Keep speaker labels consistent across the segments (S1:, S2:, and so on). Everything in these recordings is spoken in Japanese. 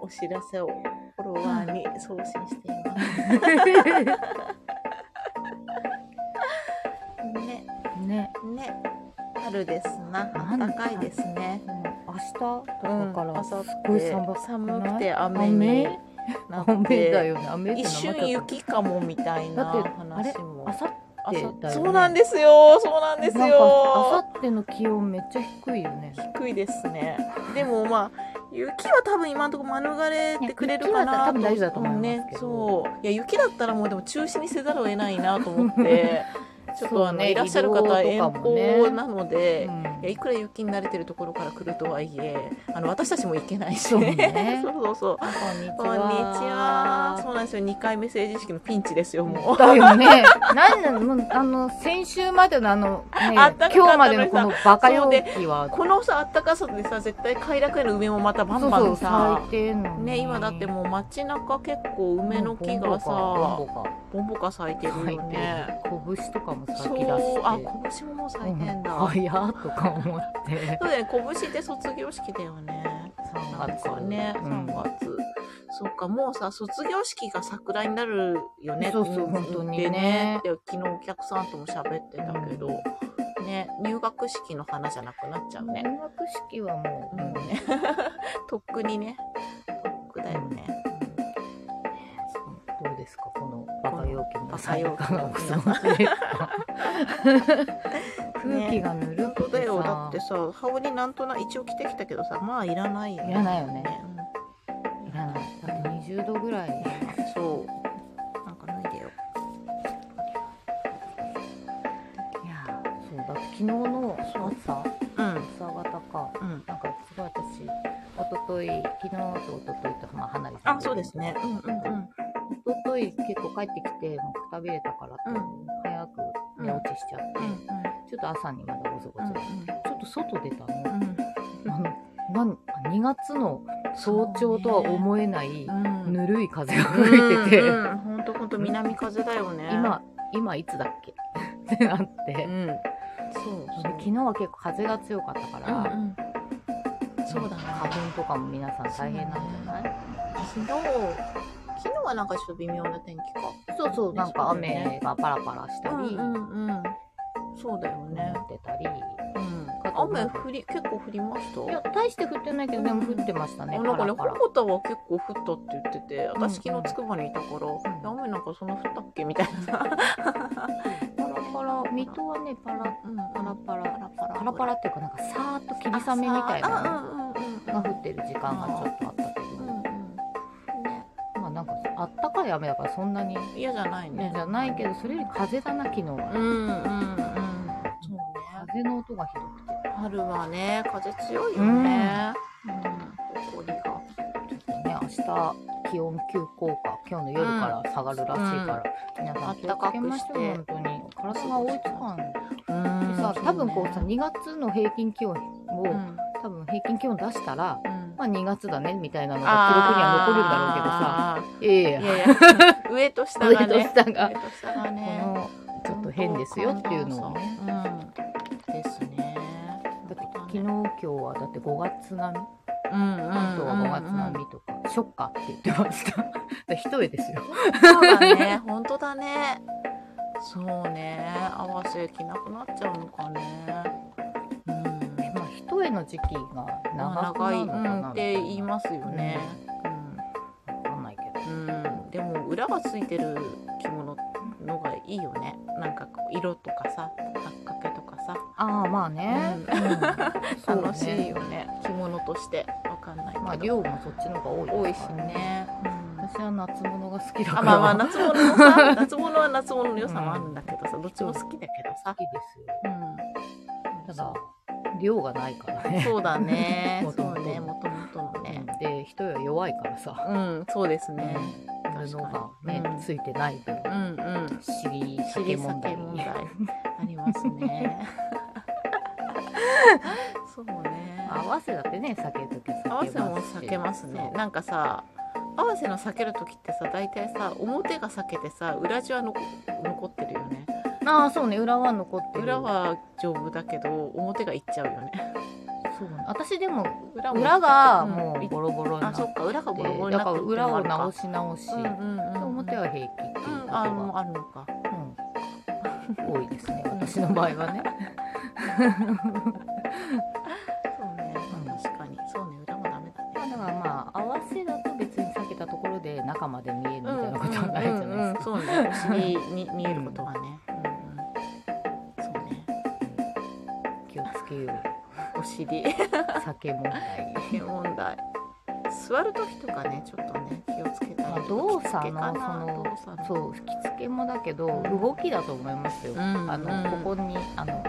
S1: お知らせをフォロワーに送信しています。ね、
S2: ね、
S1: ね、春ですな。
S2: 春
S1: 暖かいですね。
S2: でも明日とかか
S1: うん
S2: らす
S1: 朝
S2: ごい寒く
S1: 寒
S2: ない
S1: くて雨になって
S2: 雨だよね。雨って
S1: 一瞬雪かもみたいな
S2: だってあれ
S1: 話も
S2: あさってだよね。
S1: そうなんですよそうなんです
S2: なんかあ
S1: よ
S2: さっての気温めっちゃ低いよね。
S1: 低いですねでもまあ雪は多分今のところ免れてくれるかなと
S2: いや雪は多分大丈夫だと思いますけど
S1: うんねそういや雪だったらもうでも中止にせざるを得ないなと思って ちょっとあ
S2: そう
S1: の、
S2: ね
S1: いらっしゃる方
S2: 移
S1: 遠
S2: 動とかもね
S1: 方なので、
S2: うん
S1: いやいくら雪に慣れてるところから来るとはいえあの私たちも行けないし
S2: そう ね
S1: そうそうそう
S2: こんにち
S1: こんにちは。そうなんですよ。二回目成人式のピンチですよ、 もう。
S2: だよね。なんなんもうあの先週までのあの、ね、
S1: あったかかったのにさ
S2: 今日までのこのバカ容器は
S1: このさ、あったかさでさ、絶対偕楽園の梅もまたバ
S2: そ
S1: ン
S2: う
S1: バ
S2: そう
S1: ンさ。
S2: 咲いてんのに
S1: ね、今だってもう街中結構梅の木がさ、
S2: ボンボが
S1: ボンボカ咲いてる
S2: 咲い
S1: よ
S2: て
S1: ね。
S2: る拳とかも咲
S1: そう
S2: き出して、
S1: あ、拳ももう咲いてんだ。
S2: うん早っとか思って
S1: そうだよね、拳って卒業式だよね。
S2: 3
S1: なん
S2: 月
S1: かね、
S2: うん
S1: 3月。そっか、もうさ、卒業式が桜になるよね。
S2: そうそう
S1: うん
S2: 本当にね
S1: でねで昨日お客さんとも喋ってたけど、ね、入学式の花じゃなくなっちゃうね。
S2: 入学式はもう、
S1: もうね、 とっくにね、とっくだよね。
S2: どうですかこのバカ容器の
S1: バカ
S2: 最
S1: 容器
S2: 下
S1: の
S2: のくそですか空気がぬる
S1: 本当
S2: く
S1: だ
S2: て
S1: よ。だ
S2: さ
S1: っ、てさ、羽織なんとな、一応着てきたけどさ、まあいらないよね。
S2: いらないよね
S1: うん
S2: いらないだって20度ぐらい
S1: そう。なんか脱いでよ。
S2: いやーそうだって昨日の朝
S1: うん、
S2: 朝方か
S1: うん。
S2: なんかすごい私一昨日昨日と一昨日とまあ離れて
S1: あ、そうですね。うんうんうん。
S2: 一昨日結構帰ってきてもうくたびれたからって、
S1: うん
S2: 早く寝落ちしちゃって、
S1: うん
S2: ちょっと朝にまだごそごそ、ちょっと外出た
S1: うん
S2: の,、
S1: うん。
S2: あのなんあ2月の早朝とは思えない
S1: うん
S2: ぬるい風が吹いてて、
S1: うんうん、ほんとほんと南風だよね。
S2: 今今いつだっけ ってなって、
S1: う
S2: で
S1: ん。そうそう。
S2: 昨日は結構風が強かったから、
S1: うんうんそうだな
S2: 花。粉とかも皆さん大変なんじゃない
S1: 昨日、昨日はなんかちょっと微妙な天気か。
S2: そうそうなんか
S1: そうだよね
S2: 雨がパラパラした
S1: うん
S2: り、
S1: うんうん。そうだよね。
S2: なってたりい
S1: うん。
S2: かと思う
S1: 雨降り、結構降りました
S2: や大して降ってないけどでも降ってましたね
S1: あなんかね、
S2: パラパラ
S1: 鉾田は結構降ったって言ってて、私
S2: うんうん
S1: 昨日つくばにいたから、
S2: ん
S1: いや雨なんかそんな降ったっけみたいなさ。
S2: パラパラ水戸はねパラ
S1: うん、
S2: パラパラ
S1: パ
S2: パラパラっていうかなんかさーっと霧雨みたい
S1: あ
S2: な
S1: うんうんうん。
S2: のが降ってる時間がちょっとあったけど、
S1: うんうん。ね。
S2: まあなんかあったかい雨だからそんなに
S1: 嫌じゃないね
S2: ね。じゃないけどそれより風だな昨日は、
S1: うんうんうん。そうね。
S2: 風の音がひどくて
S1: 春はね、風強いよね。うん。埃が。
S2: ちょっとね明日気温急降下今日の夜から下がるらしいから、皆さん気をつけましょう
S1: あ
S2: 本当に体が追いつかん
S1: う
S2: でさ多分こうさ2月の平均気温を、
S1: うん。
S2: 多分平均気温出したら、
S1: うん。
S2: まあ、2月だねみたいなのが記録には残るんだろうけどさいやいや
S1: いやいや、上と下が
S2: 上と
S1: ね。
S2: 下が
S1: 上と下が
S2: こ
S1: ね。
S2: のちょっと変ですよっていうのをね
S1: うん。ですね。
S2: だって昨日今日はだって5月並み
S1: うんうん。
S2: 関東は5月並みとか、ショッカーって言ってました だから一重ですよ
S1: そうだね、本当だね。そうね、合わせ着なくなっちゃうのかね。うん、
S2: まあ一重の時期が長くな
S1: 長い
S2: るのか
S1: うん
S2: な
S1: って言いますよね。
S2: わかんないけど
S1: うん、うんでも裏がついてる着物のがいいよね。なんかこう色とかさ、八掛けとかさ、
S2: ああまあね、
S1: うん
S2: うんそうね
S1: 楽しいよね。着物としてわかんないけど。
S2: まあ量もそっちの方が多
S1: 多
S2: い
S1: い
S2: で
S1: し
S2: すから
S1: ね。うん
S2: 私は夏物が好きだから
S1: あまあまあ夏物もさ夏物は夏物の良さもあるんだけどさどっちも好きだけどさ
S2: 好きですよ
S1: うん、
S2: ただ量がないからね。
S1: そうだね
S2: 元
S1: そ
S2: 々
S1: うね、もともとのね。
S2: で人よ弱いからさ、
S1: うん、そうですね。
S2: うん、布がね、
S1: うん
S2: ついてない分
S1: うんうん。
S2: 尻
S1: 尻
S2: 酒
S1: 酒
S2: 問
S1: 問
S2: 題
S1: 題あります ね。そうね。
S2: 合わせだってね酒とき酒
S1: 合わせも避けますね。なんかさ。合わせの避ける時ってさ大体さ表が避けてさ裏地は残残ってるよね
S2: ああそうね裏は残ってる
S1: 裏は丈夫だけど表がいっちゃうよね
S2: そうね私でも
S1: 裏も
S2: 裏が
S1: うん
S2: もう
S1: い
S2: ボロボロになな
S1: そっか裏がボロボロにな
S2: だか
S1: っ
S2: ら
S1: てるっていう
S2: 裏
S1: のもあ
S2: を
S1: るか
S2: 直し直し、
S1: うんうんうんうん
S2: で表は平気っていうこ
S1: う
S2: と
S1: んあ
S2: が、
S1: もうあるのか
S2: うん多いですね私の場合 はね。
S1: そうね、まあ確かにそうね裏もダメだね
S2: まあ、だからまあ合わせだと別に避けたところで中まで見えるみたいなことはないじゃないですか。
S1: うんうんうんうんそうね、お尻に見えることはね。うんうんそうね、
S2: 気をつけよう
S1: お尻
S2: 酒問題。
S1: 問題。座る時とかね、ちょっとね、気をつけた
S2: ま
S1: り
S2: あ
S1: とか。
S2: 動
S1: 着
S2: 作の
S1: 付けかな
S2: その
S1: 動作の
S2: そう吹き付けもだけど動きだと思いますよ。
S1: うん
S2: あの
S1: うん
S2: ここにあの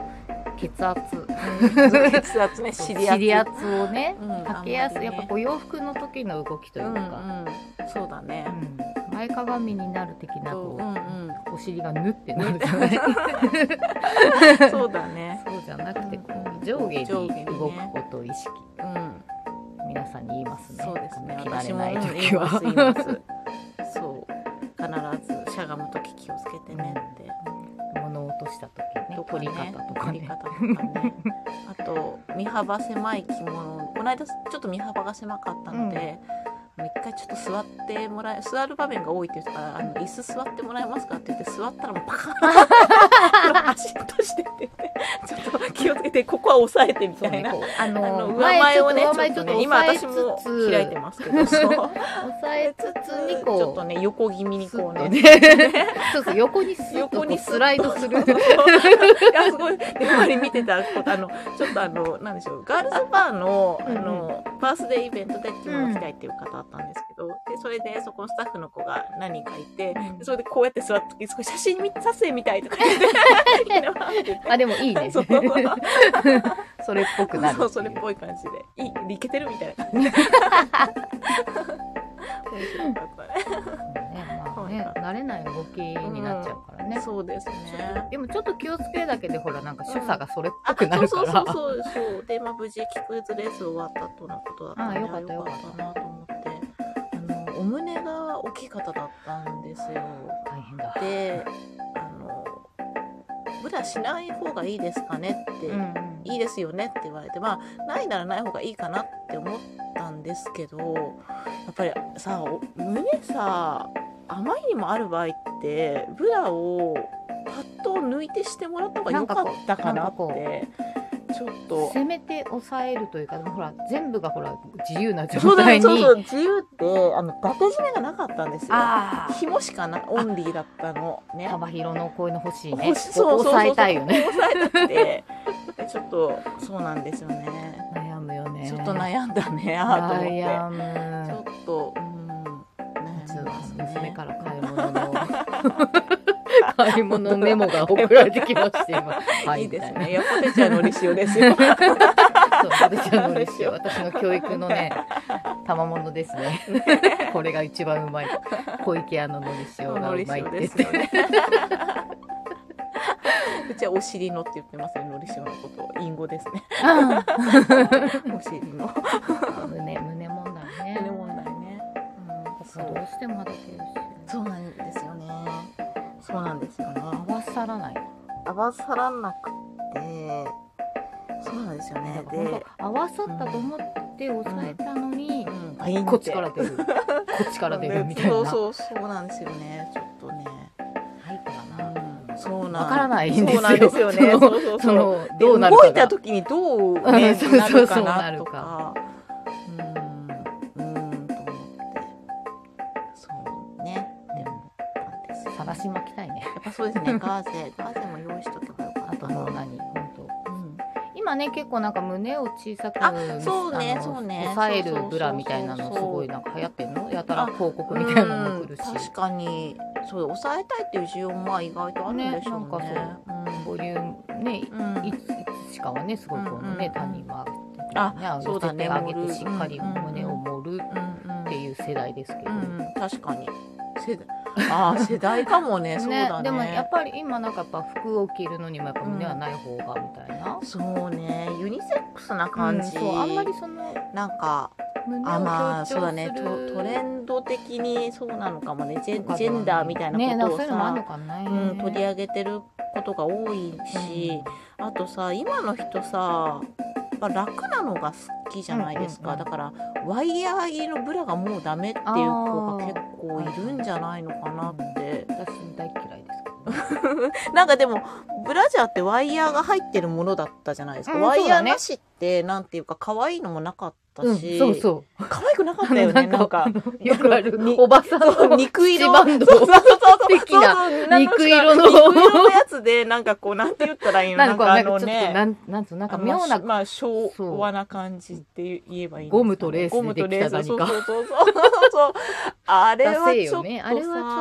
S2: 血圧
S1: 血圧ね、
S2: 尻圧をね
S1: うん
S2: かけやすい、
S1: あんまりね
S2: やっぱこう洋服の時の動きと
S1: う
S2: いうん
S1: う
S2: か、
S1: ん、そうだね
S2: うん。前かがみになる的な
S1: そう
S2: こ
S1: う
S2: う、
S1: んうん、
S2: お尻がぬってなるじ ゃない
S1: そうだね。
S2: そうじゃなくてこ
S1: うんうん
S2: う上下に
S1: 上下にね
S2: 動くことを意識。
S1: うん、
S2: 皆さんに言いますね。
S1: そうですね。
S2: 着慣
S1: 私
S2: れ
S1: も
S2: な
S1: うん
S2: い
S1: 言
S2: 時
S1: います
S2: は。
S1: 言います。そう、必ずしゃがむ時気をつけてねって。
S2: 物を落とした時ね、
S1: とか
S2: 取
S1: ね
S2: り方とか
S1: 取り
S2: ね。
S1: 方とかね あと身幅狭い着物この間ちょっと身幅が狭かったので、あの一回ちょっと座ってもらえ座る場面が多いっていうからあの椅子座ってもらえますかって言って座ったらもうパカッパシッとしててちょっと気をつけてここは押さえてみ
S2: そ
S1: た
S2: うね
S1: いな。、
S2: こうあ
S1: あ
S2: の
S1: の上前をね
S2: ち
S1: ち
S2: ょ
S1: ょ
S2: っと上前
S1: っ
S2: ちょ
S1: と
S2: っ
S1: ね今
S2: と押さえつ
S1: 私も
S2: つ、
S1: 開いてますけどそう押
S2: 押さえつつに
S1: ち
S2: こ
S1: ょっ
S2: う
S1: と、ね横気味にこうね
S2: そうそう横にスッと
S1: 横
S2: こ
S1: に
S2: うスライドす る。
S1: そうそうそういやすごいやっぱり見てたことあのちょっとあのなんでしょうガールズバーのあのバースデーイベントで着物を着たいっていう方だったんですけど、でそれでそこのスタッフの子が何人かいて、
S2: うん
S1: でそれでこうやって座った時すごい写真見撮影みたいとか言っていいなって言って
S2: あでもいいね。
S1: そ
S2: そう れっぽくなるって
S1: そ
S2: いう
S1: それっぽい感じでいいいけてるみたい な感じで面白かったね
S2: ね、まあね、慣れない動きになっちゃうからね。
S1: そうですね
S2: でもちょっと気をつけるだけでほらなんか所作がそれっ
S1: あ
S2: ぽくなる
S1: そ
S2: か
S1: うそう
S2: ら。
S1: そうそうそうでまあ無事キクズレース終わったとのことだったんで
S2: あよかった
S1: よかったなと思ってあのお胸が大きい方だったんですよ
S2: 大変だ。
S1: であのブラしない方がいいですかねって、
S2: うんうん
S1: いいですよねって言われてまあないならない方がいいかなって思ったんですけどやっぱりさお胸さあまりにもある場合ってブラをパッと抜いてしてもらった方が良かったかな
S2: なんか
S1: っ
S2: こう
S1: てちょっと。
S2: せめて抑えるというか、でもほら、全部がほら、自由な
S1: そ
S2: 状
S1: うだ
S2: 態
S1: ね、
S2: に。
S1: そうそう自由ってあの伊達締めがなかったんですよ
S2: ああ。
S1: 紐しかなオンリーだったのね
S2: 幅広のこういうの欲しいね。
S1: 欲しそうそうそうそう
S2: 抑えたいよね。
S1: 抑えたくてでちょっとそうなんですよね
S2: 悩むよね。
S1: ちょっと悩んだねああと思って
S2: 悩
S1: ちょ
S2: む。
S1: っと、うん、悩
S2: 実
S1: みま
S2: は
S1: すね。
S2: 娘から買い物の買い物メモが送られてきまして今はい
S1: い
S2: み
S1: で
S2: た
S1: す
S2: な
S1: ね。いや、ポテチャのりしおですよ。ね
S2: そう私の嬉しい私の教育 のね賜物ですねこれが一番うまい小池屋ののり塩が
S1: の
S2: う
S1: り
S2: まい
S1: し
S2: っ
S1: お
S2: て
S1: で
S2: 言っ
S1: す
S2: て
S1: よね。うちはお尻のって言ってますよ、のりしおのこと。隠語 ですね。
S2: あ
S1: お尻の。
S2: ー胸胸問題ね
S1: 胸問題ね。うん、そ
S2: ど
S1: う。
S2: うしてもはだけるし
S1: そうなんですよね。そうなんですよね。
S2: 合わさらない
S1: 合わさらなくて。そうなんですよ
S2: だ
S1: ね。
S2: から本
S1: で、
S2: 当合わさったと思って抑えたのに、
S1: ん、バインって
S2: こっちから出るこっちから出るみたいな
S1: そうそう、そうなんですよね。ちょっとね。
S2: タイプだな
S1: うんそうなん
S2: わからないんで
S1: そう
S2: すよ
S1: なんですよね。
S2: そ
S1: そ
S2: の
S1: うそう
S2: そ
S1: そう。
S2: の
S1: で
S2: どうなる
S1: 動
S2: か
S1: いた
S2: が
S1: 時にどう、
S2: う
S1: ね、
S2: んそう
S1: な
S2: そう
S1: る
S2: そう
S1: かなと
S2: な
S1: か。うーん、うーんと思って。そうね。でも、なんですよ
S2: さらし巻きたいね
S1: やっぱそうですね。ガーゼ、ガーゼも用意しとけばよかったな。
S2: あともう何本当
S1: うん
S2: 今ね結構なんか胸を小さく
S1: あそうね
S2: あの
S1: そうね
S2: 抑え
S1: そうそ
S2: る
S1: うそうそう
S2: ブラみたいなのすごいなんか流行ってんのやたら広告みたいなのも来るし
S1: うん確かにそう抑えたいっていう需要もまあ意外とあるんでしょうね
S2: ねなん
S1: うん
S2: ボリュームねい
S1: うん
S2: いついつしかはねすごいこのね
S1: うんうん
S2: 他人はねあの
S1: そうだね
S2: 上
S1: 盛
S2: げて
S1: る
S2: しっかり胸を盛
S1: う
S2: る
S1: んうん
S2: っていう世代ですけど、
S1: うん、確かに世代ああ世代かも ねそうだね
S2: でもやっぱり今なんかやっぱ服を着るのにもやっぱ胸はない方がみたいな、
S1: そうねユニセックスな感じ、
S2: そうあんまりその
S1: なんか
S2: 胸を強調する
S1: あまあそうだねトトレンド的にそうなのかもねジ
S2: とかで
S1: ェ
S2: はい
S1: ジェンダーみたいな
S2: ねな
S1: こ
S2: ん
S1: とを
S2: かそういうのもあるの
S1: さ、
S2: かな、
S1: うん、取り上げてることが多いし、あとさ今の人さが楽なのが好きじゃないですか、
S2: うんうんうん
S1: だからワイヤー入りのブラがもうダメっていう子が結構いるんじゃないのかなって
S2: 私大嫌いですけどね、
S1: なんかでもブラジャーってワイヤーが入ってるものだったじゃないですか、
S2: うん
S1: ワイ
S2: そう
S1: ヤー
S2: だね
S1: なしってなんていうか可愛いのもなかった
S2: うん、
S1: し、
S2: そうそう
S1: 可愛くなかったよねなんか
S2: あのよくある
S1: に
S2: おばさんの
S1: 肉色
S2: 口バンド
S1: そうそうそうそう
S2: 的な
S1: そうそうなんか
S2: 肉色の
S1: 肉色のやつでなんかこうなんて言ったらいいの
S2: な
S1: なんん
S2: か
S1: か
S2: な
S1: あ
S2: んかちょ
S1: の
S2: っと
S1: ね
S2: なんなんつうのなんか妙な
S1: まあ、まあ昭
S2: そう
S1: 和な感じって言えばいいんですかね
S2: ゴムとレースでできた何
S1: ゴム
S2: か
S1: とレースそうそうそうそうそうあれ
S2: ダ
S1: は
S2: セー
S1: ちょ
S2: よ
S1: っと
S2: ね
S1: さ
S2: あれはちょっとね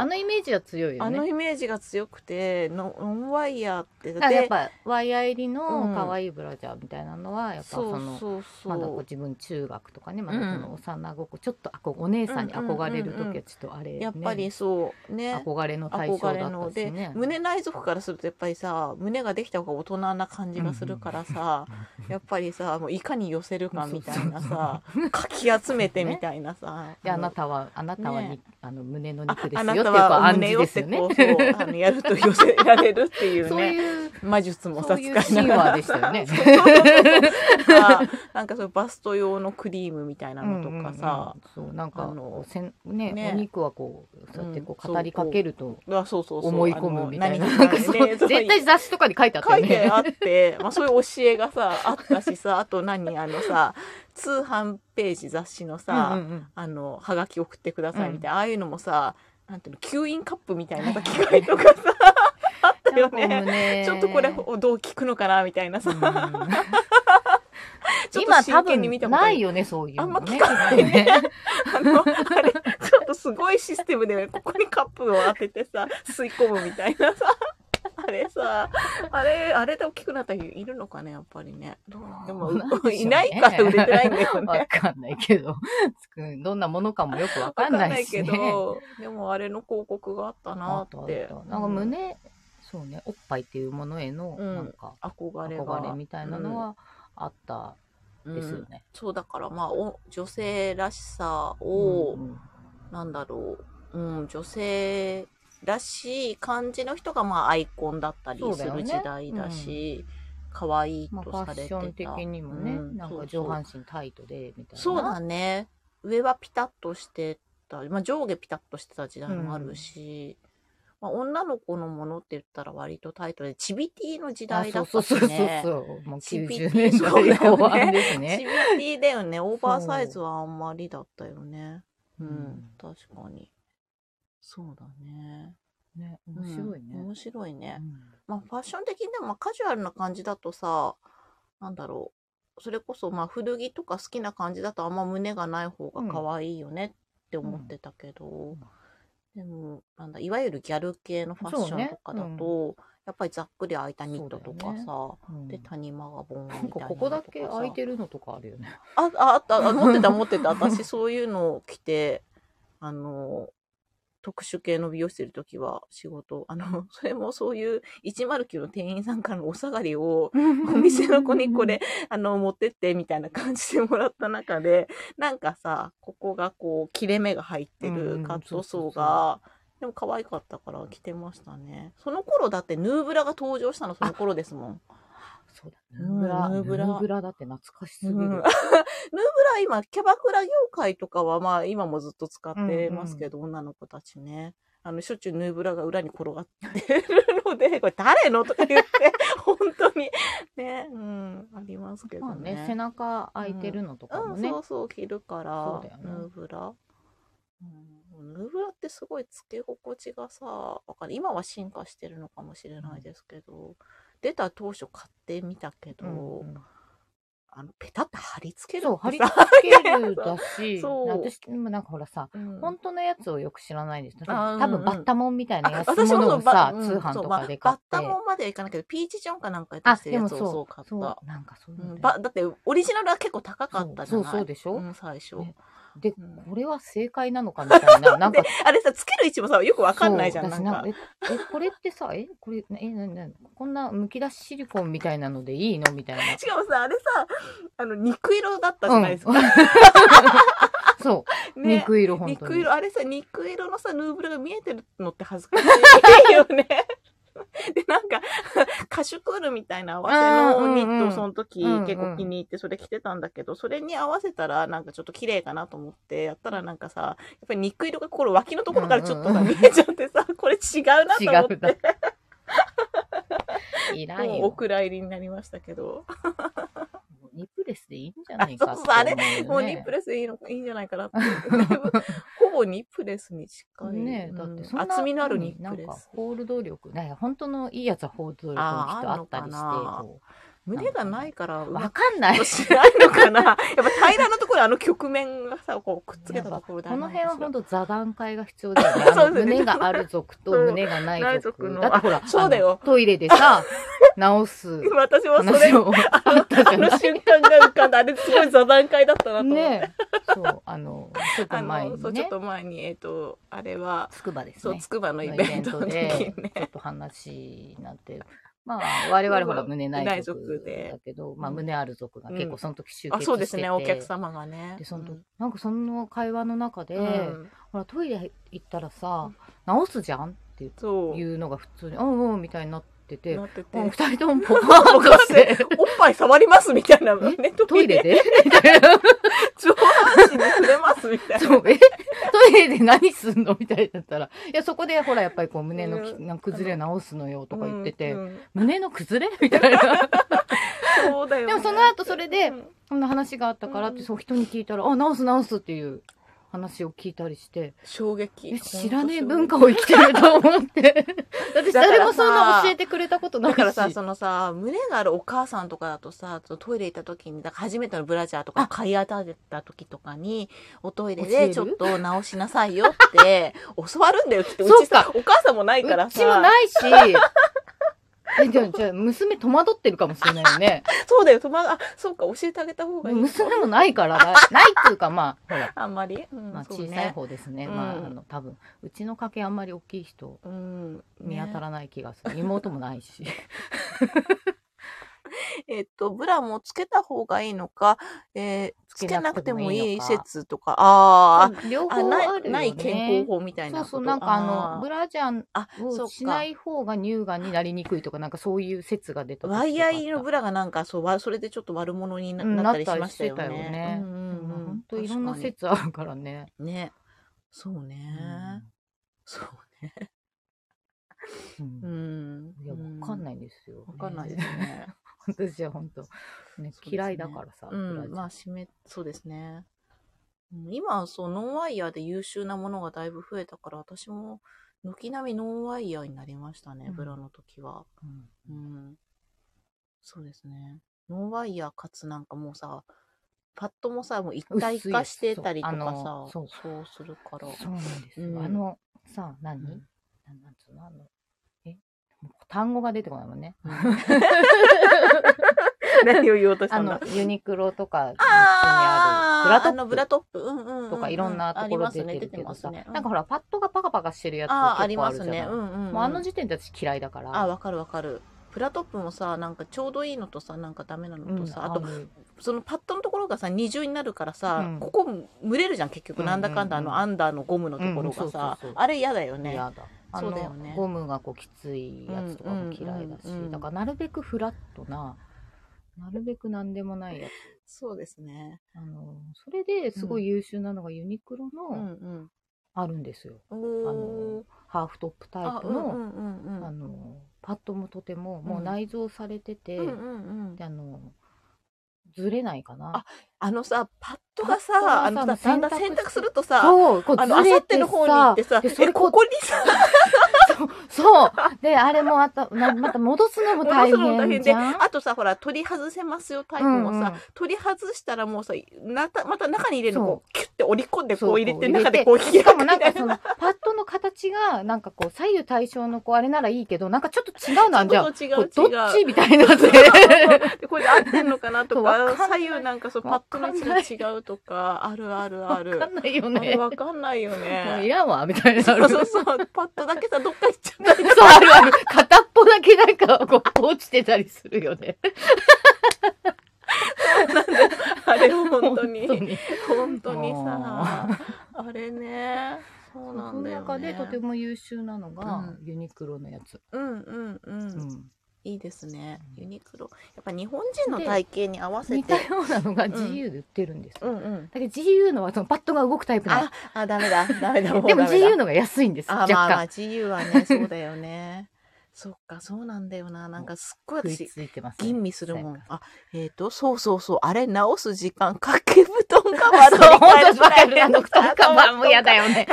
S2: あのイメージは強いよ
S1: あ
S2: ね
S1: のイメージが強くてノノンワイヤーって
S2: だからやっ
S1: で
S2: ぱワイヤー入り
S1: うん
S2: の可愛いブラジャーみたいなのはやっぱそ
S1: そ
S2: の、
S1: うそうそう
S2: まだこう自分中学とかねまだそ
S1: うん
S2: の幼子、ちょっとあこお姉さんに憧れる
S1: うんうんうんうん
S2: 時はちょっとあれ、ね
S1: やっぱりそうね
S2: 憧れの対象
S1: 憧れ
S2: だ
S1: の
S2: った
S1: で、
S2: しね
S1: 胸内族からするとやっぱりさ胸ができた方が大人な感じがするからさ、やっぱりさもういかに寄せるかみたいなさかき集めてみたいな さ、
S2: であなたはあなたはに、
S1: ね
S2: あの胸の
S1: あ
S2: 肉で
S1: あ
S2: すよっ
S1: な
S2: ていう
S1: た
S2: こう
S1: は
S2: 暗
S1: 胸
S2: 示
S1: よ
S2: で
S1: っ
S2: す
S1: て
S2: よね
S1: こうそうあのやると寄せられるっていうね
S2: そういう
S1: 魔術も
S2: そ
S1: さ
S2: うい
S1: 使
S2: う
S1: い
S2: 神
S1: なが
S2: 話
S1: ら
S2: でしたよね
S1: さなんかそういうバスト用のクリームみたいなのとかさ、
S2: うんうんうんそうなんか
S1: あの
S2: せんね
S1: ね
S2: お肉はこうそうやってこ
S1: う
S2: うん語りかけると
S1: あそうそうそう
S2: 思い込むみたいな,、
S1: あの
S2: な
S1: 何
S2: んか
S1: 々
S2: そう
S1: ねそう
S2: 絶対雑誌とかに書いてあった
S1: 書
S2: よ
S1: いて
S2: ね
S1: あって、まあ、そういう教えがさ あったしさあと何あのさ通販ページ雑誌のさ、
S2: うんうんうん
S1: あのはがき送ってくださいみたいな、ああいうのもさなんていうの吸引カップみたいなさ
S2: はいはい
S1: 機械とかさ あったよ
S2: なんか
S1: ね。
S2: 胸
S1: ちょっとこれどう聞くのかなみたいなさ、
S2: うん
S1: ちょっと
S2: 今多
S1: 真剣に
S2: 分
S1: 見たこと
S2: な
S1: ないい
S2: よね、そういう
S1: あ
S2: の、ね。
S1: んま聞かないね あのあれちょっとすごいシステムで、ね、ここにカップを当ててさ吸い込むみたいなさあれさあれあれで大きくなった人いるのかねやっぱりねでも、いないから売れてないんだよ
S2: わ
S1: ね。
S2: かんないけど、 つくどんなものかもよくわかんないし、ね。
S1: わかんないけど、でもあれの広告があったな
S2: あ
S1: っ
S2: とあ
S1: て
S2: と。なんか胸、そうね、おっぱいっていうものへの、
S1: うん
S2: なんか、
S1: 憧れが
S2: 憧れみたいなのはあった
S1: うん
S2: ですよね。
S1: そうだからまあお女性らしさ
S2: うん
S1: を、なんだろう、うん、女性らしい感じの人がまあアイコンだったり
S2: そう
S1: す
S2: だよ
S1: る
S2: ね
S1: 時代だし可愛、い
S2: まあ、フ
S1: とさ
S2: ァ
S1: れ
S2: ッ
S1: て
S2: シ
S1: た、
S2: ョン的にもね、
S1: うん
S2: なん
S1: そ
S2: か
S1: うそう
S2: 上半身タイトで、みたいな。
S1: そうだね上はピタッとしてた、まあ、上下ピタッとしてた時代もあるし、まあ、女の子のものって言ったら割とタイトでチビティの時
S2: あ
S1: 代だ
S2: そう
S1: っ
S2: そう
S1: た
S2: そう
S1: し
S2: そう
S1: ね
S2: そう。もう90
S1: CPT
S2: 年代後半です
S1: チ
S2: ね。
S1: ビティだよねオーバーサイズはあんまりだったよねうん、確かにそうだね
S2: ね、
S1: うん
S2: 面白いね。
S1: 面白いね、
S2: うん
S1: まあ、ファッション的にでもまあカジュアルな感じだとさなんだろうそれこそまあ古着とか好きな感じだとあんま胸がない方が可愛いよねって思ってたけど、
S2: ん
S1: でもなんだいわゆるギャル系のファッションとかだと、
S2: そうね
S1: やっぱりざっくり開いたニットとか
S2: そうだ
S1: さ、
S2: うん
S1: で谷間がボンみた
S2: ないん
S1: な
S2: かここだけ空い
S1: る
S2: てるのとかあるよね。
S1: あああったあ持ってた持ってた私そういうのを着てあの特殊系の美容室いる時は仕事あのそれもそういう109の店員さんからのお下がりを
S2: お
S1: お店の子にこれ、あの、持ってって、みたいな感じでもらった中で、なんかさ、ここがこう、切れ目が入って
S2: うんう
S1: る
S2: ん
S1: カットソーが、でも可愛かったから着てましたね。その頃だってヌーブラが登場したの、その頃ですもん。
S2: そうだ。ヌーブラ、
S1: うんヌ
S2: ヌ
S1: ーブラ
S2: ーブラだって懐かしす
S1: う
S2: ぎ
S1: ん ヌーブ
S2: る
S1: ラ。今、キャバクラ業界とかはまあ、今もずっと使ってますけど、女の子たちね。あの、しょっちゅうヌーブラが裏に転がってるので、これ誰のとか言って、本当に。ね、うん、ありますけど
S2: まあね、背中空いてるのとかも
S1: うん、
S2: ね。
S1: そうそう着るから
S2: そうだよね
S1: ヌーブラ、うん、ヌーブラってすごいつけ心地がさわかる今は進化してるのかもしれないですけど、出た当初買ってみたけど、
S2: うんうん
S1: あのペタって貼り付ける
S2: そう、貼
S1: って
S2: り
S1: さ
S2: 付けるだ し、
S1: そう
S2: 私もなんかほらさ、
S1: うん
S2: 本当のやつをよく知らないです。
S1: あうん
S2: 多分バッタモンみたいな
S1: あ
S2: 安いものを
S1: バ
S2: さ、
S1: うん
S2: 通販
S1: そう
S2: と
S1: ま
S2: か
S1: あ
S2: で買っ
S1: バッ
S2: て。
S1: タモンまではいかないけどピーチジョンかなんかや
S2: あ、
S1: ってる
S2: で
S1: や
S2: も
S1: つをそ
S2: そう
S1: 買
S2: う、
S1: っ
S2: そ
S1: た
S2: う、なんかそういう
S1: う
S2: の
S1: ん
S2: ね
S1: ばだってオリジナルは結構高かったじゃない
S2: そうそうでしょ
S1: ん最初、
S2: ねで、
S1: うん
S2: これは正解なのかみたいな、なん か
S1: であれさつける位置もさよくわかんないじゃん
S2: そう
S1: な
S2: 私
S1: んか
S2: え、えこれってさ、え、これ、え、なになにこんなむき出しシリコンみたいなのでいいのみたいな。
S1: しかもさあれさあの肉色だったじゃないですか、
S2: うん、 そう、
S1: ね
S2: 肉色、本当に。
S1: 肉色あれさ肉色のさヌーブルが見えてるのって恥ずかしいよね で、なんか、 カシュクールみたいな合わせのニットをその時
S2: あーうんうん
S1: 結構気に入ってそれ着てたんだけど、それに合わせたらなんかちょっと綺麗かなと思って、やったらなんかさ、やっぱり肉色がこの脇のところからちょっとが見えちゃってさ、 これ違うなと思っ
S2: 違うな
S1: て、
S2: いら
S1: も
S2: ん
S1: うお
S2: よ。
S1: 蔵入りになりましたけど。
S2: ニップレスでいいんじゃないかって思
S1: あそうそう
S2: よね
S1: もうニップレスいいのか、いいんじゃないかなって。だい ぶほぼニップレスに近い。
S2: ねえ、
S1: うん
S2: だって
S1: 厚みのあるニ
S2: な
S1: ップ
S2: ん
S1: レ
S2: か
S1: ス。
S2: ホールド力ね本当のいいやつはホールド力
S1: あ
S2: が
S1: ー
S2: きっとあったりして
S1: あんのかな
S2: こ
S1: 胸がないから、
S2: う
S1: う
S2: わ
S1: まく
S2: かんない
S1: しないのかな。やっぱ平らなところ、あの曲面がさ、こうくっつけたところだ
S2: この辺は本
S1: 当。
S2: 当座談会が必要だよ ね
S1: そ
S2: あ
S1: う
S2: の
S1: ですね
S2: 胸がある族と胸がない 族
S1: そうない族の
S2: だってほら、
S1: そうだよ
S2: あのトイレで さ、直す
S1: 今私もそれ
S2: 話、をあった
S1: あ
S2: じゃな
S1: の
S2: い。
S1: 瞬間が浮かんだ。あれすごい座談会だったなと思って。
S2: ねえそう、あの、ちょっと
S1: あ
S2: 前
S1: の、そう、ちょ
S2: に
S1: っ
S2: ね、
S1: と前に、えっと、あれは、
S2: つくばです
S1: そう、
S2: ね
S1: つ。くばのイ
S2: のイ
S1: ベ
S2: ベ
S1: ン
S2: ン
S1: ト
S2: ト
S1: の時
S2: で、
S1: ね。
S2: ちょっと話なんて、まあ、我々ほら胸ない族だけど、まあ胸ある族が結構その時集結して
S1: あ、
S2: て、
S1: そうですね、お客様がね。
S2: で、その
S1: う
S2: 時
S1: ん、
S2: なんかその会話の中で、
S1: うん
S2: ほらトイレ行ったらさ、直すじゃんって言って
S1: そう。
S2: いうのが普通に「うんうん」みたいになってて
S1: なってて
S2: もう二人ともポカポカして
S1: おっぱい触りますみたいな
S2: 「え
S1: ね、ト
S2: ト
S1: イ
S2: イレ
S1: レで。
S2: で?」みたいな
S1: 上半身に触れますみたいな。
S2: そうえトイレで何すんの?」みたいだったら「いやそこでほらやっぱりこう胸のき
S1: う
S2: なんか崩れ直すのよ」とか言ってて
S1: うんうん
S2: 「胸の崩れ?」みたいな
S1: そうだよね。
S2: でもその後それで
S1: うん
S2: そんな話があったからっ
S1: うん
S2: てそう人に聞いたら「あ直す直す」っていう話を聞いたりして
S1: 衝撃。
S2: え知らねえ
S1: ほんと衝撃
S2: 文化を生きてると思ってだって誰もそんな教えてくれたことない
S1: だ
S2: し
S1: からさ、そのさ、胸があるお母さんとかだとさ、そのトイレ行った時に、だから初めてのブラジャーとか
S2: あ
S1: 買い当てた時とかに、おトイレ
S2: 教え
S1: で
S2: る
S1: ちょっと直しなさいよ って、教わるんだよきっと。う
S2: そう
S1: ちさ
S2: か、
S1: お母さんもないから
S2: う
S1: さ。
S2: ちもないし。 え、じゃあ、じゃあ、娘戸惑ってるかもしれない よね。
S1: そうだよ、友達、あ、そうか、教えてあげた方がいいの。
S2: 娘もないから、なないっていうか、まあ、ほら、
S1: あんまり、うん
S2: まあ、
S1: そう
S2: 小
S1: ね
S2: さい方ですね。
S1: うん
S2: まあ、あの、多分、うちの家系あんまり大きい人
S1: うん、
S2: 見当たらない気がする。妹もないし。
S1: えっと、ブラもつけた方がいいのか、えーつ
S2: つ
S1: け
S2: け
S1: な
S2: な
S1: く
S2: く
S1: て
S2: て
S1: も
S2: も
S1: い
S2: いい
S1: い
S2: のか
S1: 説とか、あー
S2: 両
S1: あ、
S2: 方ある
S1: な
S2: よ、
S1: い、
S2: ね。
S1: ない健康法みたいなこと。
S2: そうそう、なんかあの、ブラジャ
S1: あ
S2: ー
S1: そうか
S2: をしない方が乳がんになりにくいとか、なんかそういう説が出た時とかあ
S1: ワ
S2: った。
S1: イヤー入りのブラがなんか、そう、わそれでちょっと悪者にな,、
S2: うん
S1: なったりしましたよ
S2: なったりしてたよ
S1: ね
S2: ね。
S1: うんうんうん
S2: 本当いろんな
S1: 確かに
S2: 説あるからね。
S1: ね。そうね。そうね。
S2: うん
S1: うん。
S2: いや、わかんないんですよ、
S1: うん。わかんないですね。
S2: 私は本当、ね
S1: すね
S2: 嫌いだからさ、
S1: うん、まあ、締め、そうですね。うん今、そう、ノンワイヤーで優秀なものがだいぶ増えたから、私も、軒並みノンワイヤーになりましたね、
S2: うん
S1: ブラの時は。
S2: うん
S1: うん。そうですね。ノンワイヤーかつなんかもうさ、パッドもさ、もう一体化してたりとか
S2: 薄いやつそうあ
S1: さ
S2: の、そう
S1: そうするから。
S2: そうなんですよ。
S1: うん
S2: あの、さ、何、
S1: うん
S2: なんなんつうのあの、えもう単語が出てこないもんね。
S1: 何を言おうとし
S2: あ
S1: たんだ
S2: の、ユニクロ とか、
S1: あ
S2: 普通にある、ブラ
S1: ー
S2: ト
S1: あのブ
S2: ッ
S1: ラトップ、うんうんうんうん
S2: プとかいろんなところ
S1: あり
S2: 出
S1: ますね
S2: て
S1: 出
S2: る
S1: て
S2: けど
S1: ます
S2: さ、
S1: ね。
S2: なんかほら、パッドがパカパカしてるやつ
S1: あーあ
S2: 結
S1: り
S2: 構あ
S1: ま
S2: るじ
S1: す
S2: ゃない
S1: ね。うんうんうん。
S2: もうあの時点で私嫌いだから。
S1: あ、わかるわかる。プラトップもさ、なんかちょうどいいのとさ、なんかダメなのとさ、あと、
S2: る
S1: そのパッドのところがさ、二重になるからさ、
S2: うん
S1: ここ蒸れるじゃん、結局。なんだかんだ、
S2: うんうんうん
S1: あの、アンダーのゴムのところ
S2: う
S1: が
S2: んそうそ
S1: さ
S2: うそう、
S1: あれ嫌だよね。
S2: 嫌だ。あ
S1: そうだよ
S2: の、
S1: ね
S2: ゴムがこうきついやつとかも嫌いだし、
S1: うんうんうんうん
S2: だからなるべくフラットな、なるべくなんでもないやつ。
S1: そうですね。
S2: あの、それですごい優秀なのがユニクロ
S1: うん
S2: のあるんですよ。
S1: うん。お
S2: あ
S1: ー
S2: の。、ハーフトップタイ
S1: あ、
S2: プ
S1: うんう
S2: の、
S1: んうん
S2: あ
S1: うん。
S2: の、パッドもとてももううん内蔵されてて、
S1: うんうんうん
S2: で、あの、ずれないかな。
S1: あのさ、パッドが
S2: パッドが
S1: さ、
S2: さ
S1: あのさ、だんだん洗
S2: 洗
S1: 濯
S2: 濯
S1: す
S2: す
S1: るとさ、
S2: そう、こう
S1: あ
S2: ず
S1: の、あさ
S2: れ
S1: って
S2: て
S1: の方に行っ
S2: さ
S1: て、さ、
S2: でそ
S1: え
S2: れこ
S1: こ
S2: う
S1: こにさ、
S2: そう。で、あれもあった、なまた戻すのも
S1: 戻
S2: 大
S1: すのも大変
S2: 変じ
S1: で、
S2: ゃん。
S1: あとさ、ほら、取り外せますよタイプもさ、取り外したらもうさ、なたまた中に入れるの
S2: そう
S1: こう、キュッて折り込んで、
S2: そう
S1: こう入れ
S2: こ
S1: て、
S2: う入れ
S1: 中
S2: て
S1: でこう開くみ
S2: しかも
S1: た
S2: ないん
S1: な
S2: かそのパッドの形がなんかこう左右対称のこうあれならいいけどなんかちょっと違うのあんじゃん。
S1: ち
S2: こ
S1: ょっ
S2: れ
S1: と違
S2: ど
S1: う違
S2: っ
S1: う。
S2: ちみたいなっ
S1: そう
S2: て。
S1: で これで合ってんのかな と
S2: そう
S1: か
S2: わかんな
S1: 左
S2: い
S1: 右なんかそうパッ
S2: わ
S1: と
S2: かん
S1: の
S2: な
S1: 位
S2: い
S1: 置が違うとかあるあるあ
S2: わか
S1: る
S2: んないよ
S1: あれ
S2: ね。も
S1: わかんないよ
S2: うい
S1: ね
S2: らんわみたいにな
S1: そう
S2: る。
S1: そう
S2: そう。
S1: そうパッとだけさどっか行っちゃっ
S2: あるある。片っぽだけなんかこう落ちてたりするよね。
S1: たあれ本当に
S2: 本当に
S1: 本当にさあれねそう
S2: そ
S1: なんだよ、ね、
S2: の中でとても優秀なのが、
S1: うん
S2: ユニクロのやつ、
S1: うんうんうん、
S2: うん
S1: いいですね
S2: うん
S1: ユニクロやっぱ日本人の体型に合わせ
S2: 似た
S1: て
S2: ようなのが GU で売ってるんです
S1: う
S2: よ、
S1: んうん
S2: だけど GU のはそのパッドが動くタイプな
S1: ああダメだダメだ
S2: の
S1: う
S2: でも
S1: ダメだ
S2: GU のが安いんです
S1: あ
S2: 若
S1: まあまあ
S2: 干
S1: GU は ねそうだよねそっかそうなんだよななんかすっごい
S2: 食い
S1: 私
S2: ついてます、
S1: 吟味するも
S2: なん
S1: ん
S2: か。
S1: あ、えっ、ー、と、そうそうそう、あれ直す時間、掛け布団カバー
S2: そ
S1: 取
S2: う
S1: り
S2: 本
S1: 替える
S2: 当に
S1: ぐ
S2: わ
S1: ら
S2: か
S1: い
S2: るあの布団カバーも嫌だよ ね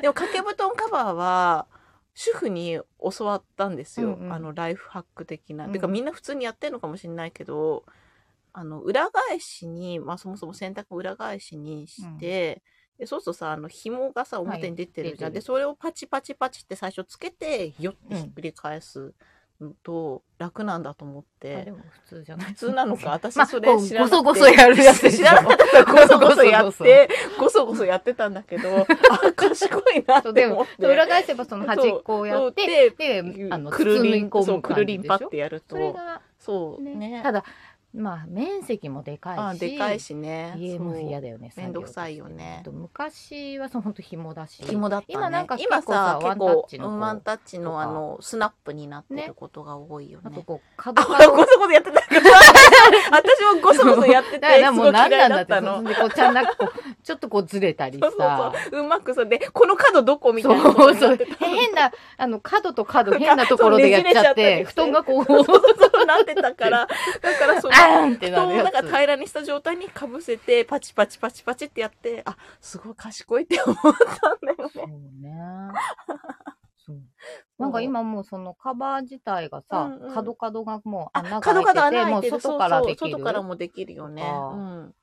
S1: でも掛け布団カバーは主婦に教わったんですよ、
S2: うんうん
S1: あのライフハック的な。
S2: うん
S1: てかみんな普通にやってるのかもしれないけどあの裏返しに、まあ、そもそも洗濯を裏返しにして、でそうするとさあの紐がさ表に出てるじゃん、で
S2: 出てる
S1: それをパチパチパチって最初つけてよってひっくり返すのと楽なんだと思っ
S2: あ
S1: て。
S2: でも普通じゃない
S1: 普通なのか私
S2: まあ
S1: それ知らなくて、
S2: ごそごそやるやつでしょ
S1: 知らなかった
S2: ご
S1: ご
S2: そ
S1: そ
S2: ご
S1: ご
S2: そ
S1: そ
S2: や
S1: や
S2: っ
S1: っててごそごそやってたんだけどあ賢いなっ
S2: そう
S1: て
S2: で
S1: 思っ
S2: も
S1: て
S2: 裏返せばその端っこをやってであの
S1: くるりん
S2: 包み込
S1: そ
S2: む
S1: うく
S2: 感
S1: る
S2: じ
S1: りん
S2: でし
S1: ぱ
S2: ょ
S1: ってやる
S2: それ
S1: と
S2: が
S1: そう
S2: ね
S1: ね
S2: ただまあ面積もでかいし
S1: あでかいしね
S2: 家も嫌
S1: で
S2: だよね
S1: そうめんどくさいよね
S2: 作業として昔はその本当紐だし
S1: 紐だったね
S2: 今なんか結構
S1: 今さ
S2: さ
S1: 結
S2: ワンタッ
S1: 構
S2: チのこう
S1: うんワンタッチ
S2: と
S1: の
S2: か
S1: あのスナップになって
S2: ね
S1: ることが多いよ
S2: あと
S1: ね
S2: こう角
S1: あほ
S2: 々
S1: らごそごそやってたけど私もごそごそやってて
S2: だから
S1: す
S2: もう
S1: ごい
S2: 何
S1: 嫌
S2: ないんだ
S1: だ
S2: っ
S1: ってた
S2: そん
S1: の
S2: でこうちゃんなんかこうちょっとこうずれたり
S1: そうそう
S2: さ
S1: そううまくそれでこの角どこみたいなこと
S2: そう
S1: にな
S2: そ
S1: っ
S2: う
S1: てた
S2: 変なあの角と角変なところでやっちゃっ
S1: そうねじ
S2: て
S1: れちゃったりして
S2: 布団がこう
S1: そうそうそうなってたからだからその
S2: あーんって
S1: 布団
S2: な
S1: を
S2: る
S1: な
S2: や
S1: ん か
S2: つ
S1: 平らにした状態にかぶせてパチパチパチパチってやってあすごい賢いって思ったんだよ
S2: そう
S1: ね。
S2: ね。そう。なんか今もうそのカバー自体がさ、
S1: うんうん
S2: 角角がもう穴
S1: あ
S2: が開
S1: 角
S2: いて
S1: 々
S2: て、
S1: 穴開
S2: も
S1: いうてる
S2: 外からでき
S1: そう
S2: る。
S1: そう外からもできるよね。
S2: とか
S1: うん、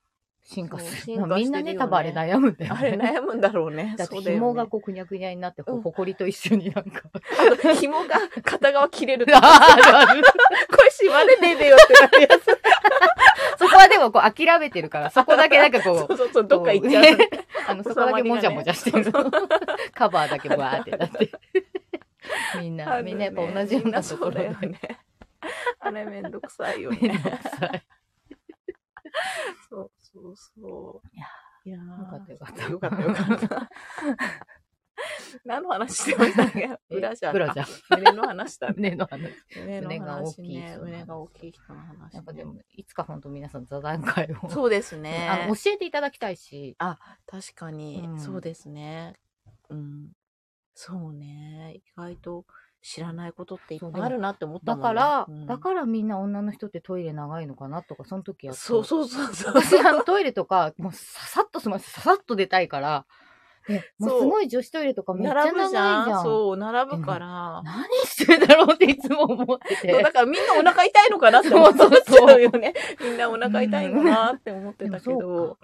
S2: 進化す
S1: そう
S2: る。
S1: 進化してるよね
S2: みんなね、多分あれ悩むんだよ
S1: あれ
S2: ね。
S1: 悩むんだろうね。
S2: だって
S1: そうだよね
S2: 紐がこうくにゃくにゃになって、こ
S1: う
S2: うんほこりと一緒になんか。
S1: あと紐が片側切れるとこ
S2: あるある
S1: れ縛れねえでよってなるやつ。
S2: そこはでもこう諦めてるから、そこだけなんかこ
S1: そう
S2: う、
S1: そうそうどっか行っちゃう。
S2: あのそこだけもじゃもじゃしてる
S1: 収まり。
S2: カバーだけわーってなって。みん
S1: あ
S2: な、
S1: る
S2: み
S1: ね
S2: んなやっぱ同じようなところ
S1: みん
S2: で
S1: な。そうだよね。あれめんどくさいよ
S2: めんど
S1: ね。
S2: くさい
S1: そうそうそう。
S2: いや
S1: いやー
S2: よかったよかった
S1: よかったよかった。 何の話してましたっけ
S2: え
S1: 裏じゃん。
S2: ブラジャ
S1: ゃ。
S2: ー。
S1: 胸の話だ ね。
S2: ねの話。
S1: 胸の話ね。
S2: 胸
S1: 胸
S2: が
S1: が
S2: 大
S1: 大
S2: き
S1: きい人の話、
S2: なんかで
S1: ね。
S2: も、いつか本当皆さん座談会を、
S1: そうです
S2: あ
S1: ね
S2: の。教えていただきたいし、
S1: 確かに、
S2: うん
S1: そうですね。うん。そうね。意外と知らないことっていっぱいあるなって思った
S2: だ
S1: もん、ね、
S2: から、
S1: うん
S2: だからみんな女の人ってトイレ長いのかなとか、その時やっ
S1: そう
S2: う。
S1: そうそう そう。
S2: 私、あのトイレとか、もうささっとすまささっと出たいから、でもう
S1: そう
S2: すごい女子トイレとかめっちゃ長い
S1: 並ぶ
S2: じ
S1: じ
S2: ゃん。
S1: ゃん。そう、並ぶから。
S2: 何してんだろうっていつも思って
S1: そう
S2: て
S1: だ。からみんなお腹痛いのかなって思っちゃうよね。みんなお腹痛いのかなって思ってたけ
S2: でもそう
S1: ど。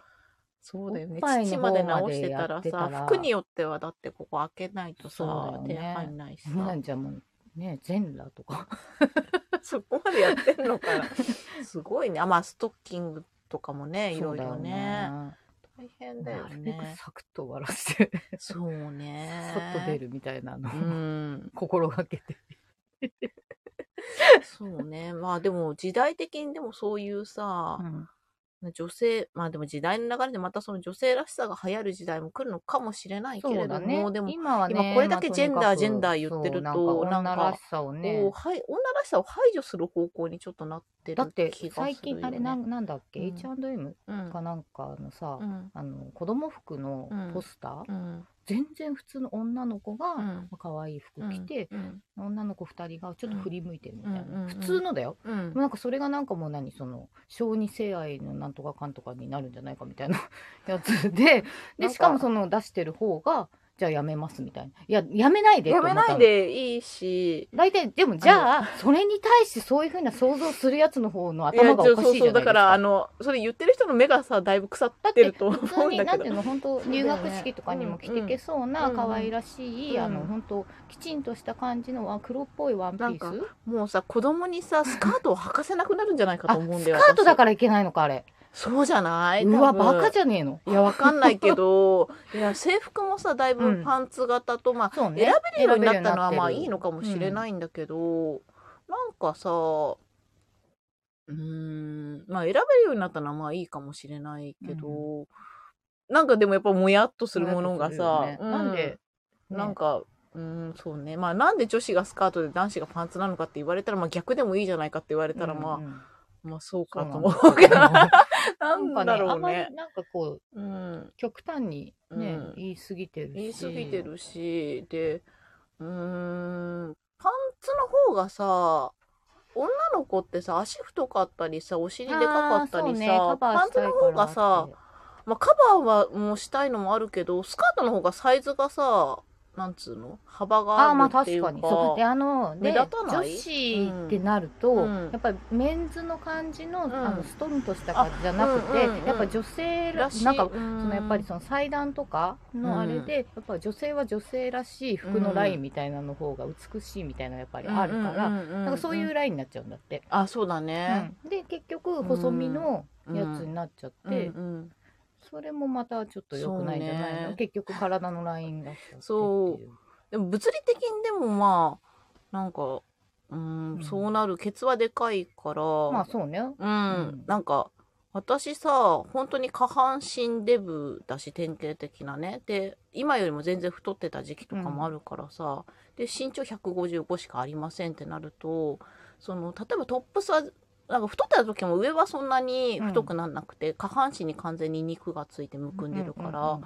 S1: そうだよ
S2: お
S1: ね
S2: っ。ぱい
S1: 父
S2: の
S1: ま
S2: 方
S1: で
S2: ま
S1: 直
S2: で
S1: して
S2: や
S1: た
S2: っ
S1: ら
S2: てたら
S1: さ、服によってはだってここ開けないとさ
S2: そ、うだ
S1: 手
S2: よね
S1: 入んないし
S2: みんな
S1: さ
S2: ん、じゃもう、ね、全裸とか。
S1: そこまでやってんのかな。 すごいね。あ、まあストッキングとかもね、いろいろね。大変だよ
S2: なるべく
S1: ね。
S2: サクッと終わらせて、
S1: そう
S2: サ
S1: ね。
S2: ッと出。るみたいなのを
S1: うん。
S2: 心がけて。
S1: そうね。まあでも時代的にでもそういうさ、
S2: うん
S1: 女性、まあでも時代の流れでまたその女性らしさが流行る時代も来るのかもしれないけ
S2: そう
S1: れ
S2: だ
S1: ど
S2: ね
S1: も、でも、
S2: 今はね
S1: 今これだけ
S2: まあ
S1: ジェンダー
S2: とにかく
S1: ジェンダー言ってると
S2: そうなん
S1: なん
S2: か
S1: か
S2: 女らしさを
S1: こ
S2: ね
S1: うはい、女らしさを排除する方向にちょっとなってる気
S2: だ
S1: が
S2: っ
S1: するよ、
S2: て
S1: ね。
S2: 最近あれななんだっけ、
S1: うん
S2: H&M
S1: うん、
S2: かなんかのさ、
S1: うん、
S2: あの子供服のポスター、
S1: うん、
S2: 全然普通の女の子が、
S1: う
S2: ま
S1: ん
S2: あ可愛い服着て、
S1: うん、
S2: 女の子2人がちょっと振り向いてるみたいな、
S1: うんうんうん
S2: 普通のだよ、
S1: うん
S2: なんかそれがなんかもう何その小児性愛のなんとかかんとかになるんじゃないかみたいな やつ
S1: な
S2: でで
S1: んか
S2: しかもその出してる方がじゃあやめますみたいないややめないで
S1: やめ
S2: と思っ
S1: な
S2: た
S1: い
S2: の
S1: でいいし、
S2: 大体でもじゃあそれに対してそういうふうな想像するやつの方の頭がおかしいじゃないですか
S1: だから、あの、それ言ってる人の目がさ、だいぶ腐っ
S2: だってて
S1: ると
S2: 普
S1: 思
S2: 通
S1: うん
S2: に
S1: だ
S2: なん
S1: け
S2: て
S1: ど
S2: いう。の本当
S1: そうだ
S2: 入
S1: よね
S2: 学式とかにも着てけそうな
S1: うん
S2: 可愛らしい、
S1: うん
S2: あの本当きちんとした感じのあ黒っぽいワンピー
S1: な
S2: ス
S1: もうさ、子供にさ、スカートを履かせなくなるんじゃないか
S2: あ
S1: と思うん
S2: ス
S1: だよ。
S2: カートだ
S1: ら。
S2: からいけないのかあれ
S1: そうじゃないう
S2: わバ
S1: じゃ
S2: カじゃねえの
S1: いや、わかんないけ ど、いや、制服もさ、だいぶパンツ型と、まあ、
S2: そうね
S1: 選べるようになったのは、
S2: 選べるようになってる
S1: まあ、いいのかもしれないんだけど、なんかさ、うーん、まあ、選べるようになったのは、まあ、いいかもしれないけど、なんかでもやっぱ、もやっとするものが
S2: も
S1: さ
S2: やっとす、
S1: う
S2: るよねなんで
S1: なんか、うーん、そうね。まあ、なんで女子がスカートで男子がパンツなのかって言われたら、まあ逆でもいいじゃないかって言われたら、まあ、
S2: うんうん
S1: まあそう
S2: そ
S1: か
S2: う
S1: と
S2: なん
S1: 思
S2: だ
S1: うけど、な
S2: なん
S1: ん
S2: かね
S1: だろ
S2: あ
S1: うん
S2: まり
S1: ね。
S2: なんかこ
S1: う
S2: う
S1: ん。
S2: 極端にね、
S1: うん
S2: 言い過ぎてるし
S1: 言い過ぎてるし、で、うーん、パンツの方がさ、女の子ってさ、足太かったりさ、お尻でかかったりさ、パンツの方がさ、まあ、カバーはもうしたいのもあるけど、スカートの方がサイズがさ、なんつうの幅
S2: あ
S1: が
S2: あま
S1: あ
S2: あ
S1: るってい
S2: 確
S1: う
S2: か
S1: か。
S2: にそうであので
S1: 目立たない
S2: 女子ってなると、
S1: うん
S2: やっぱりメンズの感じの,、
S1: ん
S2: あのストンとした感じじゃなくて、
S1: あうんうんうん
S2: やっぱ女性ら
S1: らしい。
S2: なんか
S1: そ
S2: そのやっぱりその祭壇とかのあれで、やっぱ女性は女性らしい服のラインみたいなの方が美しいみたいなのやっぱりあるから、なんかそういうラインになっちゃうんだって、
S1: あそうだね、
S2: うんで結局細身のやつになっちゃって、
S1: うんうん
S2: それもまたちょっと良くないんじゃない
S1: そう
S2: の、
S1: ね
S2: 結局体のラインが
S1: そうでも物理的にでもまあなんかうん、
S2: うん
S1: そうなるケツはでかいから、
S2: まあそうね
S1: うん、
S2: うん
S1: なんか私さ本当に下半身デブだし典型的なねで今よりも全然太ってた時期とかもあるからさ、で身長155しかありませんってなるとその例えばトップスはなんか太ってた時も上はそんなに太くなんなくて、下半身に完全に肉がついてむくんでるから、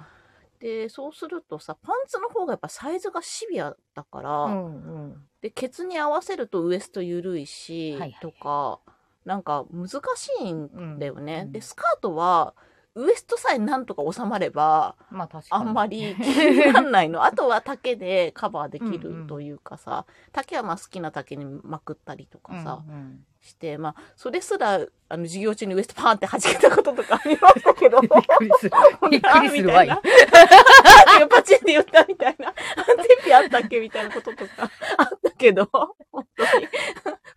S1: でそうするとさパンツの方がやっぱサイズがシビアだから、
S2: うんうんうん
S1: でケツに合わせるとウエスト緩いし、
S2: はいはいはい
S1: とかなんか難しいんだよね、
S2: うん
S1: でスカートはウエストさえなんとか収まれば
S2: まあ確か
S1: あ
S2: に
S1: んま り気になんないのあとは丈でカバーできるというかさ、丈はまあ好きな丈にまくったりとかさ、
S2: うんうん
S1: してまあそれすらあの授業中にウエストパーンって弾けたこととかありましたけど
S2: びっくりするびっくりするわい
S1: あみたいなパチンって言ったみたいな。テピあったっけみたいなこととかあったけど、本当に。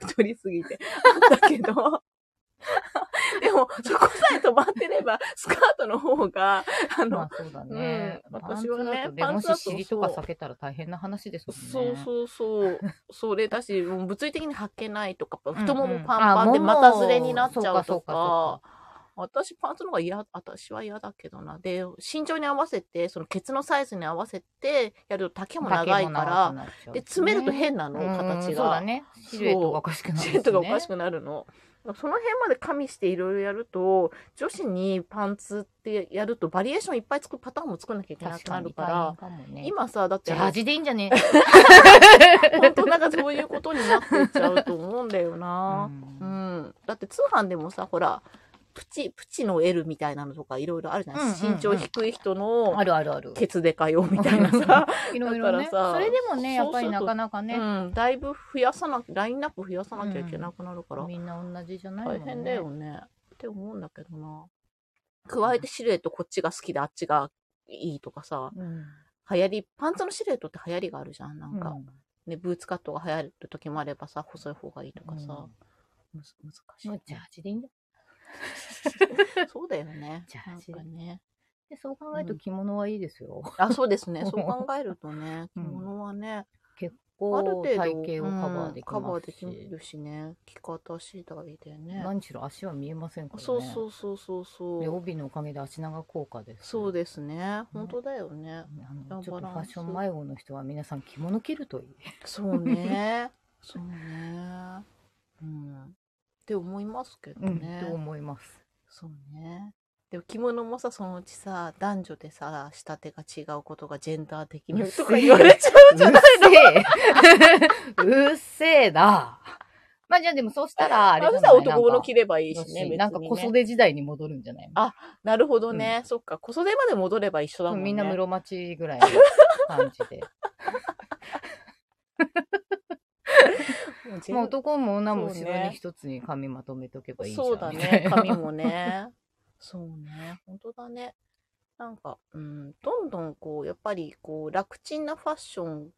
S1: 太りすぎて。あったけど。でも、そこさえ止まってれば、スカートの方が、あの、
S2: まあそうだね、
S1: うん私はね
S2: パンツ
S1: パン
S2: だと
S1: ツだと
S2: ねもし尻とか避けたら大変な話ですもん
S1: そう
S2: ね
S1: そうそう。 それだし、もう物理的に履けないとか、
S2: んうん
S1: 太ももパンパンで
S2: あ
S1: またずれになっちゃう
S2: そ
S1: と
S2: うかそうか
S1: か。私、パンツの方が嫌、私は嫌だけどな。で、身長に合わせて、そのケツのサイズに合わせてやると丈も長いから、で、詰めると変なの、形
S2: そうだ
S1: が。
S2: ねシルエットがおかしくなるんです
S1: シ
S2: ね
S1: ルエットがおかしくなるの。その辺まで加味していろいろやると、女子にパンツってやるとバリエーションいっぱい作るパターンも作んなきゃいけな
S2: 確
S1: くな
S2: か
S1: る
S2: に
S1: か
S2: 大変
S1: ら、
S2: かもね
S1: 今さ、だって
S2: ジ
S1: あ
S2: ャ
S1: の
S2: ージでいいん じゃね
S1: 本当なんかそういうことになってっちゃうと思うんだよな。う
S2: うん
S1: ん、だって通販でもさ、ほら、プチ、プチの L みたいなのとかいろいろあるじゃない、
S2: うんうんうん
S1: 身長低い人
S2: あ
S1: の
S2: るあるある
S1: ケツでかよみたいなさ、
S2: いろいろね
S1: だからさ
S2: それでもねやっぱ
S1: そうす
S2: り
S1: る
S2: な
S1: と
S2: かなか ね
S1: うん、だいぶ増やさな、ラインナップ増やさなきゃいけなくなるから、
S2: みんな同じじゃないもん
S1: 大
S2: ね
S1: 変だよね。って思うんだけどな。加えてシルエットこっちが好きであっちがいいとかさ、
S2: うん
S1: 流行り、パンツのシルエットって流行りがあるじゃん、なんか。
S2: うん
S1: ね、ブーツカットが流行る時もあればさ、細い方がいいとかさ、むず難しい
S2: も
S1: ね
S2: う。ジャージでいいんだ
S1: そうだよね。
S2: ジャージ
S1: なんかね。
S2: でそう考えると着物はいいですよ、
S1: あ、そうですね。そう考えるとね、
S2: う
S1: 着
S2: ん
S1: 物はね、
S2: 結
S1: ある
S2: 構
S1: 程度
S2: 体型をカバーでき
S1: うんカバ
S2: ま
S1: ー
S2: す
S1: で
S2: し、
S1: きるしね、着方次第でね。
S2: 何しろ足は見えませんからね
S1: そうそうそうそう
S2: で
S1: そう。
S2: 帯のおかげで足長効果です
S1: そうですね。本当だよね。
S2: あのちょっとファッション迷子の人は皆さん着物着るといい
S1: そうね。そうね。うん。って思いますけどね。
S2: と思います
S1: そうね。でも着物もさ、そのうちさ、男女でさ、仕立てが違うことがジェンダー的にとか言 われちゃうじゃん。
S2: うっせえうっせえなまあじゃあでもそうしたらあ
S1: あ
S2: れ
S1: れ
S2: じゃ
S1: さ、
S2: ない
S1: 男物着ればいいし
S2: なんか
S1: ね。別にね
S2: なんか小袖時代に戻るんじゃない
S1: あなるほどね。そっか。小袖まで戻れば一緒だもんね。
S2: みんな室町ぐらいの感じ で
S1: もうジェン
S2: まあ男も女も後
S1: そう
S2: ろ
S1: ね
S2: に一つに髪まとめとけばいいじゃん
S1: そうだ
S2: みたい
S1: ね。
S2: な
S1: 髪もね。 そうね。本当だね。なんか、うん、どんどんこう、やっぱりこう、楽ちんなファッション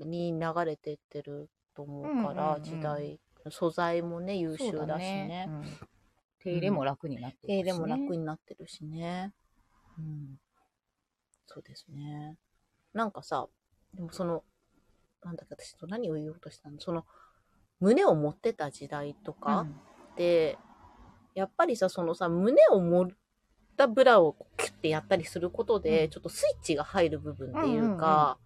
S1: に流れてってると思うから、
S2: うんうんうん
S1: 時代、素材もね、優秀
S2: そう
S1: だしね。
S2: うん手入れも楽になってるし、
S1: 手入れも楽
S2: に。
S1: になってるしね。うん。そうですね。なんかさ、でもその、なんだっけ、私と何を言おうとしたのその、胸を持ってた時代とか、って、やっぱりさ、そのさ、胸を盛ったブラをキュッてやったりすることで、
S2: うん
S1: ちょっとスイッチが入る部分っていうか、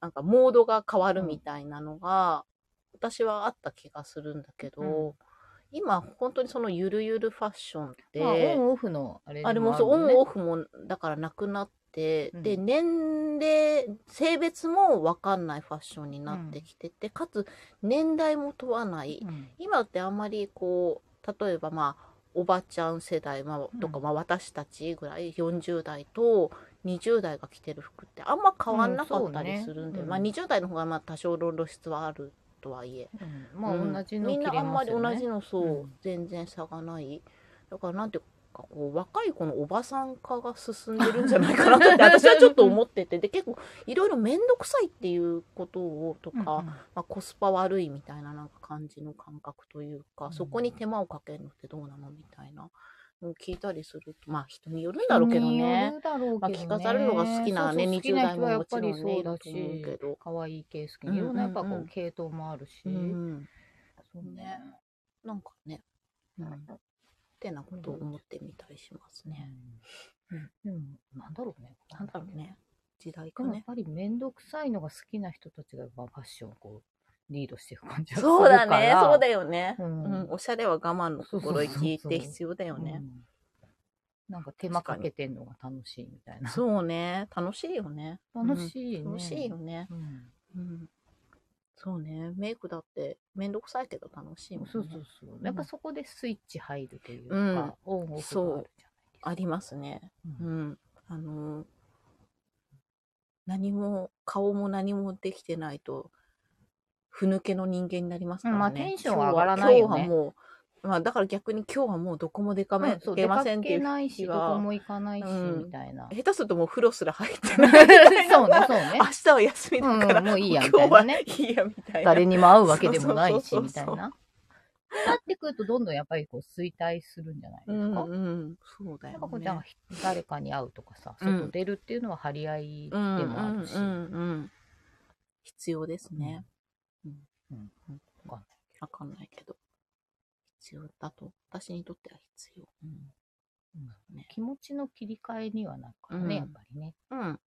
S1: なんかモードが変わるみたいなのが、私はあった気がするんだけど、
S2: うん
S1: 今本当にそのゆるゆるファッションって、
S2: まあ、オンオフのあれで
S1: あれもそう、
S2: ある
S1: オン
S2: よ
S1: オフもだからなくなって、
S2: うん
S1: で年齢性別も分かんないファッションになってきてて、かつ年代も問わない、
S2: ね
S1: 今ってあんまりこう例えばまあおばちゃん世代、まあ、とか、
S2: うん
S1: まあ、私たちぐらい40代と20代が着てる服ってあんま変わんなかった
S2: うんそう
S1: り
S2: ね
S1: するんで、
S2: うん
S1: まあ、20代の方がまあ多少露出はあるとはいえ
S2: うんうんまあ
S1: うん
S2: 同じの
S1: み
S2: 着
S1: ん
S2: れ
S1: なあんま
S2: ます
S1: り
S2: よね
S1: 同じのそう、
S2: うん
S1: 全然差がないだからなんていうかこう若い子のおばさん化が進んでるんじゃないかなって 私はちょっと思っててで結構いろいろ面倒くさいっていうことをとか、
S2: うんうん
S1: まあ、コスパ悪いみたいななんか感じの感覚というか、
S2: うん
S1: そこに手間をかけるのってどうなのみたいなのを聞いたりするとまあ人によるんだろうけど
S2: 人によ
S1: ね。
S2: るだろうけどね
S1: まあ、着飾るのが好きなね
S2: そうそう好き
S1: 20
S2: な
S1: 代
S2: 人
S1: も
S2: はや
S1: も
S2: っ
S1: ちろ
S2: ぱ
S1: んね
S2: りそうだ
S1: いると思うけ
S2: し
S1: ど
S2: 可愛い系好き
S1: うん
S2: いろんなやっぱ
S1: うん
S2: こ
S1: うん
S2: う系統もあるし、
S1: うん、
S2: そうね
S1: なんかね、うん、ってなことを思ってみたりしますね。
S2: うんでもなんだろうね
S1: なんだろうね。時代
S2: で
S1: か
S2: もやっ
S1: ね。
S2: ぱり面倒くさいのが好きな人たちがまあファッションをこうリードしていく感じがする
S1: そう
S2: から
S1: だね。そうだよね。う
S2: うんん。
S1: おしゃれは我慢の心意気っ
S2: そうそうそうそ
S1: て
S2: う
S1: 必要だよね。
S2: うんなんか手間かけてんのが楽しいみたいな
S1: そうね。楽しいよね。
S2: 楽しいね、
S1: うん楽しいよね。
S2: うん
S1: うん。そうね。メイクだって、めんどくさいけど楽しいもんね。
S2: そうそうそう、
S1: うん
S2: やっぱそこでスイッチ入るというか、
S1: うん
S2: オンオフがあるじゃないですか
S1: ありますね。
S2: う
S1: うんん。あのー何も、顔も何もできてないと、ふぬけの人間になりますからね。
S2: まあテンションは上がらないよ
S1: 今
S2: ね
S1: 日は今日はもう、まあだから逆に今日はもうどこも出かめ、
S2: そう
S1: 出ませんってい
S2: 出かけ
S1: う日は。
S2: ないし、どこも行かないし、
S1: うん
S2: みたいな。
S1: 下手するともう風呂すら入って
S2: そう
S1: ない。
S2: ね、そう ね
S1: 明。日は休みだから、
S2: うんもういいや
S1: 今日はい
S2: みたい
S1: いやみたいな。
S2: 誰にも会うわけでもないし、
S1: そうそう
S2: み
S1: そ
S2: た
S1: う
S2: い
S1: そう
S2: な。なってくると、どんどんやっぱりこう衰退するんじゃないで
S1: う
S2: す
S1: ん
S2: か。
S1: うん、そうだ
S2: な
S1: よ
S2: んかこう、
S1: ね。
S2: じゃあ、誰かに会うとかさ、
S1: うん
S2: 外出るっていうのは張り合いで
S1: うん
S2: もあるし。
S1: うんうんうん、必要ですね。
S2: うんうんわかんない
S1: わかんないけど。必要だと、私にとっては必要。うんね
S2: 気持ちの切り替えにはなるからね、
S1: うん
S2: やっぱりね。
S1: うん。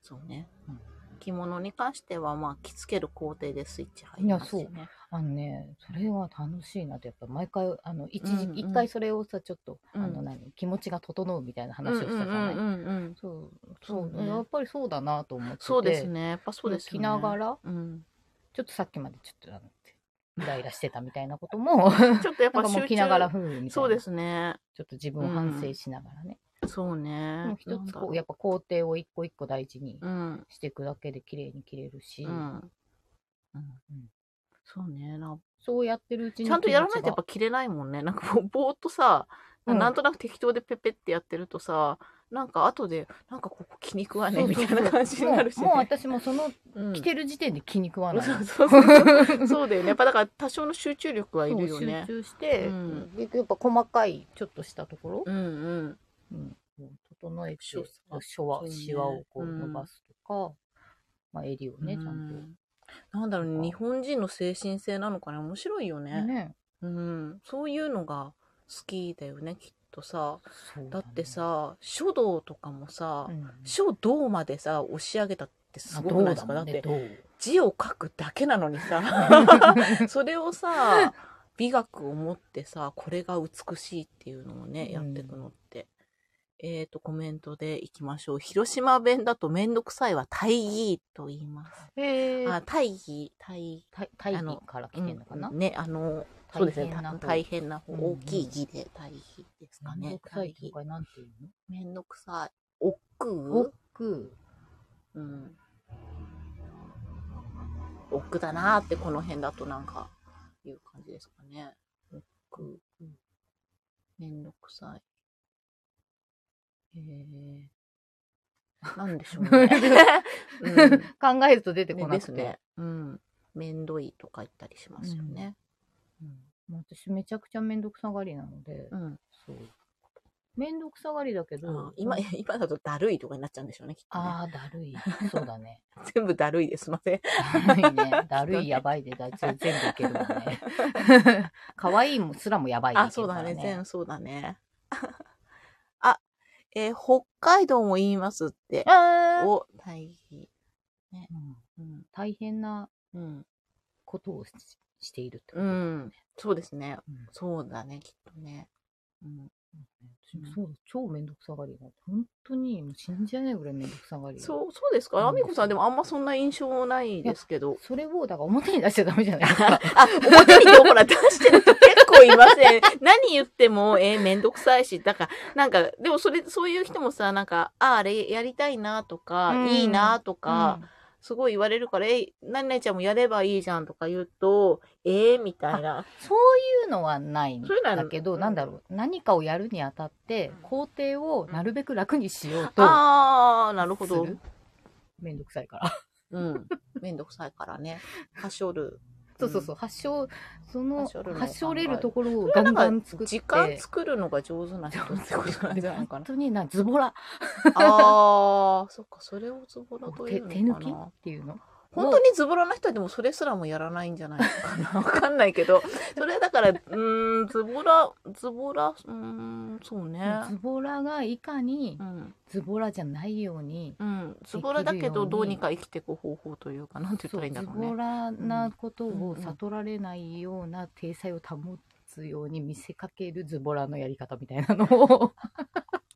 S1: そうね。
S2: うん
S1: 着物に関しては、まあ、着付ける工程でスイッチ入
S2: い
S1: り
S2: や
S1: ますよね。
S2: あのね、それは楽しいなと、やっぱり毎回、あの、一時、
S1: うんうん
S2: 一回それをさ、ちょっと、
S1: うん
S2: あの、何、気持ちが整うみたいな話をしたじゃない。
S1: うんうんうんうんうん
S2: そう、
S1: そ
S2: そうう、
S1: ね
S2: やっぱりそうだなと思ってて。
S1: そうですね。やっぱそうですよね。
S2: 着ながら、
S1: うん。
S2: ちょっとさっきまでちょっと、あの、イライラしてたみたいなことも、
S1: ちょっとやっ
S2: な
S1: ぱ
S2: んか
S1: 集
S2: もう
S1: 中
S2: 着ながら、ふうみたいな。
S1: そうで。すね。
S2: ちょっと自分を反省しながらね。
S1: そうね。
S2: もう一つこう、
S1: や
S2: やっぱ工程を一個一個大事に
S1: うん。
S2: していくだけで綺麗に着れるし、
S1: うん。そうね。な
S2: そうやってるうちに
S1: ちゃんとやらないとやっ
S2: 気持
S1: ぱ切れないもんね。なんかもうぼーっ とさ、
S2: うん
S1: なんとなく適当でペッペってやってるとさ、なんか後で、なんかここ気に食わねえみたいな感じ
S2: ち
S1: に
S2: が
S1: なるし、ね。
S2: もうもう私もその
S1: うん
S2: 着てる時点で気に食わない、
S1: そうそう そう。そうだよね。やっぱだから多少の集中力はい
S2: そ
S1: る
S2: う
S1: よ
S2: 集
S1: ね。
S2: 中して、
S1: うん
S2: でやっぱ細かいちょっとしたところ
S1: う、んうん。
S2: うん整えて
S1: そうそう
S2: シワ
S1: そうね
S2: シワをこう
S1: うん
S2: 伸ばすとか、まあ、襟をねちゃん
S1: と。なんだろうね、日本人の精神性なのかね。面白いよ
S2: と
S1: ね。
S2: ね
S1: うん。そういうのが好きだよね、きっとさ。
S2: そう
S1: だって、さ、書道とかもさ、
S2: うん
S1: 書道までさ、押し上げたってすごくないですか
S2: ま
S1: だ
S2: あ
S1: っ
S2: どう
S1: て
S2: だもんね
S1: 字を書くだけなのに
S2: ど
S1: さ
S2: う
S1: それをさ美学を持ってさこれが美しいっていうのをね
S2: うん
S1: やっていくのって、えーとコメントでいきましょう広島弁だとめんどくさいは大義と言います
S2: へー
S1: あ大義大
S2: た大
S1: あの
S2: 義から来てんのかな、
S1: うんねあのそう
S2: 大
S1: ですね
S2: 変な方
S1: 大変な方
S2: うんうん
S1: 大きい義で大義ですかね
S2: めんどくさい
S1: 大義
S2: とかなんていう
S1: めんどくさい億
S2: の
S1: 劫
S2: おっ く
S1: うん億劫だなーってこの辺だとなんかいう感じですかね。億劫。めんどくさい。へえー。なんでしょうね。 うん、ね
S2: 考えると出てこな
S1: で
S2: くて、
S1: すね。うん。めんどいとか言ったりしますよね。
S2: もう私めちゃくちゃめんどくさがりなので、
S1: うん。
S2: そうめんどくさがりだけど、
S1: あー今、 今だとだるいとかになっちゃうんでしょうね、きっとね、
S2: ああ、だるい。そうだ ね。
S1: 全部だるいです。すいません。
S2: だるいね。だるい、やばいで、だい全部いける わね。可愛いもすらもやばいでい
S1: あ、
S2: け
S1: そう
S2: るか
S1: だ
S2: ら、
S1: ね。全部そうだね。 あ、えー北海道も言いますって。
S2: あー
S1: を対比。
S2: うん
S1: うん
S2: 大変な
S1: うん
S2: ことをししているってこと
S1: う
S2: だね、
S1: ん、そうですね、
S2: うん
S1: そうだねきっとね、うん、
S2: そうねそう超めんどくさがりだ本当にもう信じられないぐらいめんどくさがり
S1: そうそうですか
S2: うん
S1: あみこさんでもあんまそんな印象ないですけど
S2: それをだから表に出しちゃダメじゃないです
S1: あ
S2: か
S1: 表にほら出してると結構いません 何言ってもえー、めんどくさいしだからなんかでもそれそういう人もさなんかあーあれやりたいなとか、
S2: うん
S1: いいなとか、
S2: うん
S1: すごい言われるから、え、何々ちゃんもやればいいじゃんとか言うと、えー、みたいな。
S2: そういうのはないん
S1: そういうのは
S2: だけ
S1: う
S2: ど、
S1: ん
S2: なんだろう何かをやるにあたって工程をなるべく楽にしようと
S1: ああー、なるほ
S2: す
S1: ど。
S2: るめんどくさいから
S1: うん。めんどくさいからね。はしょる。
S2: そうそうそう発症その
S1: 発症るのを考える
S2: 発症れるところをガンガン作って
S1: 時間作るのが上手な人ってことなんじゃないか
S2: 本
S1: な。
S2: 当になズボラ
S1: ああ、そっか、それをズボラとい
S2: 手手
S1: うの
S2: 抜
S1: か
S2: きっ
S1: な。
S2: ていうの
S1: 本当にズボラな人はでもそれすらもやらないんじゃないのかな。 わかんないけど。それだから、うーん、ズボラ、ズボラ、うーん、そうね。
S2: ズボラがいかに
S1: うん。
S2: ズボラじゃないように
S1: うん、ズボラだけどどうにか生きていく方法というかなんて言ったらいいんだ
S2: ズ
S1: ろうね
S2: ボ。ラなこと
S1: うんう
S2: を
S1: んうん
S2: 悟られないような体裁を保つように見せかけるズボラのやり方みたいなのを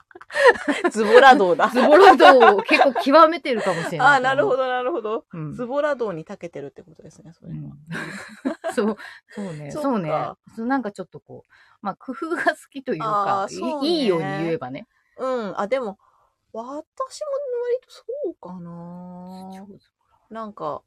S1: ズボラ道だ。
S2: ズボラ度を結構極めてるかもしれない
S1: ああ、なるほ
S2: ど、
S1: ど、なるほど。
S2: うん
S1: ズボラ道に長けてるってことですね、それ
S2: う
S1: は。
S2: んそうそうね
S1: そ
S2: そう
S1: か
S2: うねそうなんかちょっとこうまあ工夫が好きという
S1: あ
S2: か
S1: ーそうね
S2: いいいように言えばね
S1: うん、あ、でも、私も割とそうか
S2: 超
S1: な
S2: ズボ
S1: なんか、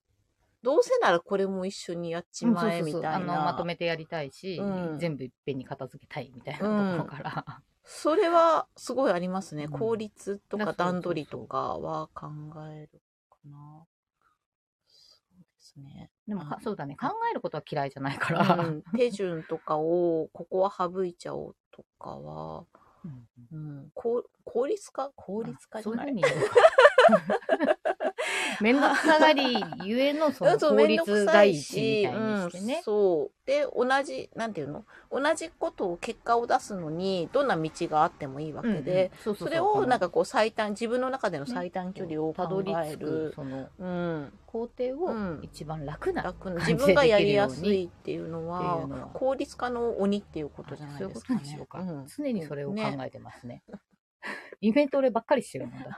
S1: どうせならこれも一緒にやっち
S2: ラ
S1: まえ
S2: うん
S1: み
S2: そうそうそう
S1: た
S2: あ
S1: い
S2: のま
S1: な
S2: と。めてやりたいし、
S1: うん
S2: 全部いっぺんに片付けたいみたいなところから、
S1: それはすごいありますね。
S2: うん
S1: 効率と
S2: だ
S1: か
S2: そうそうそう
S1: 段取りとかは考えるかな。そうですね。
S2: でもかそうだね考えることは嫌いじゃないか
S1: う
S2: ら、
S1: ん、手順とかをここは省いちゃおうとかは、
S2: うん
S1: うん、こう効率化効率化じゃない
S2: そういうふうに言うのめんどくさがりゆえのその
S1: そう
S2: 効
S1: めんどく
S2: 率
S1: さ
S2: 第
S1: い
S2: 一
S1: し
S2: みたいにして
S1: う
S2: ね
S1: ん、。そうで同じなんていうの同じことを結果を出すのにどんな道があってもいいわけで、
S2: そ
S1: それをなんかこう最短自分の中での最短距離を
S2: た
S1: 考
S2: どり
S1: え
S2: 着く
S1: る、
S2: その
S1: うん、
S2: 工程
S1: うん
S2: を一番楽な、
S1: 楽な
S2: 感
S1: 自
S2: じで
S1: 分がやりやすいっていうの
S2: っていう
S1: は
S2: のは
S1: 効率化の鬼っていうことじゃな
S2: そう
S1: い
S2: いう
S1: で
S2: こ
S1: す
S2: と
S1: かね
S2: にしようか、
S1: うん
S2: 常にそれを考
S1: ね
S2: えてますね。イベントレばっかりしてるもんだっ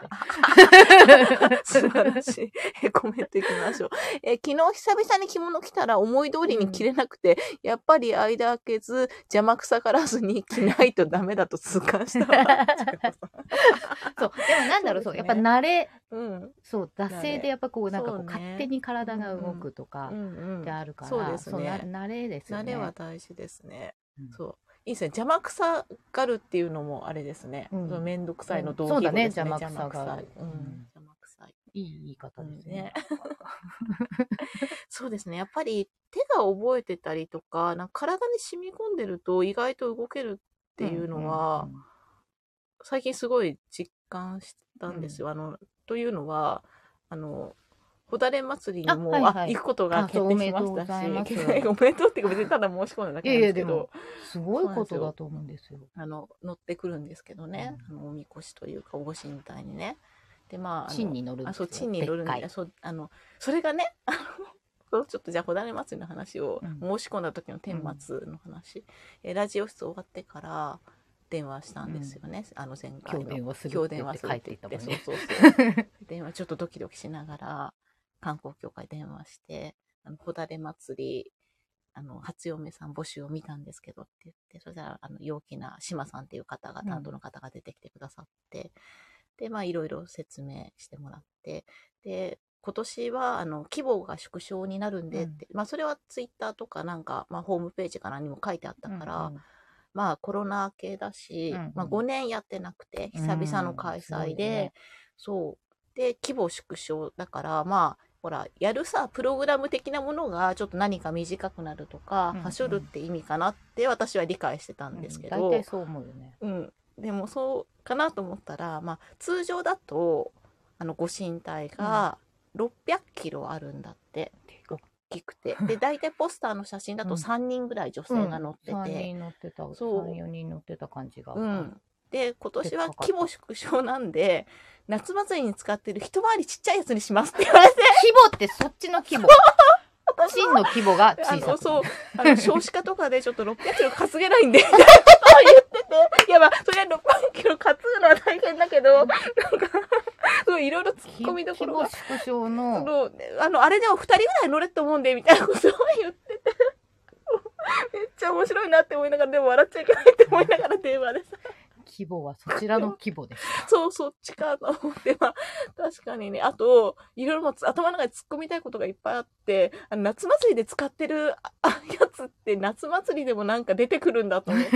S2: て。
S1: 素晴らしい。えコメントいきましょう。え昨日久々に着物着たら思い通りに着れなくて、やっぱり間開けず邪魔くさからずに着ないとダメだと痛感したわ。
S2: そうでもなんだろう
S1: そ
S2: そうう,、
S1: ですね
S2: やっぱ慣れ
S1: うん。
S2: そう惰性でやっぱこうなんかこう
S1: そうね
S2: 勝手に体が動くと
S1: う
S2: か
S1: んうん
S2: で。あるから、
S1: そうですね
S2: な慣れですよ
S1: 慣
S2: ね。
S1: れは大事ですね。
S2: うん
S1: そう。いいですね。邪魔くさがるっていうのもあれですね。
S2: うん
S1: そのめんどくさいの
S2: うん
S1: 動機ですね。
S2: そうだね邪魔くさがる
S1: 邪魔くさいうん
S2: うん
S1: 邪魔くさい。
S2: いい言い方ですね。
S1: そうですね。やっぱり手が覚えてたりとか、なんか体に染み込んでると意外と動けるっていうのは、
S2: うんうんうん
S1: 最近すごい実感したんですよ。あの、というのは、あの、ほだれ祭りにも、あ,、
S2: あはいはい
S1: 行くことが
S2: あそう
S1: 決定しまし
S2: おめ
S1: たし、
S2: でとうございます
S1: おめでとうっていうか別にただ申し込んだだけなんですけ
S2: いやいやで
S1: ど
S2: も、すごいことだと思うんですよ。
S1: あの、乗ってくるんですけどね、あのおみこしというか、お御神体にね。で、まああの、
S2: 賃に乗るんで
S1: あ
S2: す
S1: そ
S2: よ
S1: う、地に乗るん
S2: でっか
S1: だ。
S2: い
S1: そう、あの、それがね、あの、 ちょっとじゃあ、ほだれ祭りの話を
S2: う
S1: 申し込んだ時の顛末の話、えラジオ室終わっからから電話したんですよね、あの前回
S2: 今
S1: の。
S2: 日電話する
S1: 今
S2: っ
S1: 日電
S2: て
S1: 話
S2: 言って
S1: す
S2: 帰
S1: るって言って、
S2: っていったもんね。
S1: そうそう そう。電話、ちょっとドキドキしながら、観光協会電話して、あの、ほだれ祭り、あの、初嫁さん募集を見たんですけどって言って、そしたら、あの、陽気な島さんっていう方が、
S2: うん
S1: 担当の方が出てきてくださって、で、まあ、いろいろ説明してもらって、で、今年は、あの、規模が縮小になるんでって、まあ、それはツイッターとかなんか、まあ、ホームページか何も書いてあったから、
S2: うんうん
S1: まあコロナ系だし、
S2: うんうん
S1: まあ、5年やってなくて久々の開催で、そうで規模縮小だからまあほらやるさプログラム的なものがちょっと何か短くなるとか、
S2: うんうん
S1: はしょるって意味かなって私は理解してた
S2: うん
S1: んですけ
S2: 大
S1: ど
S2: 体、そう思うよね。
S1: うんでもそうかなと思ったら、まあ、通常だとあのご神体が600キロあるんだって。大きくて で大体ポスターの写真だ
S2: う
S1: と
S2: ん
S1: 3人ぐらい女性が乗ってて、
S2: 3人乗ってた、
S1: そう
S2: 3、4人乗ってた感じが。
S1: うん、で今年は規模縮小なんで夏祭りに使ってる一回りちっちゃいやつにしますって言われて
S2: 規模ってそっちの規模。真の規模が
S1: あ
S2: 小さ
S1: の
S2: くな
S1: そう
S2: る。
S1: あ の少子化とかでちょっと600キロ担げないんでみたいなことを言ってていやまあそれは600キロ担ぐのは大変だけどなんかそういろいろ突っ込みどこ
S2: 規
S1: ろ
S2: 模
S1: が。
S2: 縮小
S1: そ
S2: の。
S1: のあのあれでも2人ぐらい乗れって思うんでみたいなことを言っててめっちゃ面白いなって思いながらでも笑っちゃいけないって思いながら電話でさ
S2: 規模はそちらの規模です。
S1: そうそっちかと思ってまあ 確かにねあといろいろもう頭の中で突っ込みたいことがいっぱいあってあの夏祭りで使ってるああやつって夏祭りでもなんか出てくるんだと思って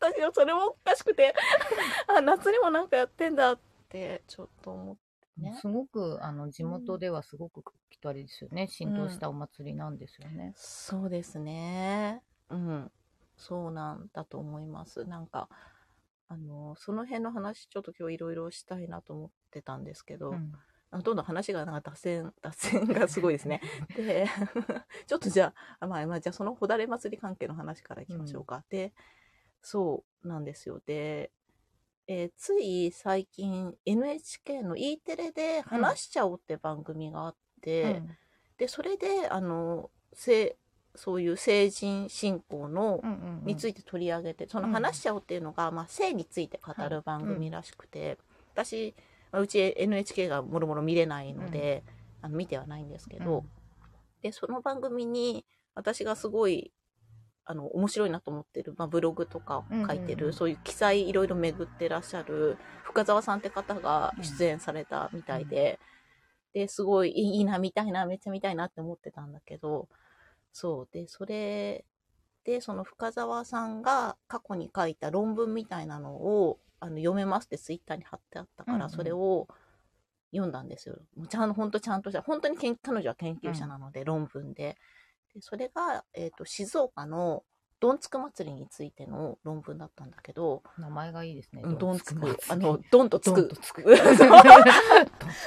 S1: 私はそれもおかしくてあ夏にもなんかやってんだってちょっと思って。ね
S2: すごく、あの、地元ではすごくきっとあれですよね。浸透したお祭りなんですよね。
S1: そうですね。うん。そうなんだと思います。なんか、あの、その辺の話、ちょっと今日いろいろしたいなと思ってたんですけど、
S2: うん
S1: あどんどん話がなんか脱線、 脱線がすごいです ね。で、 ちょっとじゃあ、あまあ、まあ、じゃあそのほだれ祭り関係の話からいきましょうか。で、そうなんですよ。で、えーつい最近 NHK の E テレで話しちゃおうって番組があって、
S2: うん
S1: でそれであのせそういう成人信仰の、
S2: うんうんうん
S1: について取り上げてその
S2: うん
S1: 話しちゃおうっていうのが、まあ、性について語る番組らしくて、私まあうち NHK がもろもろ見れないので、あの見てはないんですけど、
S2: うん
S1: でその番組に私がすごいあの面白いなと思ってる、まあ、ブログとかを書いてる、
S2: うんうんうん
S1: そういう記載いろいろ巡ってらっしゃる深澤さんって方が出演されたみたいで、ですごいいいな見たいなめっちゃ見たいなって思ってたんだけどそうでそれでその深澤さんが過去に書いた論文みたいなのをあの読めますってツイッターに貼ってあったから、
S2: うんうん
S1: それを読んだんですよ。もうちゃん本当ちゃんとした本当に研彼女は研究者なので、論文ででそれが、えー、と静岡のどんつく祭りについての論文だったんだけど、
S2: 名前がいいですね。
S1: うんどんつく
S2: 祭り
S1: あの、どんとつ
S2: ど
S1: く
S2: んとつく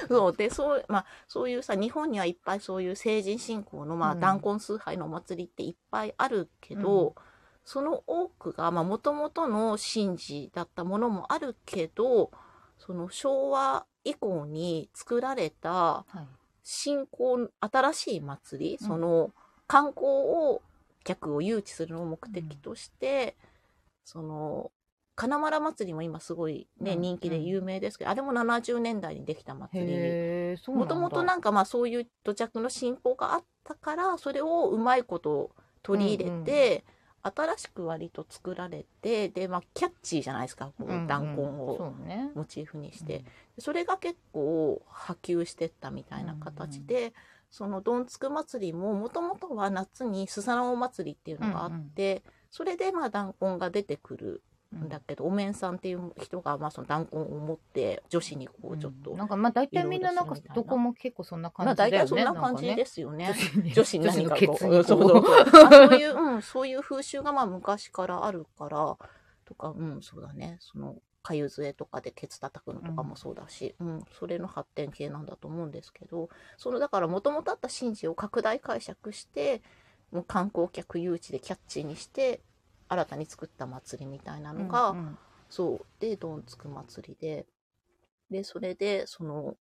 S1: そうでそう,、まあ、そういうさ日本にはいっぱいそういう成人信仰の、まあ、
S2: うん
S1: 断根崇拝のお祭りっていっぱいあるけど、
S2: うん
S1: その多くがもともとの神事だったものもあるけどその昭和以降に作られた
S2: はい。
S1: 新興新しい祭り、その観光を客を誘致するのを目的として、その金丸祭りも今すごいね、
S2: うん
S1: 人気で有名ですけど、あれも70年代にできた祭り
S2: へえ、そうな
S1: も
S2: んだ。
S1: ともとなんかまあそういう土着の信仰があったからそれをうまいこと取り入れて、新しく割と作られてでまあキャッチーじゃないですかこ
S2: うんう
S1: うん弾痕を
S2: そうね。
S1: モチーフにして。それが結構波及してったみたいな形で、そのどんつく祭りももともとは夏にスサノオ祭りっていうのがあって、それでまあ弾痕が出てくる
S2: うん
S1: んだけど、お面さんっていう人がまあその弾痕を持って女子にこうちょっと、
S2: うんなんかまあ大体みんななん
S1: いろいろ
S2: か
S1: するみたいな
S2: どこも結構そんな
S1: まあ
S2: 感じだよ
S1: 大体
S2: ね。
S1: そんな感じですよね。
S2: なんかね。
S1: 女子に
S2: 女子
S1: 何
S2: の
S1: か
S2: ケ
S1: こ
S2: ツ
S1: う、
S2: にこ
S1: う
S2: う
S1: そ
S2: ん
S1: うそう そうあそういう、うん、そういう風習がまあ昔からあるから、とか、うん、そうだね。その、かゆ杖とかでケツ叩くのとかもそうだし、うん、それの発展系なんだと思うんですけど、その、だから元々あった神事を拡大解釈して、もう観光客誘致でキャッチーにして、新たに作った祭りみたいなのが、
S2: うんうん
S1: そう。で、どんつく祭りで。で、それで、その、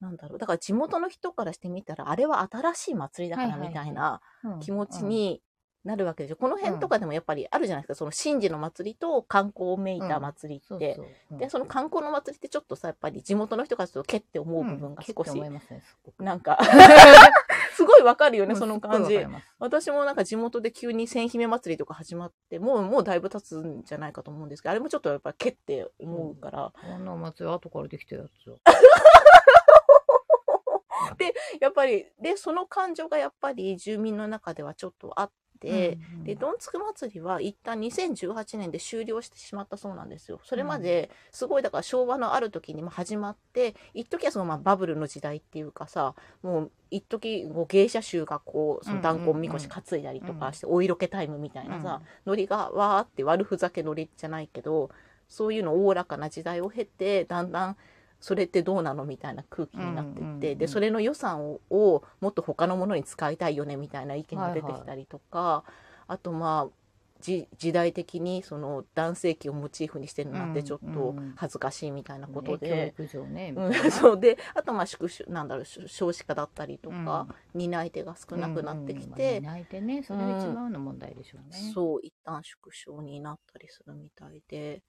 S1: なんだろう。だから地元の人からしてみたら、あれは新しい祭りだか
S2: は
S1: ら
S2: いはい
S1: みたいな
S2: うん
S1: 気持ちになるわけでしょ。この辺とかでもやっぱりあるじゃないですか。その神事の祭りと観光をめいた祭りって。
S2: そうそううん
S1: で、その観光の祭りってちょっとさ、やっぱり地元の人からすると、けって思う部分が
S2: 結
S1: 少
S2: 構
S1: し、
S2: 思いますね。すごく
S1: なん か、すごいわかるよね、その感じ。
S2: うんすっごいわかります
S1: 私もなんか地元で急に千姫祭りとか始まって、もう、もうだいぶ経つんじゃないかと思うんですけど、あれもちょっとやっぱり蹴って思うから、
S2: こんなお祭り後からできてるやつよ。
S1: やっぱり、で、その感情がやっぱり住民の中ではちょっとあって、
S2: うんうん
S1: で、どんつく祭りは一旦2018年で終了してしまったそうなんですよ。それまで、すごいだから昭和のある時にも始まって、一時はそのまあバブルの時代っていうかさ、もう一時こう芸者衆がこう、その断
S2: うんうん
S1: 根
S2: うん
S1: みこし担いだりとかして、お色気タイムみたいなさ、
S2: うん
S1: ノリがわーって悪ふざけノリじゃないけどそういうのおおらかな時代を経てだんだんそれってどうなのみたいな空気になってって、
S2: うんうんうん
S1: でそれの予算ををもっと他のものに使いたいよねみたいな意見が出てきたりとか、あとまあじ時代的にその男性器をモチーフにしてるのっ
S2: う
S1: て
S2: ん
S1: ちょっと
S2: うん
S1: 恥ずかしいみたいなこと
S2: ね教
S1: で。
S2: 育上ね、
S1: うん、 そうであとまあ縮小なんだろう少少子化だったりとか、担い手が少なくなってきて、
S2: うんうんまあ担い手ねそれが一番の問題でしょうね、
S1: そう一旦縮小になったりするみたいで、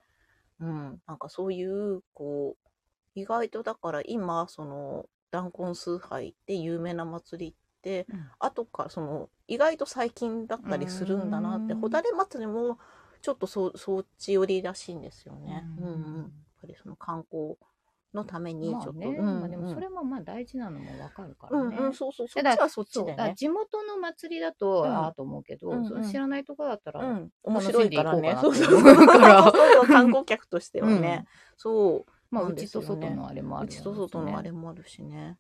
S1: うん、なんかそういうこう意外とだから今その弾痕崇拝って有名な祭りって
S2: うん
S1: 後からその意外と最近だったりするんだなって
S2: うん
S1: ほだれ祭りもちょっとそうそっち寄りらしいんですよね。
S2: う
S1: うんんうん、やっぱりその観光のためにち
S2: ま
S1: ょっ
S2: あ
S1: と、
S2: ね、
S1: うん
S2: まあ、でもそれ
S1: も、
S2: もまあ大事なのもわかるか
S1: う
S2: ら
S1: ん
S2: ね、
S1: うん、そうそうそ
S2: だ
S1: っち
S2: から
S1: はそっち
S2: そう
S1: で
S2: だから
S1: ね。
S2: 地元の祭りだと、
S1: うん
S2: ああと思うけど、
S1: うん
S2: そ
S1: うん
S2: 知らないとこだったら、
S1: うん、面
S2: 楽し
S1: 白
S2: ん
S1: い
S2: でいこ
S1: か
S2: う
S1: らね
S2: か な。と
S1: そう
S2: 思
S1: そうそう
S2: う
S1: そう
S2: から
S1: そう観光客としてはね。そう。
S2: まあ
S1: な
S2: うん
S1: で
S2: ち
S1: す
S2: と
S1: よね
S2: 外のあれもある
S1: う
S2: よね
S1: ちと外のあれもあるしね。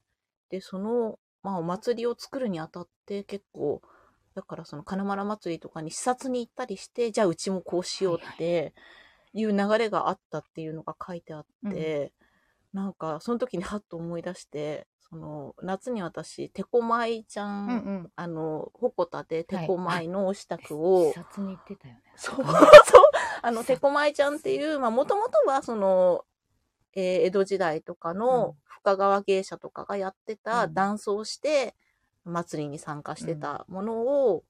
S1: で、その、まあ、お祭りを作るにあたって結構、だからその金丸祭りとかに視察に行ったりして、じゃあうちもこうしようっていう流れがあったっていうのが書いてあって、なんかその時にハッと思い出して、その夏に私、テコ舞ちゃん、
S2: うんうん
S1: あの、ほこたでテコ舞のお支度を、
S2: 視察に行ってたよね
S1: そう、そう。あの、テコマイちゃんっていう、まあ、もともとは、その、えー江戸時代とか
S2: うん
S1: の深川芸者とかがやってた
S2: うん、
S1: ダンスをして、祭りに参加してたものを、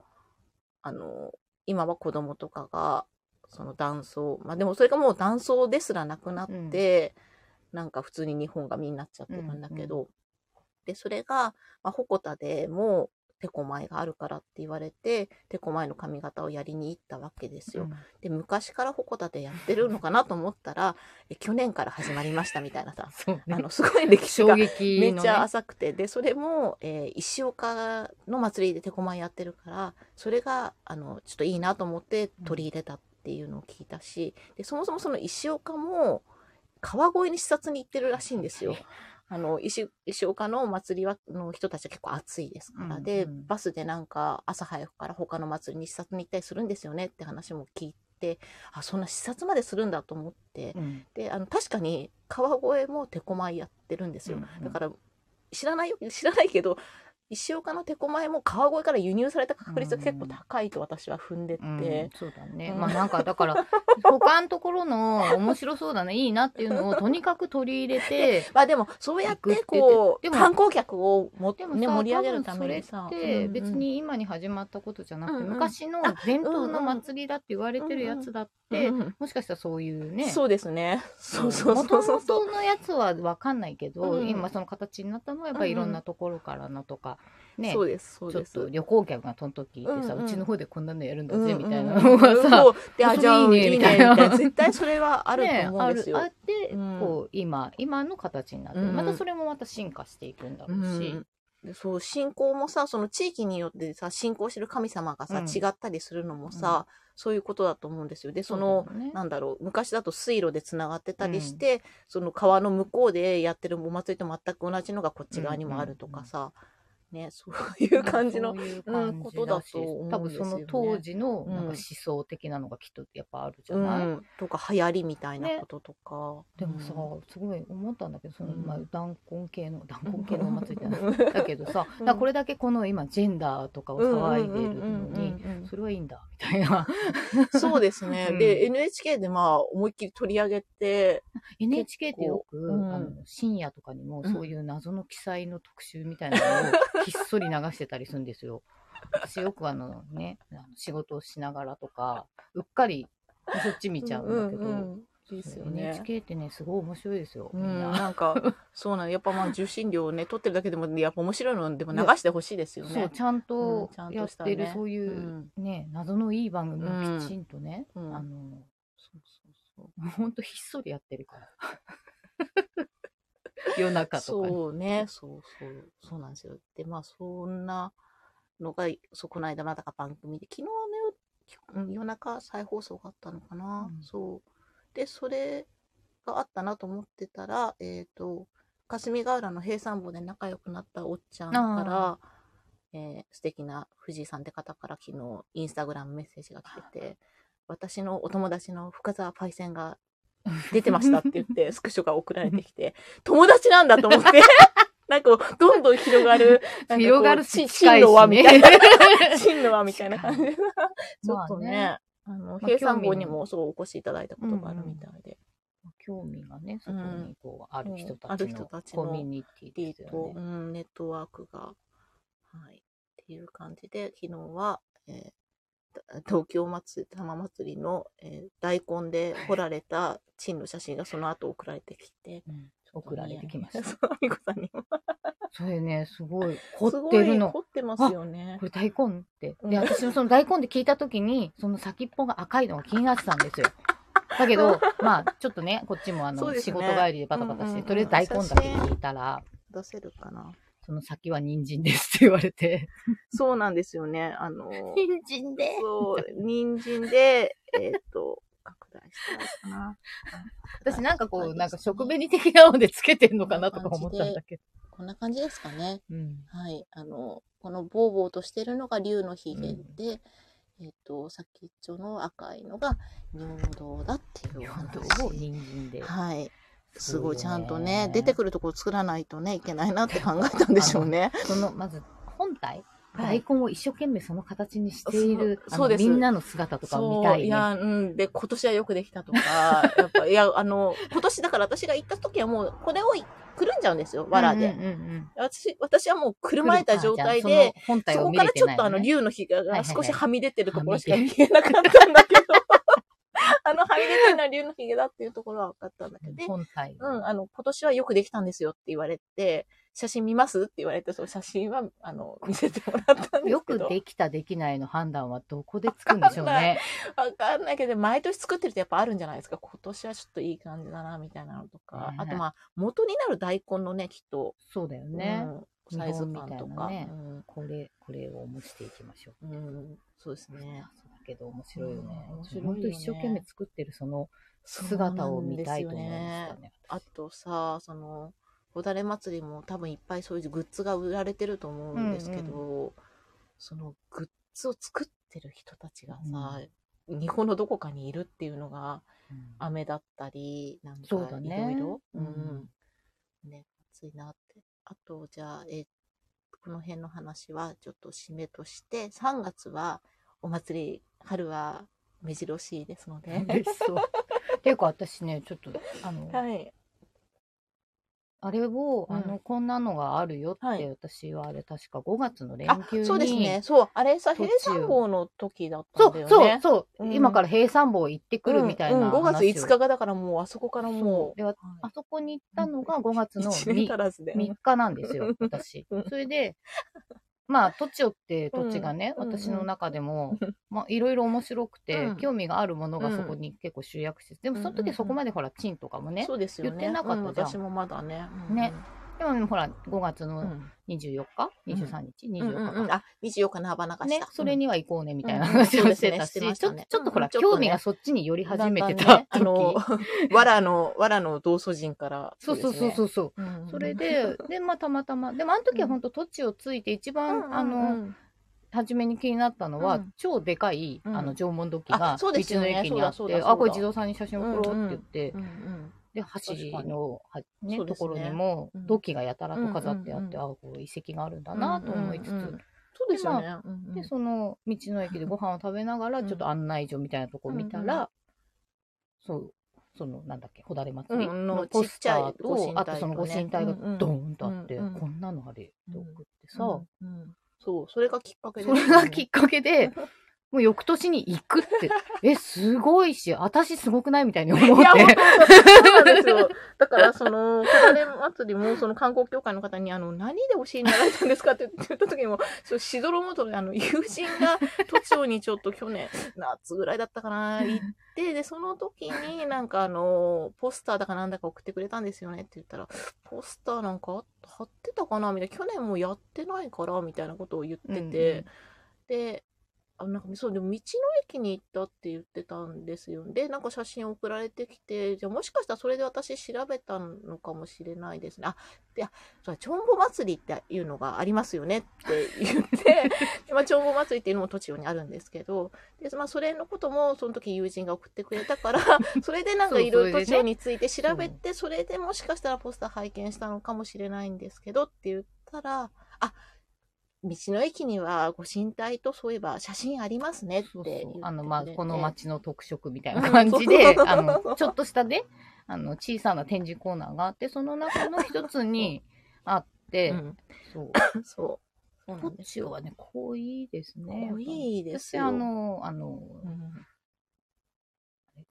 S1: あの、今は子供とかが、そのダンスを、まあ、でもそれがもうダンスをですらなくなって、なんか普通に日本がみんなっちゃってるんだけど、で、それが、まあ、鉾田でもう、テコ前があるからって言われて、テコ前の髪型をやりに行ったわけですよ。で、昔から鉾田でやってるのかなと思ったら、え去年から始まりましたみたいなさ
S2: そうね
S1: あの、すごい歴史
S2: 衝
S1: が
S2: 撃
S1: め
S2: の、ね、
S1: っちゃ浅くて、で、それも、えー石岡の祭りでテコマンやってるから、それが、あの、ちょっといいなと思って取り入れたっていうのを聞いたし、で、そもそもその石岡も、川越に視察に行ってるらしいんですよ。あの、石、石岡の祭りは、の人たちは結構暑いですから、
S2: うん
S1: で、
S2: うん
S1: バスでなんか朝早くから他の祭りに視察に行ったりするんですよねって話も聞いて、あ、そんな視察までするんだと思って、
S2: うん
S1: で、あの、確かに川越もテコマンやってるんですよ。だからら知らないよ知らないけど石岡の手こまえも川越から輸入された確率が結構高いと私は踏んでて、
S2: うん、そうだね、
S1: うん
S2: まあなんかだから他のところの面白そうだねいいなっていうのをとにかく取り入れて
S1: まあでもそうやっ
S2: 行くってて言って
S1: こう
S2: でも
S1: 観光客をも、
S2: でもさ、
S1: ね、盛り上げるために
S2: 多
S1: さ
S2: 分それって別
S1: うんうん
S2: に今に始まったことじゃなくて、
S1: うんうん
S2: 昔の伝統の祭りだって言われてるやつだって、
S1: うんうん
S2: もしかしたらそういうね
S1: そうですねそうそう
S2: も
S1: そ
S2: と
S1: うそ
S2: も
S1: うそう
S2: とのやつは分かんないけど、
S1: うん
S2: 今その形になったのはやっぱりいろんなところからのとか、ね
S1: そうですそう
S2: ちょ
S1: で
S2: っ
S1: す
S2: と旅行客がとんときいてさ、う
S1: うんうん
S2: ちの方でこんなのやるんだ
S1: うんう
S2: ぜ
S1: ん
S2: みたいなのがさ、
S1: そうであ
S2: それ
S1: じゃあい
S2: いい
S1: い
S2: ね
S1: ね
S2: み
S1: み
S2: た
S1: た
S2: い
S1: い
S2: な
S1: な絶対それはあると思うんですよ、
S2: ねあるあって、
S1: うん
S2: こう今今の形になって、
S1: うんうん
S2: またそれもまた進化していくんだろうし、
S1: うんでそう信仰もさその地域によってさ信仰してる神様がさ、
S2: うん
S1: 違ったりするのもさ、そういうことだと思うんですよでその
S2: うだよね
S1: なんだろう昔だと水路でつながってたりして、その川の向こうでやってるお祭りと全く同じのがこっち側にもあるとかさ、ねそういう感じの
S2: そういう感じ
S1: うんことだと思うん
S2: 多分その
S1: ですよね
S2: 当時のなんか
S1: うん
S2: 思想的なのがきっとやっぱあるじゃ
S1: う
S2: ない、
S1: ん、とか流行りみたいなこととか、
S2: でもさすごい思ったんだけどその、
S1: うん
S2: まあ、断根系の断
S1: うん
S2: 根系のお 祭りじゃないだけどさ、だからこれだけこの今ジェンダーとかを騒いで
S1: う
S2: るのに、
S1: んうんうんうんうん
S2: それはいいんだみたいな
S1: そうですね、
S2: うん
S1: で NHK でまあ思いっきり取り上げて
S2: NHK ってよく、
S1: うん
S2: あの深夜とかにもそういう謎の記載の特集みたいなのをひっそり流してたりするんで すよ。私よくあのねあの仕事をしながらとかうっかりそっち見ちゃうんだけど。
S1: うんうんうんいいですよね
S2: NHK ってねすごい面白いですよ、
S1: う
S2: みん
S1: ん、
S2: な
S1: なんか、そうなの。やっぱまあ、受信料をね、取ってるだけでも、やっぱ面白いのでも流してほしいですよ
S2: そう
S1: ね。
S2: ちゃん
S1: う
S2: と
S1: んちゃん
S2: や
S1: と
S2: っ
S1: した
S2: てる、
S1: ね
S2: そういううんね謎のいい番組
S1: う
S2: を
S1: ん
S2: きちんとね、
S1: うん
S2: あの
S1: そうそう
S2: ほんとひっそりやって るから夜中とかに
S1: そうね、そうそう、そうなんですよ。で、まあ、そんなのが、そう、この間、まだか番組で、昨日の夜うん夜中再放送があったのかな、
S2: うん
S1: そう。で、それがあったなと思ってたら、えっ、と、霞ヶ浦の平山坊で仲良くなったおっちゃんから、えー素敵な藤井さんって方から昨日、インスタグラムメッセージが来てて、私のお友達の深澤パイセンが出てましたって言 って、スクショが送られてきて、友達なんだと思って、なんか、どんどん広がる、なんかこう
S2: 広がる
S1: ち
S2: し近いしね
S1: 進路はみたいな、進路はみたいな感じで、ちょっとね、あの
S2: あ
S1: 平さん
S2: 興
S1: 号
S2: 味
S1: に
S2: の
S1: もそうお越しいただいたことがあるみたいで、
S2: 興味がね、そこにこう、ある人
S1: あ
S2: た
S1: る
S2: ち
S1: 人
S2: の
S1: たちの
S2: コミュニティです
S1: と
S2: よ、
S1: う
S2: ね。
S1: ん、ネットワークが、はい、っていう感じで昨日は、えーた東京祭り玉祭りの、えー大根で彫られたチンの写真がその後送られてきて
S2: うん送られてきまし
S1: そ
S2: た
S1: う。あみこさんにも
S2: それね、すごい、凝っ てる
S1: すごい
S2: の
S1: 凝。ってますよね
S2: これ大根って。
S1: うん
S2: で、私もその大根って聞いたときに、その先っぽが赤いのが気になってた んですよ。だけど、まあ、ちょっとね、こっちもあ
S1: そ
S2: の、
S1: うです
S2: 仕
S1: ね
S2: 事帰りでバタバタし
S1: う
S2: て、
S1: んうんうん
S2: とりあえず大根だけ聞いたら、
S1: 出せるかな
S2: その先は人参ですって言われ て。
S1: そうなんですよねあ の
S2: 人参で
S1: そう人参で えっ、と拡大したらいいか な
S2: 私なんかこ
S1: は
S2: う、
S1: い
S2: なんか食紅的なのでつけてんのかなとか思ったんだけど。
S1: こんな感じですかね
S2: うん。
S1: はい、あのこのボーボーとしてるのが竜のひげで、
S2: うん
S1: えっ、と先っちょの赤いのが尿道だっていうお
S2: 本当
S1: 話
S2: 人参で。
S1: はいすごいちゃんと
S2: そう
S1: ね
S2: ね
S1: 出てくるところ作らないとねいけないなって考えたんでしょう ね。
S2: その、まず、本体
S1: はい
S2: 大根を一生懸命その形にしている、
S1: そうそ
S2: あ
S1: う
S2: の
S1: です
S2: みんなの姿とかを見たい、ね。
S1: や、うん、で、今年はよくできたとか、 やっぱ、いや、あの、今年だから私が行った時はもう、これをくるんじゃうんですよ、わらで。
S2: うんうんうん
S1: 私、私はもう、くるまえた状態で、、
S2: 本体
S1: そ
S2: を
S1: こ
S2: 見
S1: か
S2: れ
S1: ら
S2: て
S1: ちょ
S2: な
S1: っ
S2: い
S1: とあの
S2: のね
S1: 竜のひげ
S2: はいはい
S1: が少しはみ出てるところしか
S2: はみ
S1: 見えなかったんだ けど、あのはみ出てるのは竜のひげだっていうところは分かったんだけど、で、
S2: 本体。
S1: うん、あの、今年はよくできたんですよって言われて、写真見ますって言われて、その写真は、あの、見せてもらったんで
S2: よ
S1: すけ
S2: く
S1: ど。
S2: できた、できないの判断はどこでつくんでしょうね。
S1: わかんないけど、毎年作ってるとやっぱあるんじゃないですか。今年はちょっといい感じだな、みたいなのとか
S2: ね。
S1: あとまあ、元になる大根のね、きっと、
S2: そうだよね。
S1: うんサイズ感
S2: 見本
S1: と
S2: みたいな
S1: か。
S2: ねこれ、これを模していきましょう。
S1: うん、うん、そうですね
S2: だ。けど面白いよね。
S1: うん面白いよね
S2: 本当一生懸命作ってるその姿を見たいと思いましたね。
S1: あとさそのおだれ祭りも多分いっぱいそういうグッズが売られてると思うんですけど、そのグッズを作ってる人たちがさ、日本のどこかにいるっていうのが
S2: うん
S1: 雨だったりなんかい
S2: そうだ
S1: ろい
S2: ね
S1: ろう
S2: うん
S1: ね暑いなってあとじゃあえこの辺の話はちょっと締めとして3月はお祭り春は目白しいですので。
S2: 嬉しそう。っていうか私ね、ちょっと、あの、
S1: はい
S2: あれを、
S1: うん
S2: あの、こんなのがあるよっ
S1: は
S2: て、
S1: い
S2: 私はあれ確か5月の連
S1: あ
S2: 休に、
S1: そうですね。そう。あれさ、
S2: 途中
S1: 平山号の時だった
S2: そ
S1: んだよ
S2: う
S1: ね。
S2: そうそう、
S1: うん
S2: 今から平山坊行ってくるみたいな話を、
S1: 5月5日がだからもう、あそこからも
S2: でわ
S1: う、
S2: あそこに行ったのが5月の
S1: 1年足
S2: 3,
S1: らずで。
S2: 3日なんですよ私
S1: うん
S2: それでまあ土地って土地がね、
S1: うん
S2: 私の中でも
S1: うん
S2: まあいろいろ面白くて、
S1: うん
S2: 興味があるものがそこに結構集約してでもその
S1: うんうんう
S2: 時
S1: ん
S2: そこまでほらチンとかもね、
S1: そうですよね。
S2: 言ってなかったじゃん
S1: う私もまだね。うん
S2: ね。でもほら5月
S1: う
S2: の
S1: ん。
S2: 24日、
S1: ん
S2: 23日
S1: うん
S2: 24
S1: うん
S2: 日か、
S1: うんあ、24日の幅流した。
S2: ね、それ
S1: に
S2: には行こうねみたいな
S1: うん
S2: 話
S1: そう
S2: を
S1: で
S2: し
S1: すね
S2: てたし,、
S1: してまし
S2: ち
S1: た
S2: ょっと
S1: ね
S2: ちょっとほ
S1: う
S2: ら、
S1: んちょっとね
S2: 興味がそっちに寄り始めてた時、
S1: あの、 わらの、わらの道祖人から。
S2: そうそうそうそうそう
S1: うですね。うん
S2: そ れ、で、で、まあ、たまたま、でも、あの時は本当、土地をついて、一
S1: う
S2: 番、
S1: ん
S2: あの、
S1: うんうん
S2: 初めに気になったのは、
S1: うん
S2: 超でかい、
S1: うん
S2: あの、縄文土器が、
S1: あそうですよね
S2: 道の駅にあっ
S1: そうだそうだそ
S2: て、
S1: うだ
S2: あ、これ、地蔵さんに写真送ろうって言って、
S1: うんうん
S2: で、橋
S1: 確かに
S2: の、はね
S1: そう
S2: と
S1: ですね
S2: ころにも、
S1: うん
S2: 土器がやたらと飾ってあって、
S1: うん
S2: あ、こう、遺跡があるんだなと思いつつ、
S1: うんうんうんそうですよね。うんうん
S2: で、その、道の駅でご飯を食べながら、
S1: うん
S2: ちょっと案内所みたいなとこ見たら、
S1: うんう
S2: そう、その、なんだっけ、ほだれ祭り
S1: うん
S2: の
S1: の
S2: ポスタ
S1: ち
S2: ー
S1: っちゃいご神体とね
S2: と、あとそのご神体がドーンとあって、
S1: うんうん
S2: こんなのあれって送ってさ、
S1: うんうんそう、それがきっかけですよ
S2: そ
S1: ね
S2: れがきっかけで、もう翌年に行くって、え、すごいし、私すごくないみたいに思っ
S1: いや、本
S2: て。
S1: 当そうなんです よ。だから、その、カラレ祭りも、その観光協会の方に、あの、何でお尻になられたんですかって言った時も、そうしどろもどろで、あの、友人が都庁にちょっと去年、夏ぐらいだったかな、行 って、で、その時になんか、あの、ポスターだかなんだか送ってくれたんですよねって言ったら、ポスターなんかあっ貼ってたかなみたいな、去年もやってないから、みたいなことを言ってて、
S2: うんうん
S1: で、あなんかそうでも道の駅に行ったって言ってたんですよ。で、なんか写真送られてきて、じゃあもしかしたらそれで私調べたのかもしれないですね。あ、いや、そうだチョンボ祭りっていうのがありますよねって言 って、でまあ、チョンボ祭りっていうのも栃尾にあるんですけど、で、まあ、それのこともその時友人が送ってくれた から、それでなんかいろい
S2: そ
S1: ろ
S2: うそれ
S1: 栃尾
S2: でね
S1: について調べて、それでもしかしたらポスター拝見したのかもしれないんですけどって言ったら、あ、道の駅にはご神体とそういえば写真ありますねって
S2: そ
S1: 言って
S2: う
S1: くれて
S2: そう。あの、まあ、この
S1: 街
S2: 街の特色みたいな感じで、
S1: うん
S2: あの、ちょっとしたね、あの、小さな展示コーナーがあって、その中の一つにあって、そう。
S1: そう。そうな
S2: ポ
S1: んで
S2: ッ
S1: す
S2: チ
S1: よ。
S2: はね、濃いですね。
S1: 濃いですよ
S2: 私、あの、あの、
S1: うん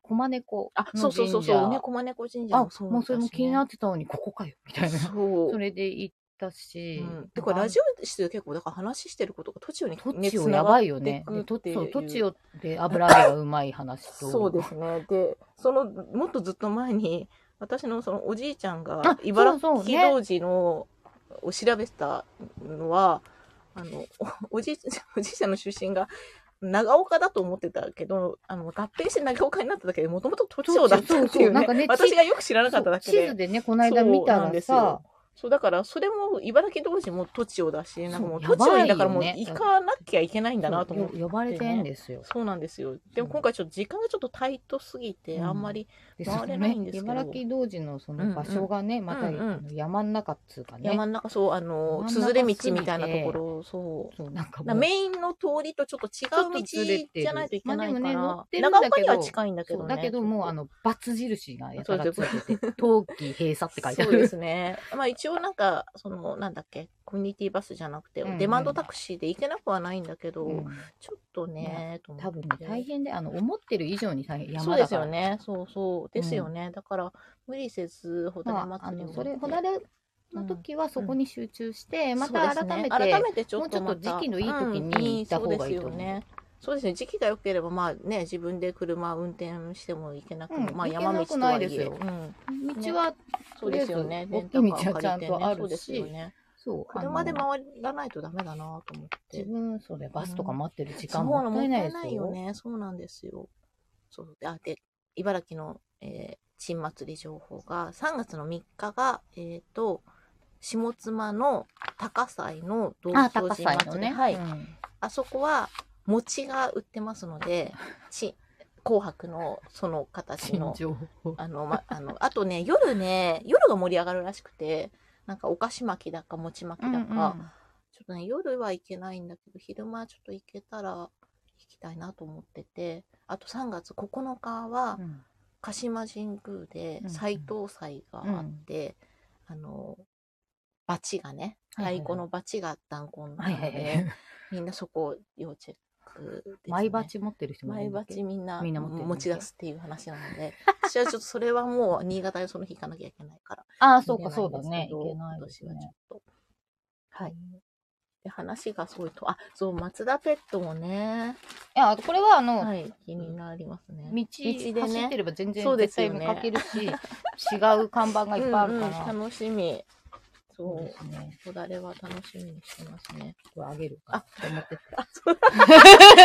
S2: 駒猫
S1: あ、そ
S2: の
S1: うそうそう
S2: 神
S1: そ
S2: 社。
S1: う。梅駒猫神社
S2: あ、
S1: そう
S2: もうそれも気にな
S1: っ
S2: ってたのに、ここかよ、みたいな。
S1: そう。
S2: それで行ったし。
S1: うん、だからラジオ室で結構だから話してることが途中に
S2: ト
S1: ね
S2: チオやばいよね。
S1: 繋が
S2: で
S1: って
S2: ト
S1: いくっていう
S2: そうトチオ で油揚げがうまい話と。
S1: そうですね。で、その、もっとずっと前に、私のそのおじいちゃんが
S2: あ、
S1: 茨
S2: そう
S1: 城
S2: そうね
S1: 童子の、を調べてたのは、あの、おおじい ちゃん、おじいちゃんの出身が、長岡だと思ってたけど、あの、合併して長岡になっただけで、もともと都庁だった
S2: そうそう
S1: ってい
S2: そううな
S1: ね
S2: んかね。
S1: 私がよく知らなかっただけ
S2: 地図
S1: で。
S2: でね、この間見た
S1: そうなん
S2: ら
S1: です
S2: さ
S1: よ、そう、だから、それも、茨城同士も都庁だし、なんかもう、
S2: そ
S1: 都
S2: う
S1: 庁
S2: やば
S1: に、
S2: いよね
S1: だからもう、行かなきゃいけないんだなと思って
S2: よ。呼ばれてんですよ。
S1: そうなんですよ。でも
S2: うん
S1: 今回ちょっと時間がちょっとタイトすぎて、
S2: うん
S1: あんまり
S2: で
S1: 回れないんですけど
S2: そのね茨城童子のその場所がね、またあ
S1: うんうん
S2: の山の中っつうかね。
S1: 山の中、そう、あの、
S2: 山の
S1: つ
S2: 中
S1: づれ道みたいなところ、そう。
S2: そうなんか
S1: だから
S2: もう
S1: メインの通りとちょっと違う
S2: ちょっとずれ
S1: 道
S2: てる
S1: じゃないといけないから、
S2: まあでもね乗ってるん
S1: 長
S2: だけど
S1: 岡には近いんだけど
S2: そう
S1: ね。
S2: だけどもうあの×印がやたらつ
S1: そう
S2: いて て、冬季閉鎖って書いてあ
S1: そうで
S2: る。
S1: すね。まあ一応なんか、その、なんだっけ、コミュニティバスじゃなくて、
S2: うんうん
S1: デマンドタクシーで行けなくはないんだけど、
S2: うん
S1: ちょっとね、と思って
S2: 多分ね大変で、あの思ってる以上に大変
S1: そう
S2: 山
S1: で
S2: だ
S1: す
S2: から。
S1: よね。そうそう。ですよね。だから、無理せず、ホタル
S2: まあ、あ
S1: 祭り
S2: の
S1: を
S2: それ、ほだれの時はそこに集中して、ま
S1: そう
S2: た
S1: です
S2: 改
S1: ね
S2: めて、
S1: 改めてちょっ
S2: もう
S1: と
S2: ちょっと
S1: また
S2: 時期のいい時
S1: うん
S2: に行った方がいいと思
S1: そ
S2: う
S1: うですよねそうですね時期が良ければまあね自分で車運転しても行けなくも、
S2: うん
S1: まあ
S2: 行け
S1: 山道
S2: なく
S1: と
S2: な
S1: はいいえ
S2: ですよ
S1: うん、
S2: 道は、
S1: そうですよね
S2: とりあえ
S1: レ
S2: ず
S1: ンタカーを
S2: 大きい道はちゃんとあるし
S1: 借りてねそうですよね
S2: そう、
S1: 車で
S2: あの
S1: 回らないとダメだなと思って
S2: 自分、それ、バスとか待ってる時
S1: そう
S2: 間も
S1: の
S2: った
S1: も
S2: い
S1: っ
S2: ない
S1: た
S2: で
S1: い
S2: す
S1: ないよ
S2: よ。
S1: ねそうなんですよそうであで茨城の、えー、新祭り情報が3月の3日がえっ、と下妻の高祭の同
S2: あ、
S1: 窓
S2: 高
S1: 神
S2: さ
S1: 祭
S2: の
S1: り、
S2: ね。
S1: はい、
S2: うん
S1: あそこは餅が売ってますの で、ち紅白のその形の。
S2: 情報。
S1: あの、ま、あの、あとね、夜ね、夜が盛り上がるらしくて、なんかお菓子巻きだか餅巻きだか、ちょっとね、夜は行けないんだけど、昼間ちょっと行けたら行きたいなと思ってて、あと3月9日は
S2: うんうん
S1: 鹿島神宮で
S2: うん
S1: 斎藤祭があって、あの、バチがね、
S2: はいはいはい
S1: 太鼓のバチが弾痕なの
S2: は
S1: で、
S2: いはいはい。
S1: みんなそこを要チェックです、ね。
S2: マイバチ持ってる人もい
S1: マ
S2: る
S1: イ
S2: んだ
S1: バ
S2: っけ
S1: チみんな
S2: みんな持ってる
S1: 持ち出すっていう話なので、私はちょっとそれはも う新潟でその日行かなきゃいけないから。
S2: ああ、そうか、そうだね。い
S1: 行
S2: け
S1: けな
S2: ない
S1: い
S2: で
S1: ですすけど
S2: ね
S1: 今年はちょっと。はい。で、話がそういうと、あ、そう、松田ペットもね、
S2: いや、これは、あ
S1: は
S2: の、
S1: い、気になりますね。
S2: 道、
S1: でね
S2: 走ってれば全
S1: そ
S2: 然
S1: うで
S2: 絶
S1: す
S2: 対
S1: よね
S2: 見かけるし、違う看板がいっぱいあるから
S1: うんう。ん楽しみ。
S2: そう
S1: そ
S2: で
S1: う。
S2: すね。
S1: こだれは楽しみにしてますね。
S2: これあげるかと思 って
S1: あ、そう。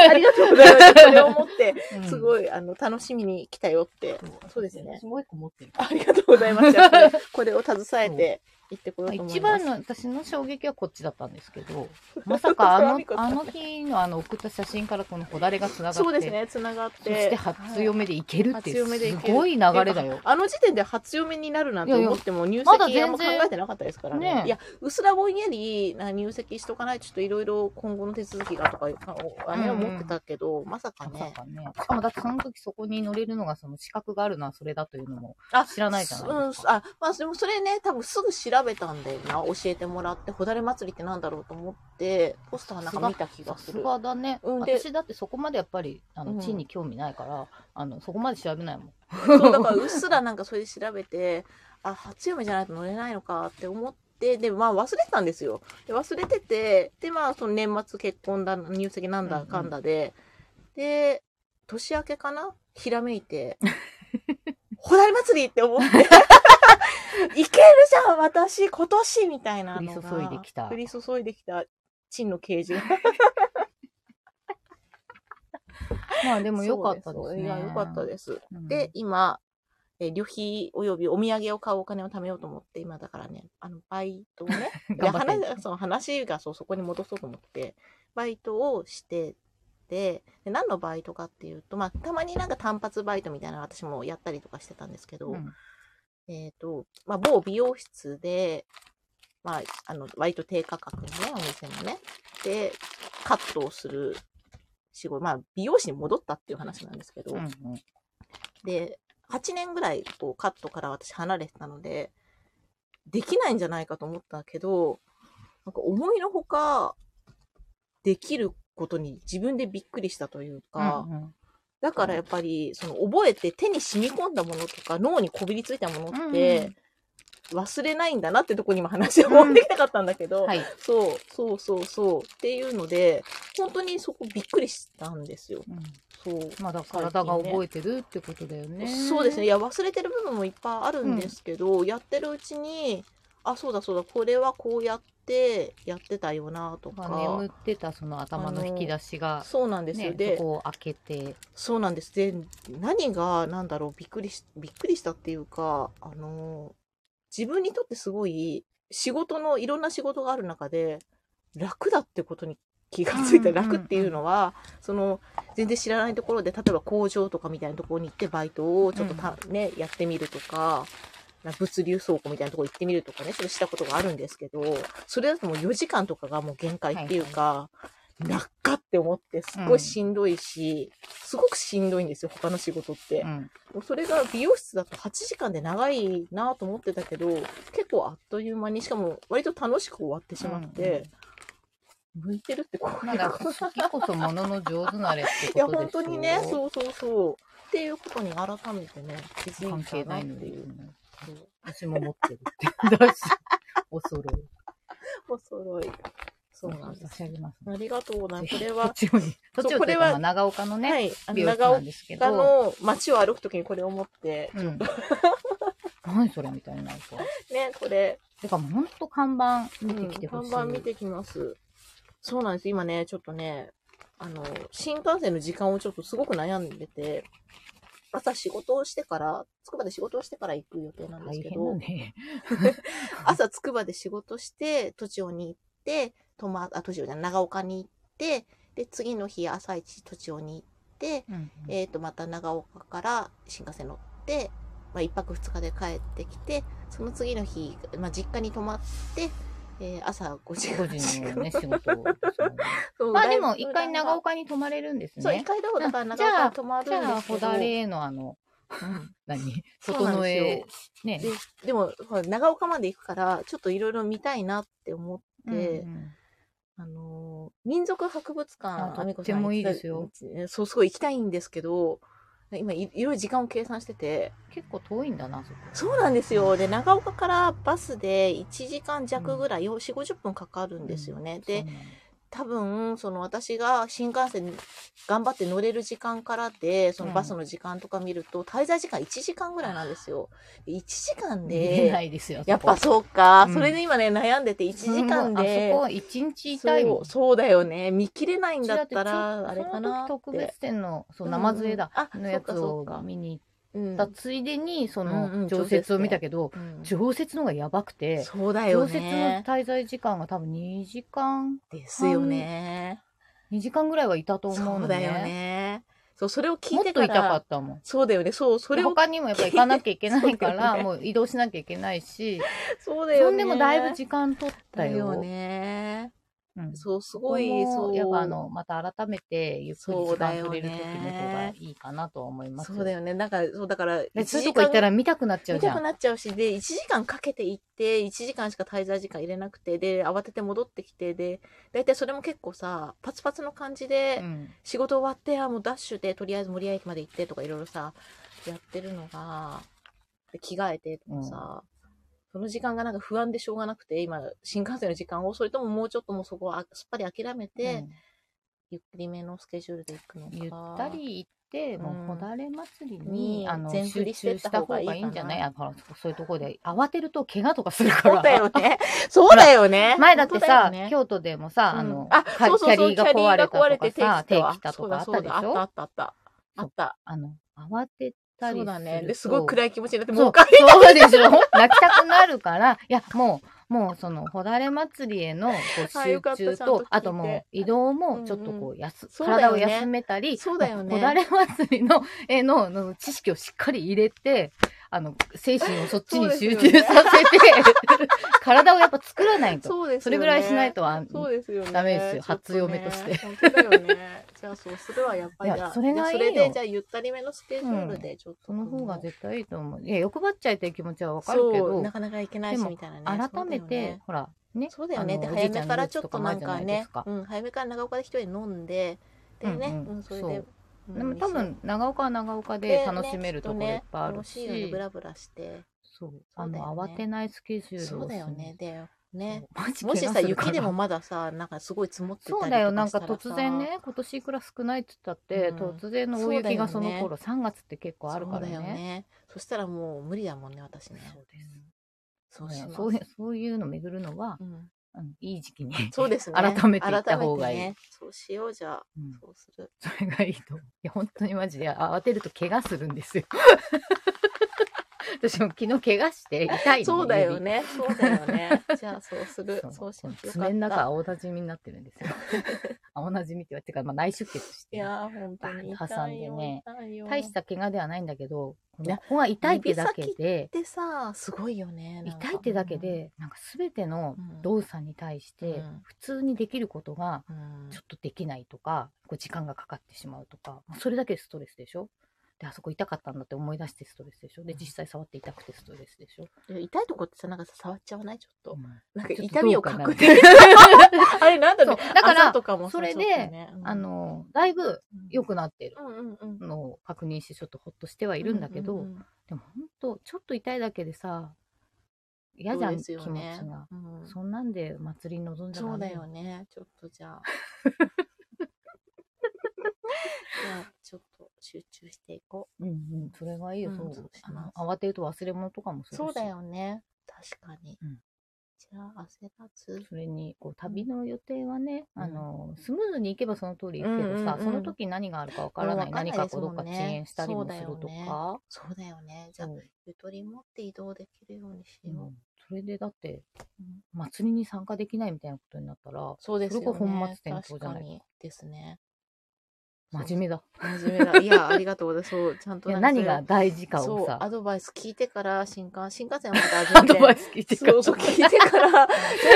S1: ありがとうございます。それを持って、
S2: た。
S1: す
S2: い。
S1: ごい、あの、楽しみに来たよって。そうですね
S2: 私もう一個持ってる。
S1: ありがとうございました。こ れこれを携えて行ってこようと思い
S2: 一
S1: ます。
S2: 番の私の衝撃はこっちだったんですけど、まさかあ
S1: そう
S2: の
S1: みこさん
S2: あの日のあの送った写真からこのほだれがつながって、
S1: そうですね、つながっ
S2: そ
S1: て。
S2: して初
S1: はい
S2: 嫁でいけるってい
S1: 初嫁でいうける
S2: すごい流れだよ。
S1: あの時点で初嫁になるなんて
S2: いやいや
S1: 思っても入
S2: まだ全
S1: 籍
S2: 然
S1: あんま考えてなかったですからね。
S2: ねえ
S1: いや、うすらぼんやりな入籍しとかないとちょっといろいろ今後の手続きがとか、あおあれを
S2: うんうん
S1: 思ってたけど、まさか
S2: まさ
S1: ね。
S2: かね。しかもだってその時そこに乗れるのがその資格があるのはそれだというのも
S1: あ
S2: 知らないじゃないです
S1: うん、あ、まあ、でもそれね、多分すぐ調べたんだよな、教えてもらって、ほだれ祭りってなんだろうと思って、ポスターなんか見た気が
S2: さ
S1: す
S2: す
S1: る。
S2: がだね。
S1: うんで
S2: 私だってそこまでやっぱりあ
S1: うん
S2: の地に興味ないから、あのそこまで調べないもん。
S1: そう だからうっすらなんかそれで調べてあ初嫁じゃないと乗れないのかって思ってでまあ忘れてたんですよで忘れててでまあその年末結婚だ入籍なんだかんだで、で年明けかなひらめい て「ほだり祭り!」って思って「いけるじゃん私今年!」みたいなのが
S2: 降り注いできた
S1: 降り注いできた陳の刑事が
S2: まあでもよかったですね。
S1: いやよかったです
S2: うん
S1: で、今、えー旅費およびお土産を買うお金を貯めようと思って、今だからね、あの、バイトをね、いや
S2: 頑張って
S1: 話その話がそうそこに戻そうと思って、バイトをしてて、で何のバイトかっていうと、まあ、たまになんか単発バイトみたいなの私もやったりとかしてたんですけど、
S2: うん
S1: えっ、と、まあ、某美容室で、まあ、あの、割と低価格のね、お店もね。で、カットをする仕事、まあ、美容師に戻ったっていう話なんですけど、
S2: うんうん
S1: で、8年ぐらい、こう、カットから私離れてたので、できないんじゃないかと思ったけど、なんか思いのほか、できることに自分でびっくりしたというか、
S2: うんうん
S1: だからやっぱり、その覚えて手に染み込んだものとか、脳にこびりついたものっ
S2: うん
S1: て、忘れないんだなってとこに今話を持ってきたかったんだけど、
S2: はい。
S1: そう、そうそうそう、っていうので、本当にそこびっくりしたんですよ。
S2: うん
S1: そう。
S2: まあだから体が覚えてるってことだよね。
S1: そうですね。いや、忘れてる部分もいっぱいあるんですけど、やってるうちに、あ、そうだそうだ、これはこうやってやってたよなと
S2: ま
S1: か。
S2: あ眠ってたその頭の引き出しが、
S1: そうなんですよ。
S2: ね、
S1: で、
S2: そこを開けて、
S1: そうなんです。で、何が、なんだろう、びっくりし、びっくりしたっていうか、あの、自分にとってすごい、仕事の、いろんな仕事がある中で、楽だってことに気がついた。
S2: うんうんうん
S1: 楽っていうのは、その、全然知らないところで、例えば工場とかみたいなところに行って、バイトをちょっとた、ね、やってみるとか、物流倉庫みたいなところ行ってみるとかね、それしたことがあるんですけど、それだともう4時間とかがもう限界っていうか、なっかって思って、すごいしんどいし、すごくしんどいんですよ、他の仕事って。
S2: うん
S1: もうそれが美容室だと8時間で長いなと思ってたけど、結構あっという間に、しかも割と楽しく終わってしまって、向いてるってこう
S2: ま
S1: い
S2: あ
S1: う
S2: だ
S1: こ
S2: か
S1: と
S2: ら好きこそものの上手なれって
S1: いや、
S2: こと
S1: 本
S2: ですよ
S1: 当にね、そうそうそう。っていうことに改めてね、気づ
S2: 関
S1: い
S2: 係
S1: た
S2: な
S1: ないっ
S2: の
S1: て
S2: で
S1: いう。そう
S2: 私も持ってるって。だし、お揃い。
S1: お揃い。そうなんです。
S2: 差し上げますね。
S1: ありがとうございます。これ
S2: 途
S1: は、
S2: 中に、途
S1: そう
S2: 中
S1: こと
S2: い
S1: れ
S2: う
S1: は
S2: かまあ長岡の
S1: は
S2: ね、
S1: い、あの
S2: 美容室
S1: 長
S2: な
S1: 岡
S2: んですけど、
S1: の街を歩くときにこれを持って、
S2: うん。何それみたいになるから。
S1: ね、これ、
S2: てかもうほんと看板
S1: う
S2: 見て
S1: ん、
S2: きて
S1: 看
S2: ほしい。
S1: 板見てきます。そうなんです。今ね、ちょっとね、あの、新幹線の時間をちょっとすごく悩んでて、朝仕事をしてから、つくばで仕事をしてから行く予定なんで
S2: 大
S1: すけ
S2: 変だ
S1: ど、
S2: ね。
S1: 朝つくばで仕事して、都庁に行って、とま、あ、都庁じゃない、長岡に行って、で、次の日朝一都庁に行って、
S2: うん
S1: えー、と、また長岡から新幹線乗って、まあ、一泊二日で帰ってきて、その次の日、まあ、実家に泊まって、えー朝5時
S2: 個
S1: 5時
S2: 人のね、仕事を。
S1: そう
S2: まあ
S1: だい
S2: でも、一回長
S1: 岡、
S2: 岡に泊まれるんです
S1: そう、一
S2: ね。
S1: 回だからだから
S2: じゃ
S1: 長
S2: あ
S1: 岡に泊まるん
S2: じ
S1: ですけど。
S2: ゃあ、ホダレーのあの、
S1: うん
S2: 何
S1: そうなん
S2: 整え
S1: で、
S2: ね。
S1: ででも、ほら長岡まで行くから、ちょっといろいろ見たいなって思って、
S2: うんうん
S1: あのー民族博物
S2: あ
S1: 館、
S2: と
S1: あみ
S2: っ
S1: こ
S2: て
S1: さん
S2: もいい
S1: 行きた
S2: ですよ。
S1: そう、すごい行きたいんですけど、今いいろいろ時間を計算してて、
S2: 結構遠いんだな、そこ。
S1: そうなんですよ。で、長岡からバスで1時間弱ぐらい、よ4、50分かかるんですよね。
S2: そう
S1: で、
S2: なの
S1: 多分、その私が新幹線頑張って乗れる時間からで、そのバスの時間とか見ると、滞在時間1時間ぐらいなんですよ。1時間
S2: 見れな
S1: で、
S2: いですよ。
S1: やっぱ
S2: そこ
S1: そうか、
S2: うん
S1: それで今ね、悩んでて1時間で
S2: あ、そこ一日いたいも。
S1: そうんそうだよね。見切れないん
S2: うち
S1: だ
S2: だ
S1: っ
S2: って
S1: た
S2: ちょ
S1: ら、あれかなって。
S2: その時特別展の、そう、
S1: うん
S2: 生杖だ
S1: うん、あ
S2: のやつ
S1: そ
S2: を
S1: うかそうか
S2: 見に
S1: う
S2: 行
S1: ん
S2: った。ついでに、
S1: う
S2: そ
S1: んう
S2: の、
S1: ん
S2: 常設を見たけど、
S1: うん
S2: 常設のがやばくて、
S1: そうだよ
S2: 常設の
S1: ね。
S2: 滞在時間が多分2時間、
S1: ですよね。
S2: 2時間ぐらいはいたと思うの
S1: そ
S2: ね。
S1: うだよね。そう、それを聞
S2: も
S1: い
S2: ってと
S1: か
S2: いた
S1: ら。
S2: かったもん。
S1: そうだよね。そう、それを、
S2: 他にもやっぱ行かなきゃいけないか
S1: そうだよ
S2: ら、
S1: ね
S2: もう移動しなきゃいけないし、
S1: そうだよね。
S2: そんでもだいぶ時間取った
S1: だ
S2: よ。
S1: よね。
S2: うん
S1: そう、す
S2: こ
S1: ご
S2: れ
S1: い、
S2: も
S1: そう。
S2: やっぱあの、また改めて、ゆっくり時間取れる時の
S1: そうだよ
S2: 方が
S1: ね
S2: いいかなとは思います。
S1: そうだよね。なんか、そう、だから、
S2: で
S1: 1
S2: そういう
S1: 時
S2: とこ行った
S1: 間
S2: ら見たくなっちゃう
S1: 見
S2: じゃ
S1: たく
S2: ん。
S1: なっちゃうし、で、1時間かけて行って、1時間しか滞在時間入れなくて、で、慌てて戻ってきて、で、だいたいそれも結構さ、パツパツの感じで、
S2: うん
S1: 仕事終わって、あ、もうダッシュで、とりあえず森谷駅まで行ってとかいろいろさ、やってるのが、で着替えてとかさ、その時間がなんか不安でしょうがなくて、今、新幹線の時間を、それとももうちょっともうそこはあすっぱり諦めて、ゆっくりめのスケジュールで行くの
S2: うん
S1: か。
S2: ゆった。り行って、も
S1: う
S2: う、
S1: ん
S2: こだれ祭り
S1: う
S2: に、
S1: ん
S2: あの、
S1: 全振
S2: 集
S1: りして
S2: 中
S1: っ
S2: したた
S1: 方
S2: 方
S1: がいいかない
S2: がいんじゃないあのそういうとこで、慌てると怪我とかするか
S1: そうだ
S2: ら。
S1: よね。そうだよね。
S2: 前だって
S1: 本当よ
S2: さ、
S1: ね
S2: 京都でもさ、
S1: うん
S2: あの、
S1: あ
S2: キャ
S1: そうそうそう
S2: キャリーが壊れたとかさ、
S1: キャリー
S2: 定
S1: が壊れ
S2: 期
S1: て手
S2: だ
S1: 来た
S2: と
S1: わ
S2: かあったで
S1: そうだ
S2: し
S1: そうだあ
S2: ょ
S1: ったあったあった。あった。
S2: あの、慌てた
S1: そう
S2: りすると。
S1: だね。で、すごい
S2: い。
S1: 暗い気持ちになって、も
S2: そうう、
S1: 一回
S2: そうでしょ泣きたくなるから、いや、もう、もうその、ほだれ祭りへのこう
S1: あよか
S2: 集
S1: った
S2: 中
S1: ちゃんと聞
S2: と
S1: いて、
S2: あともう移動もちょっとこう、やす、
S1: そうだよ
S2: 体を
S1: ね
S2: 休めたり、
S1: そうだよね
S2: もほだれ祭りの、えの、の知識をしっかり入れて、あの、精神をそっちに
S1: そう
S2: 集
S1: です
S2: 中
S1: よね
S2: させ て、体をやっぱ作らないと。そ
S1: そうですよね
S2: れぐらいしないとあん
S1: そうですよね
S2: ダメですよ
S1: ちょっね
S2: 初嫁として
S1: 本当だよねじゃあそうするわやっぱり
S2: いや
S1: じゃあ
S2: それがいいよ
S1: じゃあそれでじゃあゆったりめのスケジュールでちょっと、
S2: の方が絶対いいと思う。いや、欲張っちゃいたい気持ちはわかるけ
S1: そう
S2: ど
S1: な、かなかいけないしみたいなね
S2: 改めて、ほら、ね。
S1: そうだよね
S2: あの
S1: で
S2: おじ
S1: 早
S2: いちゃ
S1: め
S2: ん
S1: から
S2: の
S1: ちょっとなんか
S2: やつとかもあるじゃないで
S1: ね
S2: すか
S1: うん、早めから長岡で一人で飲んででね、
S2: う
S1: うんん
S2: うん
S1: それ
S2: そ
S1: で
S2: う
S1: うん
S2: でも多分、長岡は長岡で楽しめるところいっぱいある
S1: ね、楽しいよね
S2: し
S1: ブ、ラブラして
S2: そう。
S1: だ
S2: あ
S1: よね
S2: の、慌てないスケジュールをする。
S1: そうだよねでね
S2: そう。マジ
S1: もし
S2: 怪我
S1: さ
S2: するから
S1: 雪でもまださなんかすごい積もってたりと
S2: そ
S1: か
S2: う
S1: したら
S2: だ
S1: さ
S2: よ、なんか突然ね、今年いくら少ないって言ったって、
S1: うん
S2: 突然の大雪がそ
S1: そうだよ
S2: の
S1: ね
S2: 頃、3月って結構あるから
S1: そうだよ
S2: ね。
S1: ねそしたらもう無理だもんね私ね
S2: そうです
S1: そし
S2: そう
S1: ます
S2: そういうそういうの巡るのは、
S1: うん
S2: うんいい時期に
S1: そうですね
S2: 改めて行った方がいい、
S1: 改めてねそうしようじゃあ
S2: うん
S1: そうする
S2: それがいいと思う。いや、本当にマジであ慌てると怪我する んですよ。私も昨日怪我して痛いの
S1: そうだよ。ねそうだよ ねじゃあそうす
S2: 指
S1: る
S2: そう
S1: そうし
S2: こ
S1: よ
S2: の
S1: うよ
S2: 爪の中
S1: かっ
S2: 青なじみになってるんです よ。青なじみって言われてか、まあ、内出血し
S1: た
S2: て
S1: い
S2: ね、
S1: やー本当に
S2: バーンと挟んでね
S1: 痛いよ痛いよ
S2: 大した怪我ではないんだけど、こ
S1: いや
S2: こは痛いってだけで、
S1: でさすごいよねなんか
S2: 痛いってだけで、なんか全ての動作に対して
S1: うん、
S2: 普通にできることが、
S1: うん
S2: ちょっとできないとか、こう時間がかかってしまうとか、それだけでストレスでしょで、あそこ痛かったんだって思い出してストレスでしょで、
S1: うん
S2: 実際触って痛くてストレスでしょ、
S1: いや痛いとこってさなんかさ触っちゃわないちょっと、なんか
S2: ちょっと
S1: 痛みを
S2: どうかな
S1: 確定 あれなんだろう
S2: そうだか ら
S1: あざとかもさ
S2: それで
S1: ちょっとねうん
S2: あの、だいぶ良くなってる
S1: うんうんうん
S2: のを確認して、ちょっとほっとしてはいるんだけど、
S1: うう
S2: でも本当、ちょっと痛いだけでさ、嫌じゃ、
S1: そうんです
S2: 気持
S1: よ
S2: ち
S1: ね
S2: が。
S1: うん
S2: そんなんで祭りに臨んじゃダ
S1: そ
S2: メ
S1: うだよね。ちょっとじゃ あ。じゃあ、ちょっと集中していこ
S2: うんうん、それがいいよ、
S1: うん
S2: そ
S1: そううし
S2: あの
S1: ます
S2: 慌てると忘れ物とかもす
S1: う。
S2: るし
S1: そうだよね。確かに。
S2: うん
S1: じゃあ、焦らず。
S2: それにこう旅の予定はね、
S1: うん
S2: あのスムーズに行けばその通り行くけどさ、
S1: うんうんうん
S2: その時何があるかわからない,、
S1: うんわかん
S2: 何
S1: ない
S2: か
S1: です
S2: こうど
S1: も
S2: っ
S1: ん
S2: か
S1: ね
S2: 遅延したりもする
S1: そう
S2: と
S1: だよね
S2: か
S1: そうだよね。じ
S2: そ
S1: ゃ
S2: う
S1: あ、ゆとり持って移動できるようにし
S2: うん
S1: よう。
S2: それでだって
S1: うん
S2: 祭りに参加できないみたいなことになったら
S1: そうですよね。
S2: それが本末転倒
S1: 確
S2: じゃ
S1: か
S2: ない
S1: に。ですね。
S2: 真面目だ
S1: 目。真面目だ。いや、 ありがとうございます。そう、ちゃんと
S2: いや
S1: なんか
S2: 何が大事か
S1: そ
S2: を
S1: う、
S2: さ
S1: アドバイス聞いてから、新幹、新幹線はまだ
S2: ア
S1: 味
S2: ド
S1: 見で
S2: バイス聞いてから
S1: そうそう、聞いてから、 なん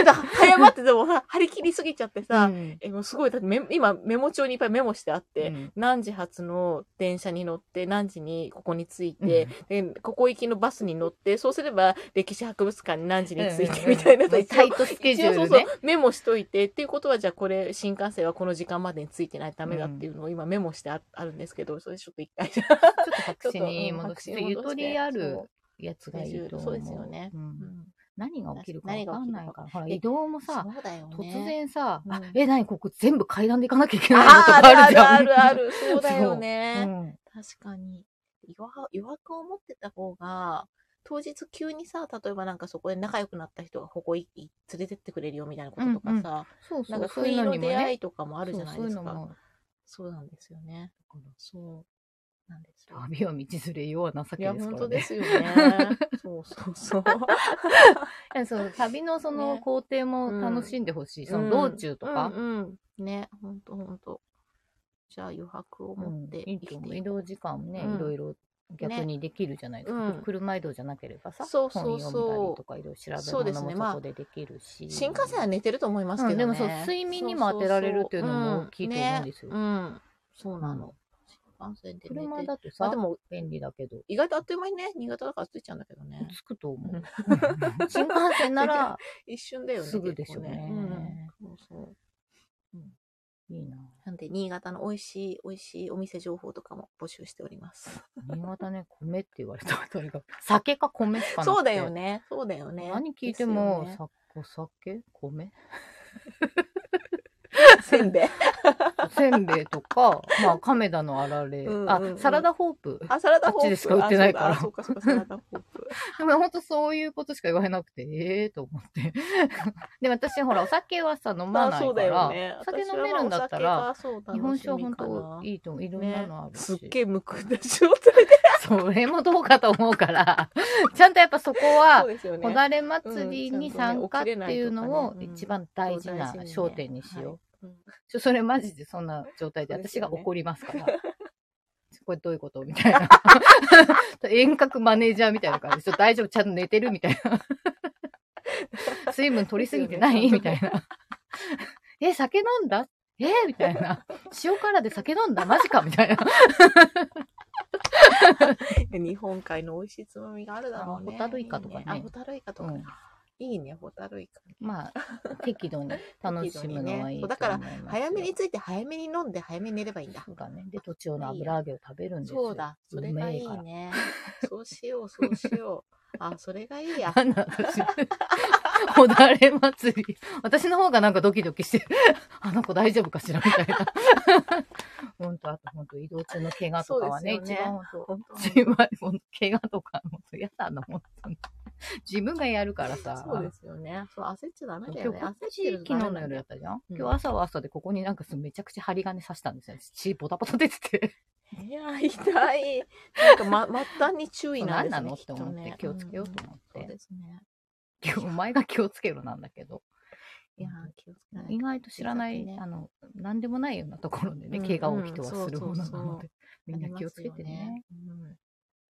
S1: か早まってでもは張り切りすぎちゃってさ、
S2: うん
S1: えもうすごい、だってメ今メモ帳にいっぱいメモしてあって、
S2: うん
S1: 何時発の電車に乗って、何時にここに着いて、でここ行きのバスに乗って、そうすれば歴史博物館に何時に着いてみたいな
S2: うんうんうん
S1: 一応
S2: タイトスケジュールね
S1: 一応そうそうメモしといて、っていうことはじゃあこれ、新幹線はこの時間までに着いてないとダメだっていうのを今メモしてああるんですけど、それちょっと一 回。
S2: ちょっと白紙に戻して
S1: ちょっとうん
S2: ゆとりあ
S1: 白紙に戻してそ
S2: るやつがいいと思う
S1: そうですよね
S2: う
S1: うんん
S2: 何が起きるかわ
S1: 何が起きるか
S2: かんないからほら
S1: で
S2: 移動もさ
S1: そうだよね。
S2: 突然 さ、あ
S1: うん
S2: え、なにここ全部階段で行かなきゃいけないのと
S1: あ
S2: か
S1: ー
S2: あ
S1: あ
S2: るじ
S1: る
S2: ゃん。
S1: あるある。そうだよ
S2: う
S1: ね。
S2: ん。
S1: 確かに。余白余白を持ってた方が、当日急にさ、例えばなんかそこで仲良くなった人がここいい連れてってくれるよみたいなこととかさ、
S2: そうそう、
S1: なんか
S2: そう
S1: 不
S2: い
S1: 意
S2: うの
S1: の
S2: にも
S1: 出会
S2: ね。
S1: いとかもあるじゃない
S2: そう
S1: です
S2: そういうの
S1: か。
S2: も。
S1: そうなんですよね。そうなんですよ。
S2: 旅は道連れようは情け
S1: い
S2: で
S1: や、
S2: すから、
S1: 本
S2: ね。
S1: 当ですよね。そうそう そう。
S2: いやそう、旅のその
S1: ね
S2: 工程も楽しんでほしい、その道中とか。
S1: うんうんうんね、本当本当じゃあ余白を
S2: うん
S1: 持って
S2: い
S1: 生
S2: い
S1: き
S2: と
S1: て
S2: 思う
S1: い
S2: 移
S1: く
S2: 動時間もね、
S1: うん
S2: いろいろ逆にできるじゃないですか。
S1: うん
S2: 車移動じゃなければさ、
S1: そうそうそう
S2: 本読んだりとかいろいろ調
S1: そう
S2: べ
S1: で
S2: 物
S1: すね
S2: も
S1: まあ
S2: そこでできるし。
S1: 新幹線は寝てると思いますけどね、
S2: うんでもそう睡眠にも当てられるっていうのも大きいと思うんです
S1: そうそ
S2: よ
S1: うそううんねうんそうなの。新幹線で寝て
S2: 車だと
S1: まあ
S2: さ
S1: で、も
S2: 便利だけど。
S1: 意外とあっという間にね、新潟だから着いちゃうんだけどね。
S2: つくと思
S1: う。
S2: うん 新幹線なら、
S1: 一瞬だよね。
S2: すぐでしょうね
S1: 結構うん、そうそう。
S2: いいな。
S1: なんで、新潟の美味しい、美味しいお店情報とかも募集しております。
S2: 新潟ね、米って言われたあたりが、酒か米しかなくて。
S1: そうだよ。ね。そうだよね。
S2: 何聞いても、
S1: ですよね
S2: さお酒米
S1: せんべい。
S2: せんべいとか、 まあ、亀田のあられ、
S1: うんうんうん
S2: あ、サラダホープ。
S1: あ、サラダホープ。
S2: あっちでしか売ってないから
S1: あそうだあそうか、そうか、サラダホープ。
S2: でも本当そういうことしか言われなくて、ええと思って。 で、私ほら、お酒はさ、飲ま
S1: あ
S2: な
S1: そ
S2: いうか
S1: だよ
S2: ら、
S1: ね
S2: お酒飲めるんだったら、、
S1: 私はまあお酒がそう
S2: 日本酒は
S1: 楽しみ
S2: 本
S1: かな
S2: 当いいと思う。いろんなのあるし。
S1: すっげえむくんだ状態で。
S2: それもどうかと思うから、 ちゃんとやっぱそこは
S1: う、ですよ
S2: こだれ祭りに参加っていうの
S1: うんちゃん
S2: を
S1: とね起きれないとかねうん
S2: 一番大事な
S1: そう大事に
S2: 焦
S1: ね
S2: 点にしよう。
S1: うん
S2: ちょそれマジでそんな状態で
S1: そうで
S2: 私
S1: すよ
S2: が
S1: ね
S2: 怒りますから。 これどういうことみ たいな。遠隔マネージャーみたいな感じ。ちょっと大丈夫ちゃんと寝てるみたいな。水分取りすぎてないみたいな。え、酒飲んだえみたいな。塩辛で酒飲んだマジかみたいな。
S1: 日本海の美味しいつまみがあるだろうね。
S2: あホタルイカとかね
S1: いいあ、ホタルイカとかね。いいね、ホタルイカ。
S2: まあ、適度に楽しむのはいいと思いますよ。
S1: だから早めについて早めに飲んで早めに寝ればいいんだ
S2: そ。うだね。で、途中の油揚げを食べるんですよ。
S1: そうだ。それがいいね。そうしよう、そうしよう。あ、それがいい や。
S2: なんだ私。おだれ祭り。私の方がなんかドキドキしてる。あの子大丈夫かしらみたいな。本当あと本当移動中の怪我とかはね、
S1: そうです
S2: 一
S1: よね
S2: 番本当。
S1: 本当に
S2: 一番本当怪我とか、本当嫌だな、本当に。自分がやるからさ。
S1: そうですよね。そう、焦っちゃダメだよ
S2: 今日
S1: ね。焦
S2: こっ
S1: っ
S2: ち
S1: てると
S2: 昨
S1: ダ
S2: 日
S1: メ
S2: の
S1: なんだ
S2: 夜だ
S1: よ
S2: ったじゃん、
S1: うん
S2: 今日朝は朝でここになんかすめちゃくちゃ針金刺したんですよ。血ポタポタ出てて。
S1: いや、痛い。なんか、ま、末端に注意なん
S2: 何
S1: ですね。
S2: なのって思って
S1: きとね
S2: 気をつけようと思っ
S1: うんうんそう
S2: て。
S1: ですね。
S2: お前が気をつけろなんだけど。
S1: いやー、気をつけない
S2: 意外と知らない、
S1: ね
S2: あの、なんでもないようなところでね、
S1: うん
S2: 怪我を人は
S1: うん
S2: するものな
S1: そうそう
S2: の
S1: そ
S2: で、 みんな気をつけてね
S1: ありますよね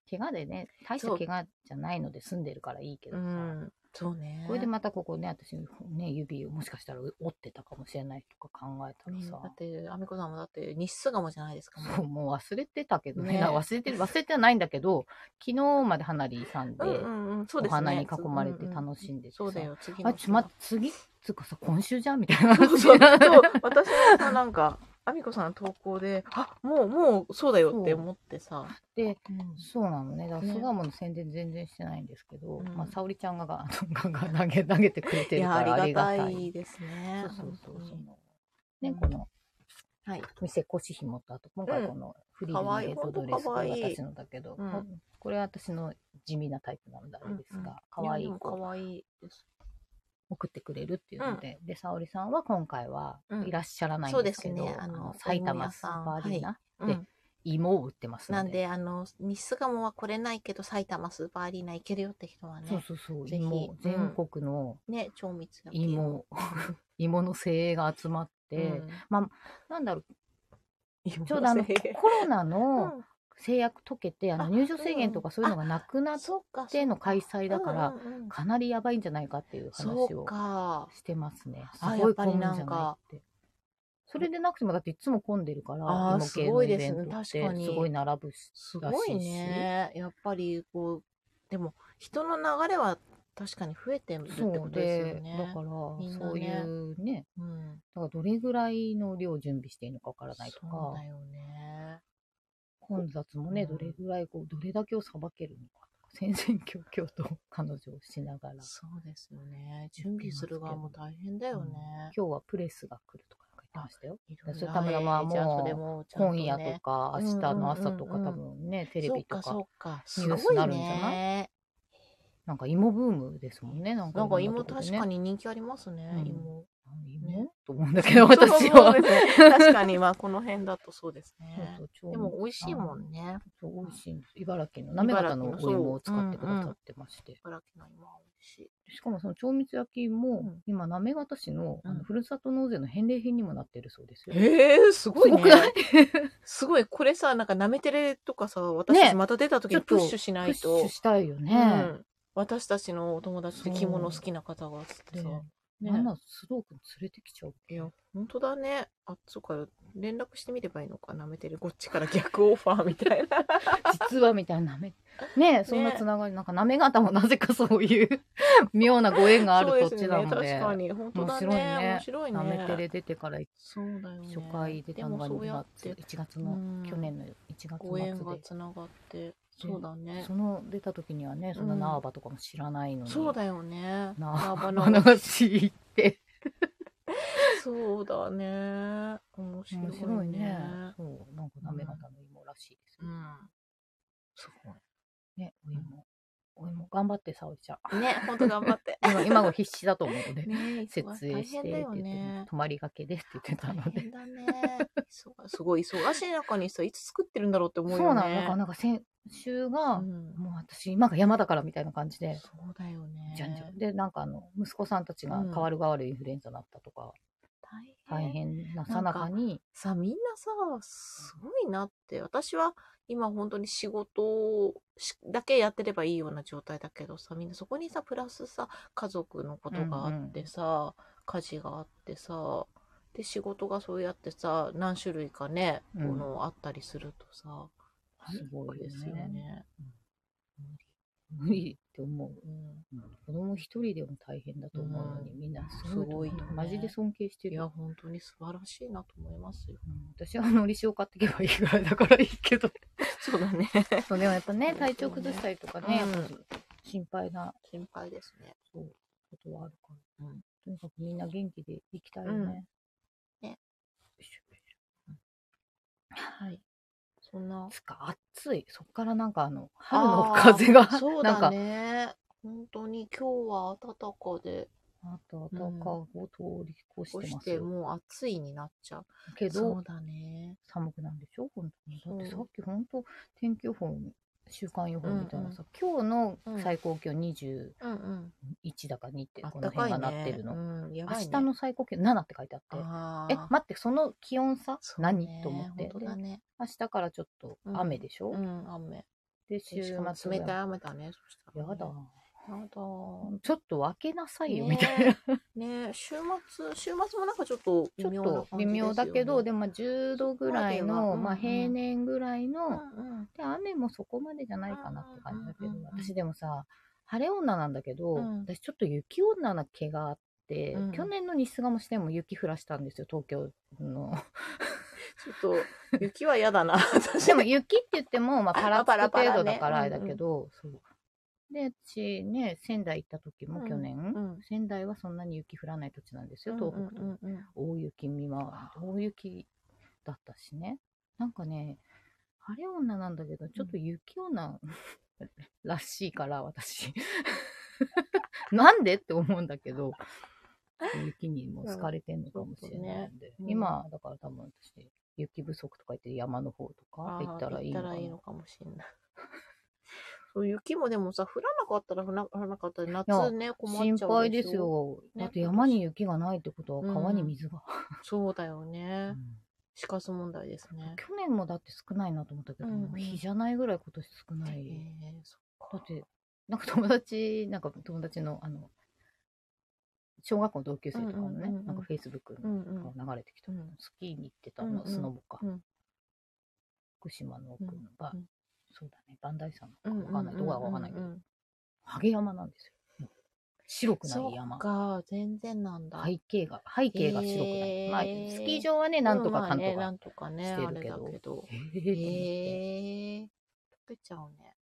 S2: 怪我でね、大した
S1: そう
S2: 怪我じゃないので済んでるからいいけ
S1: う
S2: どさ、
S1: ん。うんそうね。
S2: これでまたここね、私、ね、指をもしかしたら折ってたかもしれないとか考えたら
S1: ね
S2: さ
S1: だっ、て、アミコさんもだって、日数がもうじゃないですか。もう
S2: そうもう忘れてたけどね、
S1: ね
S2: な忘れてる、忘れてはないんだけど、昨日まで花火さんで、
S1: うんうんうん、そう
S2: お
S1: ですね。
S2: 花に囲まれて
S1: し
S2: 楽しんでてさ、
S1: そうだよ、次の
S2: あ、
S1: 日
S2: ちょ、ま、次、つうかさ、今週じゃんみたいな
S1: そう
S2: 話
S1: そう。
S2: になって
S1: そう私もさ、なんか、アミコさんの投稿で、あ、もう、もう、そうだよって思ってさ。
S2: で
S1: うん
S2: そうなのね。だから、
S1: ね
S2: 巣鴨の宣伝全然してないんですけど、
S1: うん
S2: まあ、沙織ちゃんが があのガンガン投げ、投げてくれて
S1: い
S2: る
S1: や、
S2: から
S1: あ
S2: あ
S1: り
S2: り
S1: が
S2: が
S1: た
S2: たい。
S1: いですね。
S2: そうそうそう。そ
S1: 本
S2: の
S1: う
S2: ね、
S1: ん
S2: この、
S1: はい
S2: 店腰紐と、あと、今
S1: う
S2: 回
S1: ん
S2: このフリーズのレッドドレス
S1: か
S2: が
S1: わいい
S2: 私のだけど、
S1: うん
S2: ここれは私の地味なタイプなのであれです
S1: うんうん
S2: が、可愛い
S1: やでも
S2: 子
S1: 可愛いです。
S2: 送ってくれるっていうので、で、沙織さんは今回は
S1: うん
S2: いらっしゃらないんですけど、
S1: そうですねあの
S2: 埼
S1: お芋
S2: 玉
S1: 屋
S2: ス
S1: さ
S2: ー
S1: ん
S2: パーアリーナ、
S1: う
S2: で
S1: ん、
S2: 芋を売ってます
S1: な
S2: の
S1: ん
S2: で。
S1: で、あの、日巣鴨は来れないけど、埼玉スーパーアリーナ行けるよって人は
S2: そう
S1: ね、
S2: そうそう、
S1: ぜひ
S2: 芋、全国の、
S1: ね、超密だけど。
S2: 芋 芋の精鋭が集まっ
S1: う
S2: て、
S1: ん、
S2: なんだろ
S1: 芋
S2: うちょうどあの
S1: せい
S2: コ ロナ
S1: う
S2: の
S1: ん
S2: 制約解けて、あ
S1: あ
S2: の入場制限と
S1: う
S2: か
S1: ん
S2: そういうのがなくなっ
S1: そっか。
S2: ての開催だから、
S1: うんうんうん
S2: かなりやばいんじゃないかっていう話
S1: そう
S2: を
S1: か。
S2: してますね。す
S1: あ
S2: ごい
S1: やっぱり
S2: 混むんじ
S1: なん
S2: ゃ
S1: か
S2: ないって。それでなくてもだっていつも混んでるから、
S1: あー
S2: 芋系
S1: すご
S2: の
S1: い
S2: イ
S1: です
S2: ベ
S1: ね
S2: ント
S1: 確
S2: っ
S1: か
S2: て
S1: に
S2: すごい並ぶし。
S1: すごいね。やっぱりこう、でも人の流れは確かに増えてるってこ
S2: そう
S1: とですよ、
S2: で
S1: ね。
S2: だから、
S1: みんなね
S2: そういうね、
S1: うん。
S2: だからどれぐらいの量準備していいのかわからないと
S1: そう
S2: か、
S1: だよね。
S2: 混雑もね、
S1: うん
S2: どれぐらいこう、どれだけをさばけるのかとか、戦々恐々と彼女をしながら、
S1: そうですよね。準備する側も大変だよね。
S2: 今日はプレスが来るとかなんか言ってましたよ。
S1: いろいろ
S2: それ田村はもう
S1: じゃあそれもちゃんと
S2: 今
S1: ね
S2: 夜とか、明日の朝とか、
S1: うんうんうん
S2: 多分ね、テレビとか
S1: そうか、そう
S2: ニュ
S1: か。
S2: ー
S1: す
S2: ス
S1: ご
S2: に
S1: い
S2: なるんじゃない
S1: ね。
S2: なんか芋ブームですもんね、なんか
S1: なんか
S2: いろ
S1: 芋
S2: なとこで
S1: 確
S2: ね。
S1: かに人気ありますね、
S2: うん
S1: 芋。
S2: 芋、
S1: ね
S2: と思うん だけど、 私は。
S1: そうですね確かに、まあこの辺だとそうですね。
S2: そうそう
S1: でも美味しいもんね。
S2: そう美味しいんです。茨城の、滑方のお芋を使ってくださってまして。
S1: 茨城の芋は美味しい。
S2: しかもその長蜜焼きも、
S1: うん
S2: 今、行方市の,、あ
S1: うん
S2: のふるさと納税の返礼品にもなってるそうですよ。
S1: ええすごい、ね。
S2: すごくない
S1: すごい。これさ、なんか、なめてれとかさ、私たちまた出た時に
S2: ちょっと
S1: プッシュしな
S2: プッ
S1: い
S2: シ
S1: と。
S2: ュしたいよね。
S1: うん、私たちのお友達で着物好きな方がっつって
S2: で
S1: さ。ね
S2: なんなら須藤君連れてきちゃう。
S1: いや、本当だね。あ、そうか。連絡してみればいいのか。なめてる。こっちから逆オファーみたいな。
S2: 実はみたい な。ねえ、そんなつながり、なんか、なめ方もなぜかそういう 妙なご縁がある土地なの
S1: そうですね。
S2: で
S1: 確、かに。本当だね。面
S2: 面
S1: 白いね。
S2: なめてれ出てから
S1: そうだよね。
S2: 初回出たのが
S1: でもそうや
S2: 2
S1: っ
S2: 月、
S1: て
S2: 1月
S1: う
S2: の、
S1: ん
S2: 去年の1
S1: ご縁が
S2: 月
S1: つながって。そうだ
S2: 末で、
S1: ね。
S2: その出た時にはね、そんな縄場とかも知らないのに、
S1: そうだよね。縄
S2: 縄 場
S1: 場
S2: の
S1: の
S2: 話行って。
S1: そうだね。面白いね。
S2: 面白いね。そう、なんか、なめ方の芋らしいです
S1: う
S2: よ。
S1: ん。すご
S2: ね、お芋。お芋、頑張って、さおりちゃん。
S1: い。ね、ほんと頑張 って。
S2: 今、今も必死だと思うので、
S1: ね
S2: 設営
S1: 大
S2: して
S1: 変
S2: って
S1: だ
S2: 言っ
S1: よ
S2: て、
S1: ね。
S2: 泊まりがけでって言ってた
S1: 大
S2: ので
S1: 変。だね。忙すごい忙しい中にさ、いつ作ってるんだろうって思うよね。
S2: そうなの、なんか、なんか先週が、
S1: うん
S2: もう私、今が山だからみたいな感じで、
S1: そうだよね。
S2: じゃんじゃん。で、なんかあの、息子さんたちが代わる代わるインフルエンザになったとか、
S1: 大
S2: 大
S1: 変
S2: 変なさなかに、
S1: さみんなさすごいなって私は今本当に仕事をしだけやってればいいような状態だけどさみんなそこにさプラスさ家族のことがあってさ、家事があってさで仕事がそうやってさ何種類かね、
S2: うん
S1: このあったりするとさ
S2: すごい
S1: で
S2: ですす
S1: よ
S2: よね。
S1: ね。
S2: 無理って思う。
S1: うん
S2: 子供一人でも大変だと思うのに、みんなすごいと思う
S1: すごいよね
S2: マジで尊敬して
S1: い
S2: る
S1: や
S2: よ。
S1: 本当に素晴らしいなと思いますよ。
S2: うん私はのり塩買ってけばいいぐらいだからいいけど。
S1: そうだね。
S2: そうでもやっぱね、体調崩したりとかね、
S1: うん
S2: やっぱ心配な
S1: 心配ですね。
S2: ことはあるから、
S1: うん
S2: とにかくみんな元気で生きたいよ
S1: うん
S2: ね。
S1: ね
S2: よいしょよいし
S1: はい。そんな
S2: ょ。つか暑い。そっからなんかあの、春の風が
S1: あ、ーそう
S2: なん
S1: だ
S2: か、
S1: ね。本当に今日は暖かで、
S2: あとは高を通り越
S1: そ
S2: して
S1: し
S2: ます
S1: て
S2: よ。
S1: もう暑いになっちゃう。
S2: け
S1: そう
S2: ど、
S1: だね。
S2: 寒くなるんでしょ本当に。だってさ
S1: そう
S2: っき本当、天気予報、週間予報みたいなさ、今日の最高気温21
S1: うんうん。
S2: だか2って、
S1: あ
S2: こ
S1: っ
S2: の
S1: たか
S2: 辺
S1: い
S2: が
S1: ね。
S2: なってるの。
S1: うん、やばい、ね。
S2: 明日の最高気温7って書いてあって。
S1: あー
S2: え、待って、その気温差
S1: そう
S2: 何、
S1: ね
S2: と思って。
S1: 本当だ
S2: で
S1: ね。
S2: 明日からちょっと雨でしょ、
S1: うん、雨。
S2: で、週
S1: し
S2: 末
S1: かも
S2: は
S1: 冷たい雨だね。そした
S2: や
S1: らね
S2: だ。。
S1: やだ。
S2: ちょっと分けなさいよ、
S1: ね
S2: みたいな。
S1: ねえ週末、週末もなんかちょっと
S2: ちょ
S1: 微妙な
S2: っと
S1: 感じ
S2: 微妙だけど、で
S1: も、
S2: もまあ10度ぐらい
S1: そこ
S2: の、
S1: まではうん
S2: まあ
S1: うん
S2: 平年ぐらいの、
S1: うんうん
S2: で、雨もそこまでじゃないかなって感じだけど、
S1: うんうんうんうん
S2: 私でもさ、晴れ女なんだけど、
S1: うん
S2: 私ちょっと雪女な毛があって、
S1: うん
S2: 去年の日巣鴨支店も雪降らしたんですよ、東京 の。
S1: ちょっと、雪は嫌だな。私
S2: でも雪って言っても、まあ、パラ
S1: パ
S2: つ
S1: ラ
S2: く
S1: パラね
S2: 程度だからあれだけど、そう。で、私ね、仙台行った時も去年、
S1: うんうん
S2: 仙台はそんなに雪降らない土地なんですよ、東北とか。
S1: うんうんうん
S2: 大雪見回り、大雪だったしね。なんかね、晴れ女なんだけど、ちょっと雪女 らしいから、私。 なんでって思うんだけど、雪にも好かれてんのかもしれないん
S1: う
S2: で。
S1: んそうね
S2: 今、だから多分私、雪不足とか言って山の方とか
S1: あー
S2: 行ったらいい
S1: 行
S2: の
S1: っ
S2: か
S1: た
S2: な
S1: らいいのかもしれない。 そう雪もでもさ、降らなかったら降ら降らなかったで、夏ね、困っちゃうで
S2: 心
S1: しょ
S2: 配です。よ。
S1: ね
S2: だって山に雪がないってことは川に水が。
S1: そうだよ
S2: う
S1: ね。
S2: ん
S1: 死活問題ですね。
S2: 去年もだって少ないなと思ったけど、
S1: うんうん
S2: もう日じゃないぐらい今年少な
S1: え
S2: い。
S1: ーそ
S2: だって、なんか友達、なんか友達の、あの、小学校の同級生とかの
S1: うんうん
S2: ね、
S1: うんうん
S2: なんかフェイスブック
S1: う
S2: が
S1: んうん
S2: 流れてきた、
S1: うん
S2: スキーに行ってたの、
S1: うんうん
S2: スノボか、
S1: うん
S2: 福島の奥のば、
S1: うん
S2: そうだね、バンダイさん
S1: う
S2: の
S1: ん
S2: かわかんない、どこだかわかんないけど、
S1: ううう
S2: ハゲ山なんですよ。もう白くな
S1: そ
S2: い山
S1: っ。か、全然なんだ。
S2: 背景が、背景が白くない。
S1: へー
S2: まあ、スキー場はね、なんとかかんと
S1: うんまあね
S2: か
S1: なんとかね、
S2: して
S1: あ
S2: る
S1: れ
S2: け
S1: だ
S2: ど。
S1: けど。
S2: へ
S1: え
S2: ーと思って
S1: ー、溶けちゃうね。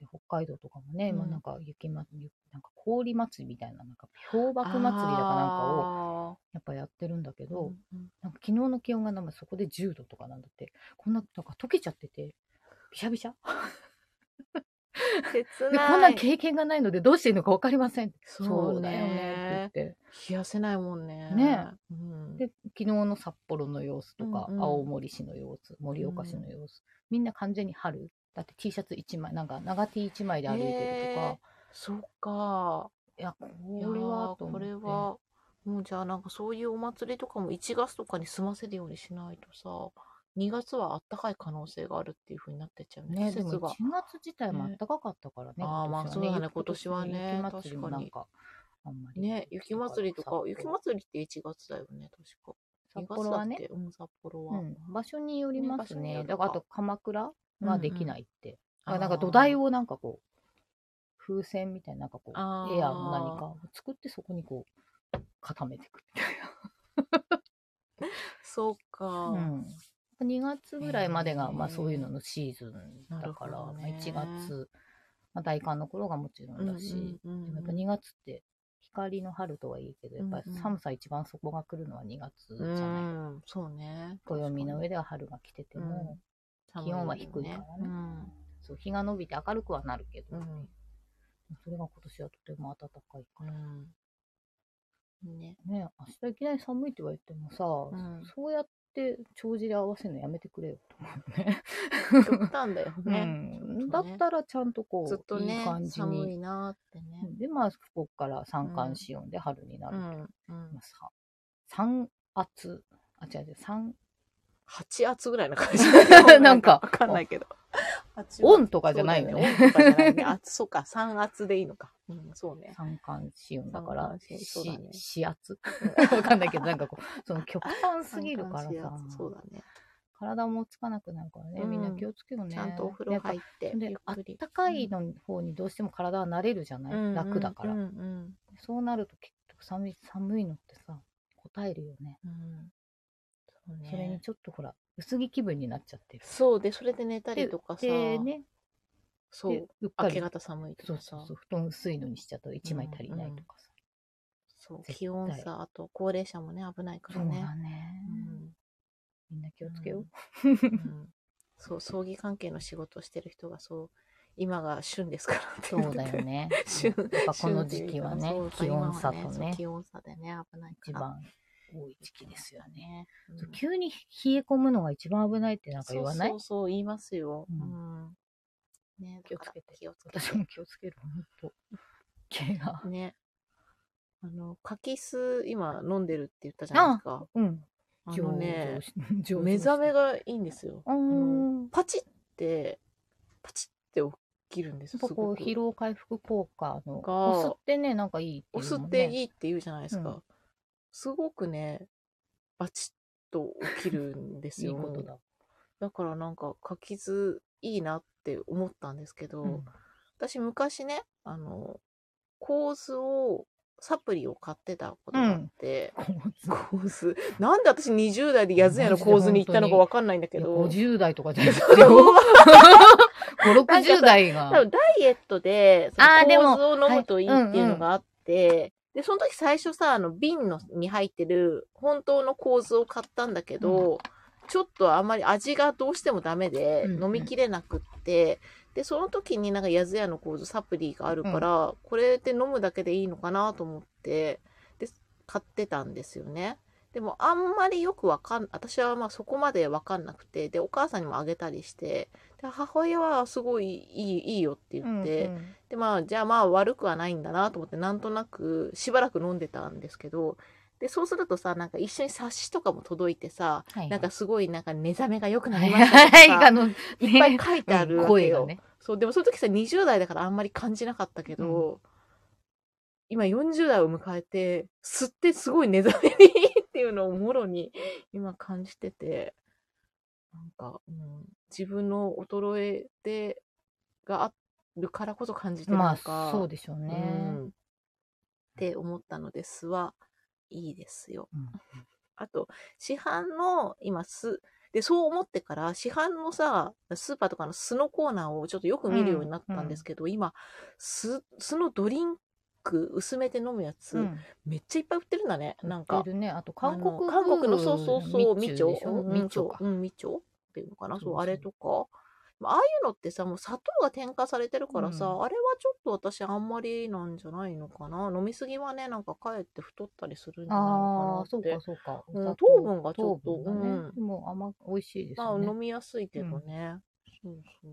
S2: で北海道とかもね、
S1: うん
S2: 今なんか雪ま、雪なんか氷祭りみたいな、なんか氷瀑祭りだかなんかを
S1: を、
S2: やっぱやってるんだけど、
S1: うんうん
S2: なんか昨日の気温がなんかそこで10度とかなんだって、こんな、なんか溶けちゃってて、びしゃびしゃ
S1: 切
S2: で、
S1: ない。
S2: こんな経験がないのでどうしていいのかわかりません。
S1: そう
S2: だよね
S1: ね
S2: っ。て
S1: 冷やせないもんね。
S2: ね
S1: うん、
S2: 言って。で、昨日の札幌の様子とか、
S1: うんうん
S2: 青森市の様子、盛岡市の様子、みんな完全に春。だって T シャツ1枚、なんか長 T 1枚で歩いてるとか、
S1: そっか。
S2: いや、
S1: いや
S2: これは
S1: ー
S2: と思
S1: こ
S2: って、
S1: れは、もうじゃあなんかそういうお祭りとかも1月とかに済ませるようにしないとさ、2月はあったかい可能性があるっていう風になってっちゃうね、
S2: ね、
S1: 季
S2: でも
S1: 節
S2: 1
S1: が。
S2: 月自体も暖かかったからね。
S1: ねあーまあそうだね今年はね
S2: 雪祭りもなんか、あんまり。
S1: ね、雪祭りとか、雪祭りって1月だよね、確か。
S2: 札
S1: 2
S2: 幌
S1: 月だ
S2: は
S1: っ
S2: ね
S1: け、うん、札幌
S2: う
S1: は。
S2: ん、場所によりま
S1: ね場
S2: す
S1: 所によ
S2: ね。
S1: るか
S2: だからあと鎌倉ができないって。
S1: うんうん
S2: だから
S1: あ
S2: なんか
S1: ー
S2: 土台をなんかこう、風船みたいななんかこ
S1: あ
S2: う、
S1: ー
S2: エアの何かを作ってそこにこう、固めていくみたい
S1: そうか。
S2: な。うん2月ぐらいまで
S1: へ
S2: が、
S1: ー
S2: まあそういうののシーズンだ
S1: な
S2: から、
S1: るほど
S2: まあ
S1: ね
S2: 1月、まあ大寒の頃がもちろんだし、
S1: うんうんうん
S2: でもやっぱ2月って光の春とはいいけど、やっぱり寒さ一番そこが来るのは2月じゃない。
S1: うん、そうね。
S2: 暦の上では春が来てても、
S1: 確かに
S2: 気温は低いからね
S1: うん
S2: そう日が伸びて明るくはなるけど、
S1: うん
S2: それが今年はとても暖かい
S1: う
S2: か
S1: ん。ね。
S2: らね。明日いきなり寒いって言われてもさ、
S1: ん
S2: そうやって帳尻合わせるのやめてくれよと思うね。。
S1: 極端だよね
S2: うん
S1: ちょ
S2: だ
S1: とね
S2: ったらちゃんとこう、
S1: ずっと
S2: い
S1: ね
S2: い感、じ
S1: 寒い
S2: に。
S1: なーってね。
S2: で、まあ、ここから三寒四温で春にな
S1: う
S2: る。
S1: ん。うん
S2: まあさ三発、あ、違う違う、三、
S1: 8圧ぐらいな感じ
S2: なんか
S1: わか んないけど。
S2: オンとかじゃないよね
S1: そうだよね。オンとかじゃない ね。圧、そうか、3圧でいいのか。うん、そうね。
S2: 三冠四音だか
S1: 三
S2: ら、
S1: 冠四音そうだね
S2: し四圧 わかんないけど、なんかこう、その極端すぎるから
S1: 三冠
S2: さ
S1: 四、圧そうだね。
S2: 体もつかなくなるからね、みんな気をつけようね。
S1: ちゃんとお風呂入って、
S2: で
S1: ゆっ
S2: あっ
S1: くり。
S2: たかいの方にどうしても体は慣れるじゃない、
S1: うん
S2: 楽だから、
S1: うんうん
S2: そうなると結局寒い寒いのってさ答えるよね
S1: うんそうね
S2: それにちょっとほら薄着気分になっちゃってる
S1: そうで、それで寝たりとかさ、
S2: でね
S1: そ
S2: で
S1: う、
S2: うっか
S1: 明
S2: り
S1: け方寒いと
S2: そう
S1: かさ
S2: そう、そう布団薄いのにしちゃったら1枚足りないとかさ、
S1: そう
S2: 絶対
S1: 気温差、あと高齢者もね、危ないから
S2: そうだ
S1: ね。
S2: ね、
S1: うん
S2: みんな気をつけよう、
S1: うんそう、葬儀関係の仕事をしてる人がそう、今が旬ですからって
S2: そうだよ
S1: ね。
S2: ね
S1: 旬
S2: やっぱこの時期はね
S1: 旬って
S2: 気
S1: いうか
S2: 温差と
S1: そう今は
S2: ね
S1: そう気温差でね、危ないか
S2: 一
S1: ら。
S2: 番多い時期ですよね、
S1: うん
S2: そう急に冷え込むのが一番危ないってなんか言わない
S1: そうそうそう、言いますよ。
S2: う
S1: うんね、
S2: 気をつけて
S1: 気をつけて
S2: 私も気をつける本当毛が
S1: ね。あの、柿酢、今飲んでるって言ったじゃないですか。
S2: うん
S1: あのね、
S2: 上
S1: 目覚めがいいんですよ。
S2: あー
S1: パチって、パチって起きるんです
S2: や
S1: よ。
S2: っぱ
S1: す
S2: こ
S1: ご
S2: う
S1: く
S2: 疲労回復効果の
S1: が
S2: お酢ってねなんかいいって
S1: お
S2: い
S1: 酢
S2: う
S1: っ
S2: もん
S1: て
S2: ね
S1: いいって言うじゃないですか。
S2: う
S1: すごくね、バチッと起きるんです
S2: い い
S1: よ。
S2: ことだ、
S1: だからなんか、書きずいいなって思ったんですけど、
S2: うん
S1: 私昔ね、あの、構図を、サプリを買ってたことがあって、構図、なんで私20代でやずやの構図に行ったのかわかんないんだけど、
S2: 50代とかじゃ なくて
S1: そう
S2: 560代が
S1: 多分ダイエットで、そ
S2: あーで
S1: の構
S2: も
S1: 図を飲むといいっていうのがあって、で、その時最初さ、あの、瓶のに入ってる本当の構図を買ったんだけど、ちょっとあんまり味がどうしてもダメで、
S2: うんうん
S1: 飲みきれなくって、で、その時になんかやずやの構図サプリがあるから、これで飲むだけでいいのかなと思って、で、買ってたんですよね。でもあんまりよくわかん、私はまあそこまでわかんなくて、で、お母さんにもあげたりして、で母親はすごいいいいいよって言って、
S2: うんうん
S1: でまあじゃあまあ悪くはないんだなと思ってなんとなくしばらく飲んでたんですけどでそうするとさなんか一緒に冊子とかも届いてさ
S2: はい
S1: なんかすごいなんか目覚めが良くな
S2: は
S1: り
S2: い
S1: ましたとか
S2: はいあ
S1: さ
S2: の
S1: いっぱ
S2: ね
S1: い書いてあるわけ
S2: 声
S1: よ、
S2: がね
S1: そうでもその時さ20代だからあんまり感じなかったけど、今40代を迎えて吸ってすごい目覚めにいいっていうのをもろに今感じててなんか、うん、自分の衰えでがあるからこそ感じてるの
S2: ま
S1: か、
S2: あそうでしょうね、
S1: うんって思ったので酢はいいですよ。
S2: うん
S1: あと市販の今酢でそう思ってから市販のさスーパーとかの酢のコーナーをちょっとよく見るようになったんですけど、今酢酢のドリンク薄めて飲むやつ、
S2: うん
S1: めっちゃいっぱい売ってるんだねなん
S2: 売
S1: か
S2: ってるねあと
S1: あ
S2: 韓国
S1: の韓国のそうそうそうみ
S2: みち
S1: ち
S2: ょ
S1: ょ
S2: でしょ
S1: うん
S2: み
S1: み
S2: ち
S1: ち
S2: ょ
S1: ょ
S2: か
S1: うんみちょっていうのかな
S2: そう
S1: そ
S2: そう
S1: うあれとかああいうのってさもう砂糖が添加されてるからさ、
S2: うん
S1: あれはちょっと私あんまりなんじゃないのかな飲みすぎはねなんかかえって太ったりするんじゃない
S2: あ
S1: の
S2: あ、
S1: か
S2: そ
S1: なって
S2: うか、そうか。
S1: うん
S2: お砂糖
S1: 糖分がちょっと
S2: 糖分がね
S1: うん
S2: でも甘く、美味しいです
S1: まあ
S2: よね。
S1: 飲みやすいけどね、そうそう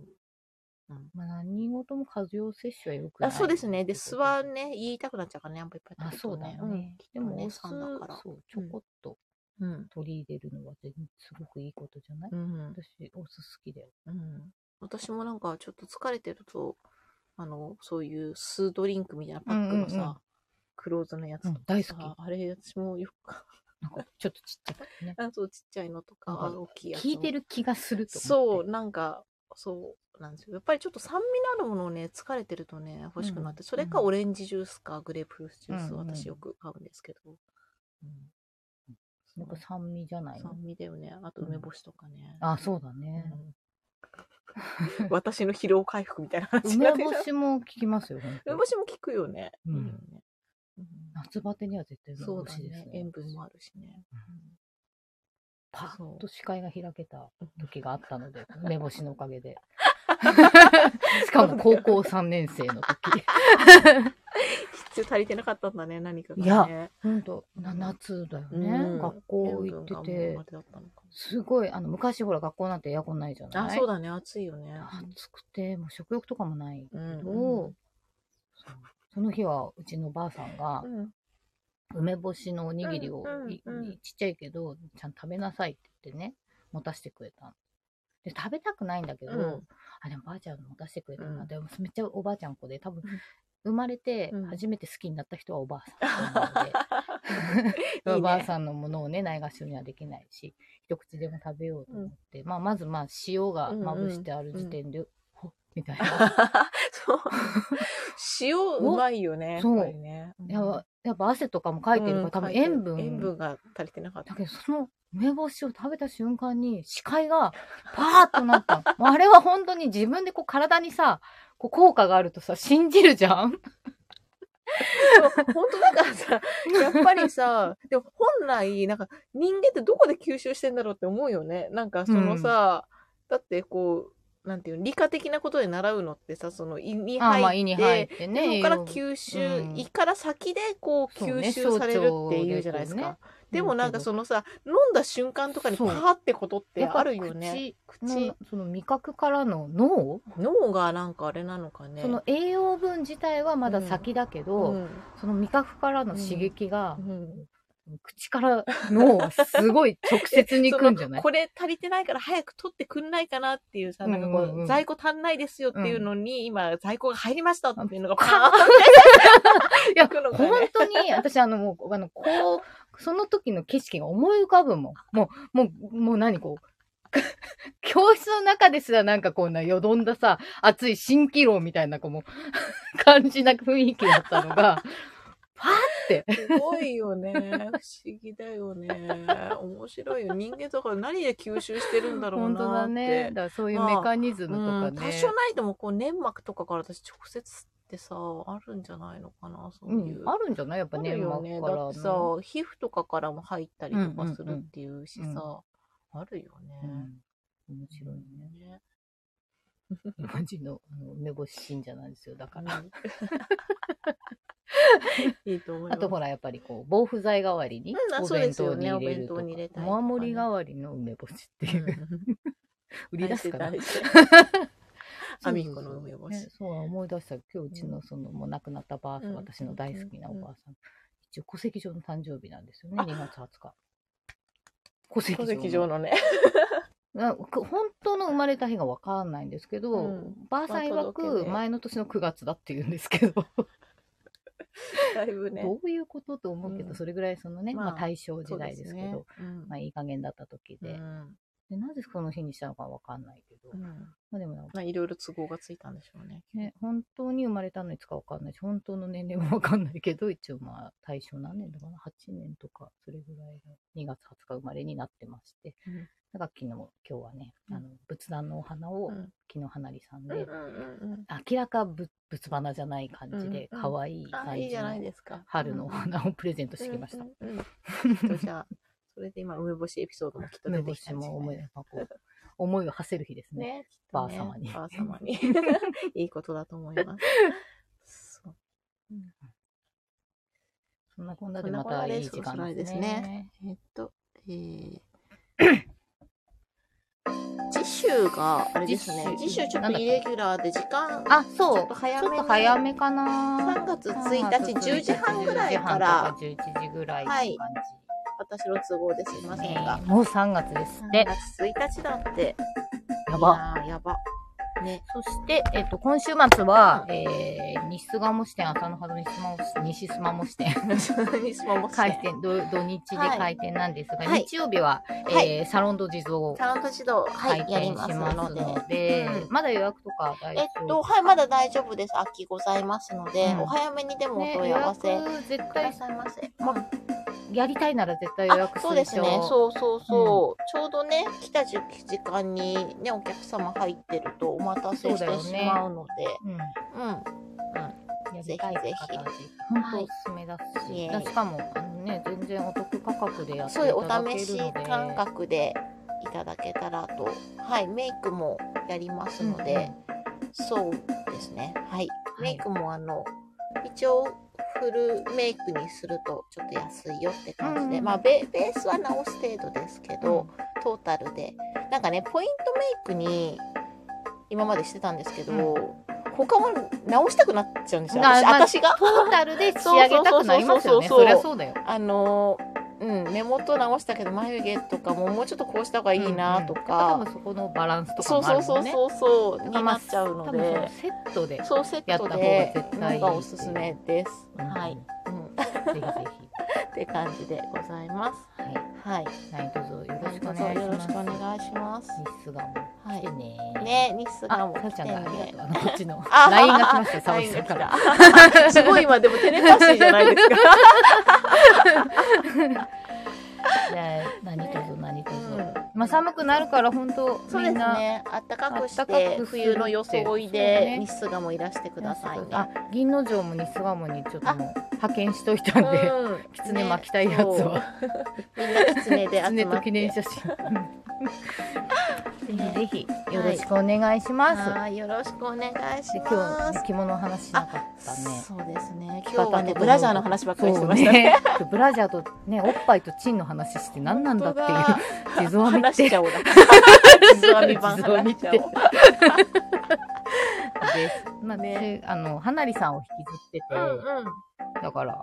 S2: まあ、何事も過剰摂取はよくない。
S1: あそうですねで
S2: とい
S1: 酢
S2: うこと
S1: はね言いたくなっちゃうからねやっぱいっぱい
S2: あ、
S1: 食
S2: そう
S1: べ
S2: だ
S1: る
S2: よ
S1: とう
S2: ね。で
S1: んきっと
S2: も、
S1: ね
S2: お酢
S1: 酸だから
S2: そう、ちょこっと
S1: うん
S2: 取り入れるのは全然すごくいいことじゃない
S1: うん
S2: 私、お酢好きだよ。
S1: うん、私もなんかちょっと疲れてるとあのそういう酢ドリンクみたいなパックのさ、
S2: うんうんうん
S1: クローズのやつとか
S2: うん大好
S1: さ、
S2: き
S1: あれ私もよく 。
S2: なんか、ちょっとちっちゃくね
S1: あそうちっちゃいのとか
S2: なんか
S1: 大きいやつ
S2: 効いてる気がすると
S1: そ
S2: 思っ
S1: う
S2: て。
S1: なんかそうなんですよやっぱりちょっと酸味のあるものをね疲れてるとね欲しくなって、
S2: うん
S1: それかオレンジジュースかグレープフルーツジュース、
S2: うんうん
S1: 私よく買うんですけど、うん
S2: なんか酸味じゃないの
S1: 酸味だよねあと梅干しとかね、
S2: あ、そうだ
S1: う
S2: ね。
S1: ん 私の疲労回復みたいな話にな
S2: 梅
S1: ってきた
S2: 干しも効きますよ、本当
S1: 梅干しも効くよね。
S2: うん
S1: いいよね
S2: 夏バテには絶対梅
S1: そう
S2: 干
S1: だ
S2: しです
S1: ね。
S2: ね。
S1: 塩分もあるしね。
S2: パ
S1: そ
S2: ッ
S1: う
S2: と視界が開けた時があったので、梅干しのおかげ で。しかも高校3年生の時。
S1: 必要足りてなかったんだね、何かが、ね。
S2: いや本当な夏だよね。
S1: うん
S2: 学校行って
S1: 塩分がも
S2: て
S1: うあれ、だったのかも
S2: すごい、あの、昔ほら学校なんてエアコンないじゃない
S1: あ、そうだね。暑いよね。
S2: 暑くて、もう食欲とかもないけど、
S1: うん
S2: そうその日はうちのばあさんが
S1: う、ん。
S2: 梅干しのおにぎりを、
S1: うんうん
S2: い
S1: うん
S2: いちっちゃいけど、ちゃんと食べなさいって言ってね、持たせてくれたので、食べたくないんだけど、
S1: うん
S2: あ、でもばあちゃん持たせてくれたな。
S1: うん
S2: でもめっちゃおばあちゃん子で、多分
S1: うん、
S2: 生まれて
S1: うん
S2: 初めて好きになった人はおばあ さんなので、
S1: いいね
S2: おばあさんのものをね、ないがしろにはできないし、一口でも食べようと思って、まあ、まずまあ、塩がまぶしてある時点で、ほっみたいな。
S1: そう。塩うまいよね。
S2: そう
S1: やっぱりね。うん
S2: やばやっぱ汗とかもかいてるか
S1: うん書
S2: ら、多分
S1: いてる
S2: 塩分。
S1: 塩分が足りてなかった
S2: だ。けど、その梅干しを食べた瞬間に、視界がパーッとなったの。 もうあれは本当に自分でこう体にさ、こう効果があるとさ、信じるじゃん
S1: 本当だから さ、やっぱりさ、でも本来、なんか人間ってどこで吸収してんだろうって思うよね。なんかそのさ、だってこう、なんていうの理科的なことで習うのってさ、その胃に
S2: ああ、まあ、
S1: 入
S2: 胃に
S1: っ、
S2: 入ってて
S1: そ
S2: ね。
S1: こから
S2: 栄養
S1: 吸収、
S2: うん
S1: 胃から先でこう
S2: そうね
S1: 吸収されるっていうじゃないです
S2: 小腸でこ
S1: か。
S2: うね
S1: でもなんかそのさ、飲んだ瞬間とかにパ
S2: そう
S1: ーってことってあるよね。。
S2: 口のその味覚からの脳、
S1: 脳がなんかあれなのかね。
S2: その栄養分自体はまだ先だけど、
S1: うん
S2: その味覚からの刺激が
S1: う、ん
S2: 口から脳はすごい直接に行くんじゃない
S1: これ足りてないから早く取ってくんないかなっていうさ、なんかこ
S2: うんうんう
S1: う、
S2: ん
S1: 在庫足んないですよっていうのに、今、在庫が入りましたっていうのがパーン
S2: いや、
S1: 行くのがね
S2: 本当に、私、あの、もう、あの、こう、その時の景色が思い浮かぶもん。もう、もう、もう何こう。 教室の中ですらなんかこんなよどんださ、熱い蜃気楼みたいなこうもう 感じな雰囲気だったのが、パーって。
S1: すごいよね。不思議だよね。面白いよ。人間とか何で吸収してるんだろう
S2: 本当
S1: なっ
S2: だ
S1: て。
S2: ね。だからそういうメカニズムと
S1: う
S2: か
S1: ん、
S2: ね。
S1: 多少ないともこう粘膜とかから私直接ってさ、あるんじゃないのかな、そう
S2: う
S1: い
S2: ん
S1: う。、
S2: あるんじゃないやっぱ
S1: ある
S2: 粘
S1: よ
S2: 膜
S1: ね。
S2: から
S1: だ
S2: の
S1: ってさ、皮膚とかからも入ったりとかするっていうし
S2: うんうん
S1: さ、あるよね。
S2: うん面白いね。
S1: ね。
S2: マジのあの梅干し信者なんですよ。だから。
S1: いいと思います。
S2: あとほら、やっぱりこう、防腐剤代わりに
S1: うんあ、
S2: お
S1: そうで
S2: 弁
S1: すよ
S2: 当に
S1: ね
S2: 入れると
S1: お弁当
S2: か
S1: に入れたりと、かね
S2: お守り代わりの梅干しっていう、売り出すから。
S1: アミコの梅干し
S2: ね。そう、思い出した。今日うちのその、もう亡くなったばあさ、
S1: うんん
S2: 私の大好きなおばあさん。一応、戸籍上の誕生日なんですよね、
S1: あ
S2: 2月20日。戸籍
S1: 戸
S2: 上
S1: 籍上
S2: の
S1: のね。
S2: なく本当の生まれた日がわかんないんですけど、
S1: うん
S2: ばあさん曰
S1: まあ届
S2: く
S1: けね
S2: 前の年の9月だって言うんですけど、
S1: だいぶね。
S2: どういうことと思うけど、
S1: うん
S2: それぐらいそのね、
S1: まあ
S2: まあ、大正
S1: そ
S2: 時
S1: う
S2: 代ですけど、。
S1: うん
S2: まあいい加減だった時で、
S1: うん
S2: で、なぜこの日にしたのかわかんないけど、
S1: うん
S2: まあでもなんか
S1: まあいろいろ都合がついたんでしょうね。
S2: ね、本当に生まれたのいつかわかんないし、本当の年齢もわかんないけど、一応まあ、大正何年だかな、8年とか、それぐらいの2月20日生まれになってまして、
S1: うん
S2: だから昨日、今日はね、
S1: うん
S2: あの、仏壇のお花を、
S1: うん
S2: 昨日花りさん
S1: うんう
S2: で、
S1: んうん
S2: 明らかぶ仏花じゃない感じで、
S1: うんうん
S2: 可愛い
S1: あ、
S2: 感
S1: いい
S2: じ
S1: じゃない
S2: の
S1: ですか。
S2: 春のお花をプレゼント
S1: う
S2: し
S1: ん
S2: てきました。。
S1: うんうんうんきっとじゃあ、それで今、梅干しエピソードもきっと
S2: 梅
S1: 出て
S2: 干
S1: きた
S2: し
S1: んでし
S2: も
S1: ょう
S2: 思い、
S1: ね
S2: やっぱこう、 思いを馳せる日ですね。
S1: ね、きっと
S2: ばあ
S1: ね
S2: 様に
S1: ばあ様 に。いいことだと思います。そう
S2: そんなこんなでまたいい時
S1: そんなこんな
S2: 間
S1: で
S2: です
S1: そろそろです
S2: ね
S1: ね。えっと、えー次週が、あれですね。次
S2: 次週
S1: 週ちょっとイレギュラーで時間、
S2: あ、そう。
S1: ちょっと早めに
S2: ちょっと早めかな。
S1: 3月1日10時半ぐらいから
S2: 10時半とか11時ぐらいの
S1: は
S2: 感
S1: い私の都合ですいま
S2: じ。
S1: せん
S2: え
S1: が
S2: ー。もう3月ですっ
S1: 3
S2: て。
S1: 月1日だって。
S2: やば。
S1: いやー。やば。 ね。
S2: そして、えっ、と、今週末は、えー、西巣鴨支店、浅野葉の西巣鴨支店、西巣鴨支店、
S1: にしもも
S2: 開店、土土日で開店なんですが、
S1: はい
S2: 日曜日は、
S1: はい
S2: えー、サロンド地蔵を
S1: タロント指導、は
S2: 開
S1: い、やり
S2: 店し
S1: ま
S2: ますす
S1: の
S2: の
S1: で。
S2: で、
S1: うん
S2: まだ予約とか大丈夫
S1: えっと、はい、まだ大丈夫です。空きございますので、
S2: うん
S1: お早めにでもお
S2: ね、予
S1: 問い合わ
S2: 約
S1: せく
S2: 絶
S1: だ
S2: 対
S1: さいませ。
S2: やりたいなら絶対予
S1: あ
S2: 約す
S1: そう
S2: る
S1: で
S2: ですしょ
S1: ねそうそうそう、ちょうどね来た時間にねお客様入ってるとお待たせし
S2: そうだよ
S1: て
S2: ね
S1: しまうので
S2: うん、
S1: う
S2: やりたい方
S1: ぜひぜ
S2: 本当おすすめだ
S1: はいイ
S2: し、
S1: エーイ
S2: しかもあのね全然お得価格でや
S1: ん
S2: ってい
S1: そういう
S2: ただ
S1: お試
S2: ける
S1: し
S2: ので
S1: 感覚でいただけたらとはいメイクもやりますので、そうですねはいメイクもあの一応フルメイクにするとちょっと安いよって感じで、
S2: うん
S1: まあベベースは直す程度ですけど、トータルでなんかねポイントメイクに今までしてたんですけど、他も直したくなっちゃうんですよ。
S2: な
S1: 私,、
S2: まあ
S1: 私が
S2: トータルで仕上げたくなりますよね。
S1: そうそうそうそう
S2: そりゃそうだよ。
S1: あのうん根元直したけど眉毛とかももうちょっとこうした方がいいなとか、
S2: うんうん多分そこのバランスと
S1: そ
S2: か
S1: う
S2: もあ
S1: そうそう
S2: るも
S1: ん
S2: ね。
S1: そうそうになっちゃう
S2: 多
S1: の
S2: 分その
S1: で、
S2: セットで。
S1: そうセット
S2: やっ
S1: で
S2: た方が絶対いい
S1: のがおすすめです。
S2: うん
S1: はい、うん、
S2: ぜひぜひ。
S1: って感じでございます。
S2: は
S1: はい、
S2: い。何卒よろしく
S1: ど
S2: お
S1: う
S2: 願い
S1: ぞ
S2: し
S1: よろ
S2: ま
S1: し
S2: す。
S1: くお願いします。
S2: 日数がもう
S1: は
S2: 来て
S1: い、
S2: ね。。
S1: ねニスが
S2: あ
S1: も、
S2: さ
S1: 来
S2: おち
S1: て
S2: ゃんがありが
S1: ね
S2: とう。。あのこっちの
S1: あ
S2: LINE が来ました。さお
S1: LINE
S2: ちゃ んから。
S1: が来たすごい今でもテレパシーじゃないですか。
S2: じゃあ何卒何卒。
S1: うん
S2: まあ寒くなるから本当
S1: そう
S2: み
S1: です
S2: んな。
S1: ね。あったかくし
S2: あったかくす
S1: て
S2: る
S1: 冬の装い
S2: そう
S1: で
S2: ね
S1: 日数がもいらしてくださいね。
S2: あ、銀の城も西巣鴨にちょっともう派遣しといたんで、
S1: うん、
S2: 狐巻きたいやつを、
S1: ねそうみんな狐で集まって。
S2: 狐と記念写真。
S1: ね
S2: ぜひぜひよろしくお願いします。
S1: はい、よろしくお願いし
S2: で今
S1: ま
S2: 日
S1: す。
S2: 着物の話しなかったね。
S1: そうですね。
S2: 着
S1: 今日
S2: 方とか
S1: はねブラジャーの話ばっかりしてましたね。
S2: ね。ブラジャーとねおっぱいとチンの話して 何なんだっていう地蔵編みっ。
S1: 話してちゃおうな。地蔵編み版話しちゃおう。
S2: まあ
S1: ね
S2: ね、あの花りさんを引きずってて、
S1: うんうん。
S2: だから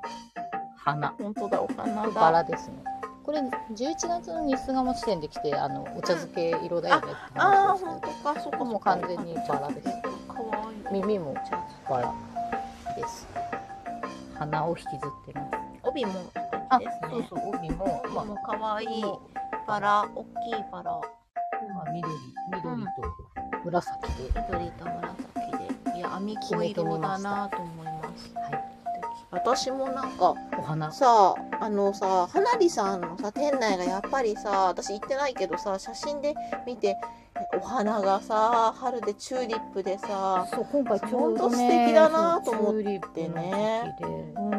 S2: 花
S1: 本当だお花
S2: バ
S1: だ。
S2: ラですね。これ11月の日巣鴨支店で来てあのお茶漬け色だよねって
S1: ああ
S2: 話を
S1: 本
S2: して
S1: 当かそこ
S2: もう完全にバラです。
S1: 可愛い。
S2: 耳もバラです。花を引きずってます。
S1: 帯もいいですね。
S2: そう帯も
S1: 帯
S2: まあ
S1: も可愛い。バラ大きいバラ。
S2: まあ、緑緑と紫で、
S1: 緑と紫でいや網子色だなと思います
S2: はい、
S1: 私もなんか
S2: お花
S1: さあのさ花火さんのさ店内がやっぱりさ私行ってないけどさ写真で見てお花がさ春でチューリップでさ
S2: そう今回ちょう
S1: ほ
S2: ど
S1: んと
S2: ね
S1: 素敵だなと思ってね
S2: そうチューリップの時期で
S1: う、ん
S2: そ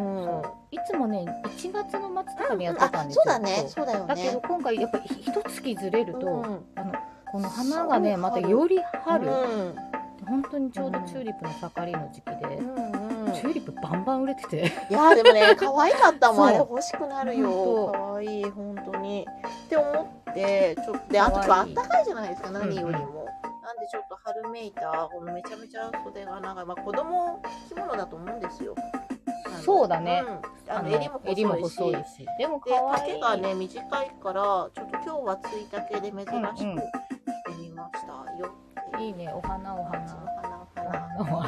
S2: ういつもね1月の末とかにやってた
S1: あ
S2: んです
S1: そ
S2: よ、
S1: うだね
S2: そ
S1: そう
S2: う
S1: だよ
S2: だけ
S1: ね
S2: ど今回やっぱひ一月ずれると、
S1: うん
S2: あのこの花が
S1: そ
S2: ね
S1: う
S2: またより春、
S1: うん
S2: 本当にちょうどチューリップの盛りの時期で、
S1: うんうん
S2: チューリップバンバン売れてて
S1: いやーでもね可愛かったもんあれ
S2: そう
S1: 欲しくなるよ
S2: ほんと
S1: 可愛い本当にって思ってちょっとであと
S2: 可
S1: あ
S2: 愛い
S1: ったかいじゃないですか何よりも、
S2: うんう
S1: なんでちょっと春めいたこのめちゃめちゃ袖が長いまあ子供着物だと思うんですよあの
S2: そうだね、
S1: うんあの襟も
S2: 襟も
S1: 細いし
S2: 細いしでも
S1: で
S2: 可愛
S1: 丈
S2: い
S1: がね短いからちょっと今日はつい丈で珍しく着
S2: うんうん
S1: てみましたよっていう
S2: いいねお花お花
S1: お花
S2: お花
S1: お花
S2: お花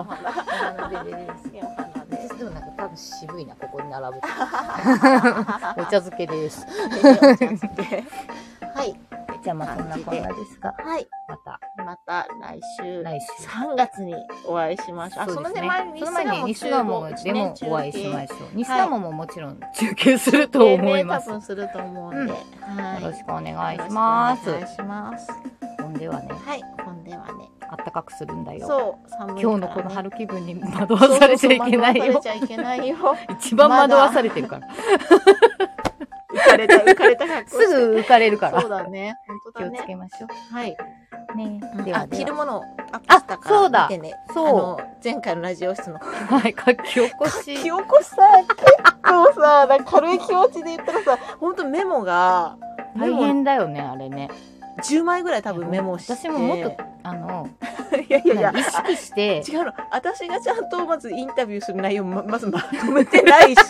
S1: お花
S2: お花ででです
S1: お花で
S2: 私でもなんか多分渋いなここに並ぶと お
S1: お
S2: 茶漬けです
S1: はい。
S2: じゃあまあそんなこんなですが
S1: はい。
S2: また
S1: また来週。
S2: 来週
S1: 3月にお会いしましょう。あ、そ
S2: で
S1: の
S2: す
S1: ね前に
S2: その前に西田もでもお会いしま
S1: し
S2: しょう西田もももちろん中継すると思います、
S1: 多分すると思うんで。はい。
S2: よろしくお願いします
S1: よろしくお願いします。
S2: ほんではね
S1: はい。今度はね。
S2: あったかくするんだよ
S1: そう。寒いからね
S2: 今日のこの春気分に惑わされちゃいけない
S1: そうそう惑わ
S2: よ
S1: されちゃいけないよ。
S2: 一番惑わされてるから
S1: 浮かれた、浮かれた格
S2: す
S1: 好して
S2: ぐ浮かれるから
S1: そうだね。本当
S2: 気
S1: だ
S2: をつ
S1: ね。
S2: けましょ
S1: はい。
S2: うね
S1: うん
S2: では
S1: あ、着
S2: で
S1: る
S2: は
S1: ものをアップした
S2: あそ
S1: から
S2: うだ
S1: 見てね。
S2: そう
S1: あの前回のラジオ室の
S2: はい書き起こし
S1: 清子さん結構さなんか軽い気持ちで言ったらさ本当メモがメ
S2: 大
S1: モ
S2: 変だよねあれね
S1: 10枚ぐらい多分メモして
S2: 私ももっとあの
S1: いやいやいや
S2: 意識して
S1: 違うの私がちゃんとまずインタビューする内容ままずまとめて ないし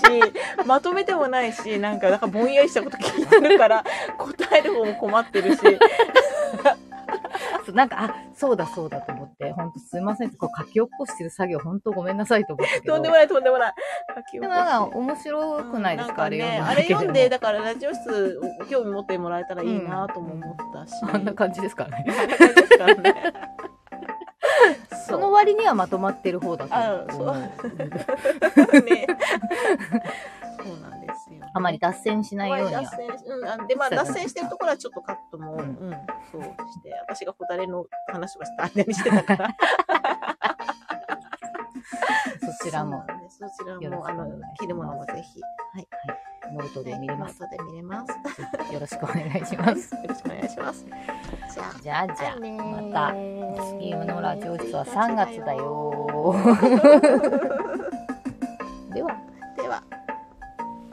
S1: まとめてもないしなんかなんかぼんやりしたこと聞いてるから答える方も困って るし
S2: そうなんか、あ、そうだそうだと思って、本当すいませんって、こう書き起こしてる作業、本当ごめんなさいと思ったけど。
S1: とんでもないとんでもない書き起
S2: で
S1: こ
S2: もなん
S1: し
S2: か面白くないですか、
S1: う
S2: あ
S1: ん
S2: れ
S1: なん
S2: 読んだ
S1: かねあ
S2: だ
S1: れ
S2: けでも
S1: 読 んでだからラジオ室興味持ってもらえたらいいなとも思ったし、
S2: あんな感じですからね。
S1: そんな感じですからね
S2: その割にはまとまってる方だと思う。
S1: あ
S2: うん
S1: ね、そうなんですよ。
S2: あまり脱線しないようには。
S1: 脱線うん、あで、まあ、
S2: そうだね
S1: 脱線してるところはちょっとカットも、
S2: う
S1: うんん、そうして、私がホタレの話をした間にしてたから。
S2: そちらも
S1: そうなんです。そちら
S2: よろし
S1: も、
S2: く
S1: あ
S2: お願い
S1: の
S2: します、
S1: 着るものもぜひ。はい。
S2: ノートで見れます。
S1: 後で見れます。
S2: よろしくお願いします。
S1: よろしくお願いします。じゃあ。
S2: じゃあじゃあ、ま
S1: た
S2: た。次のラジオ室は3月だよ。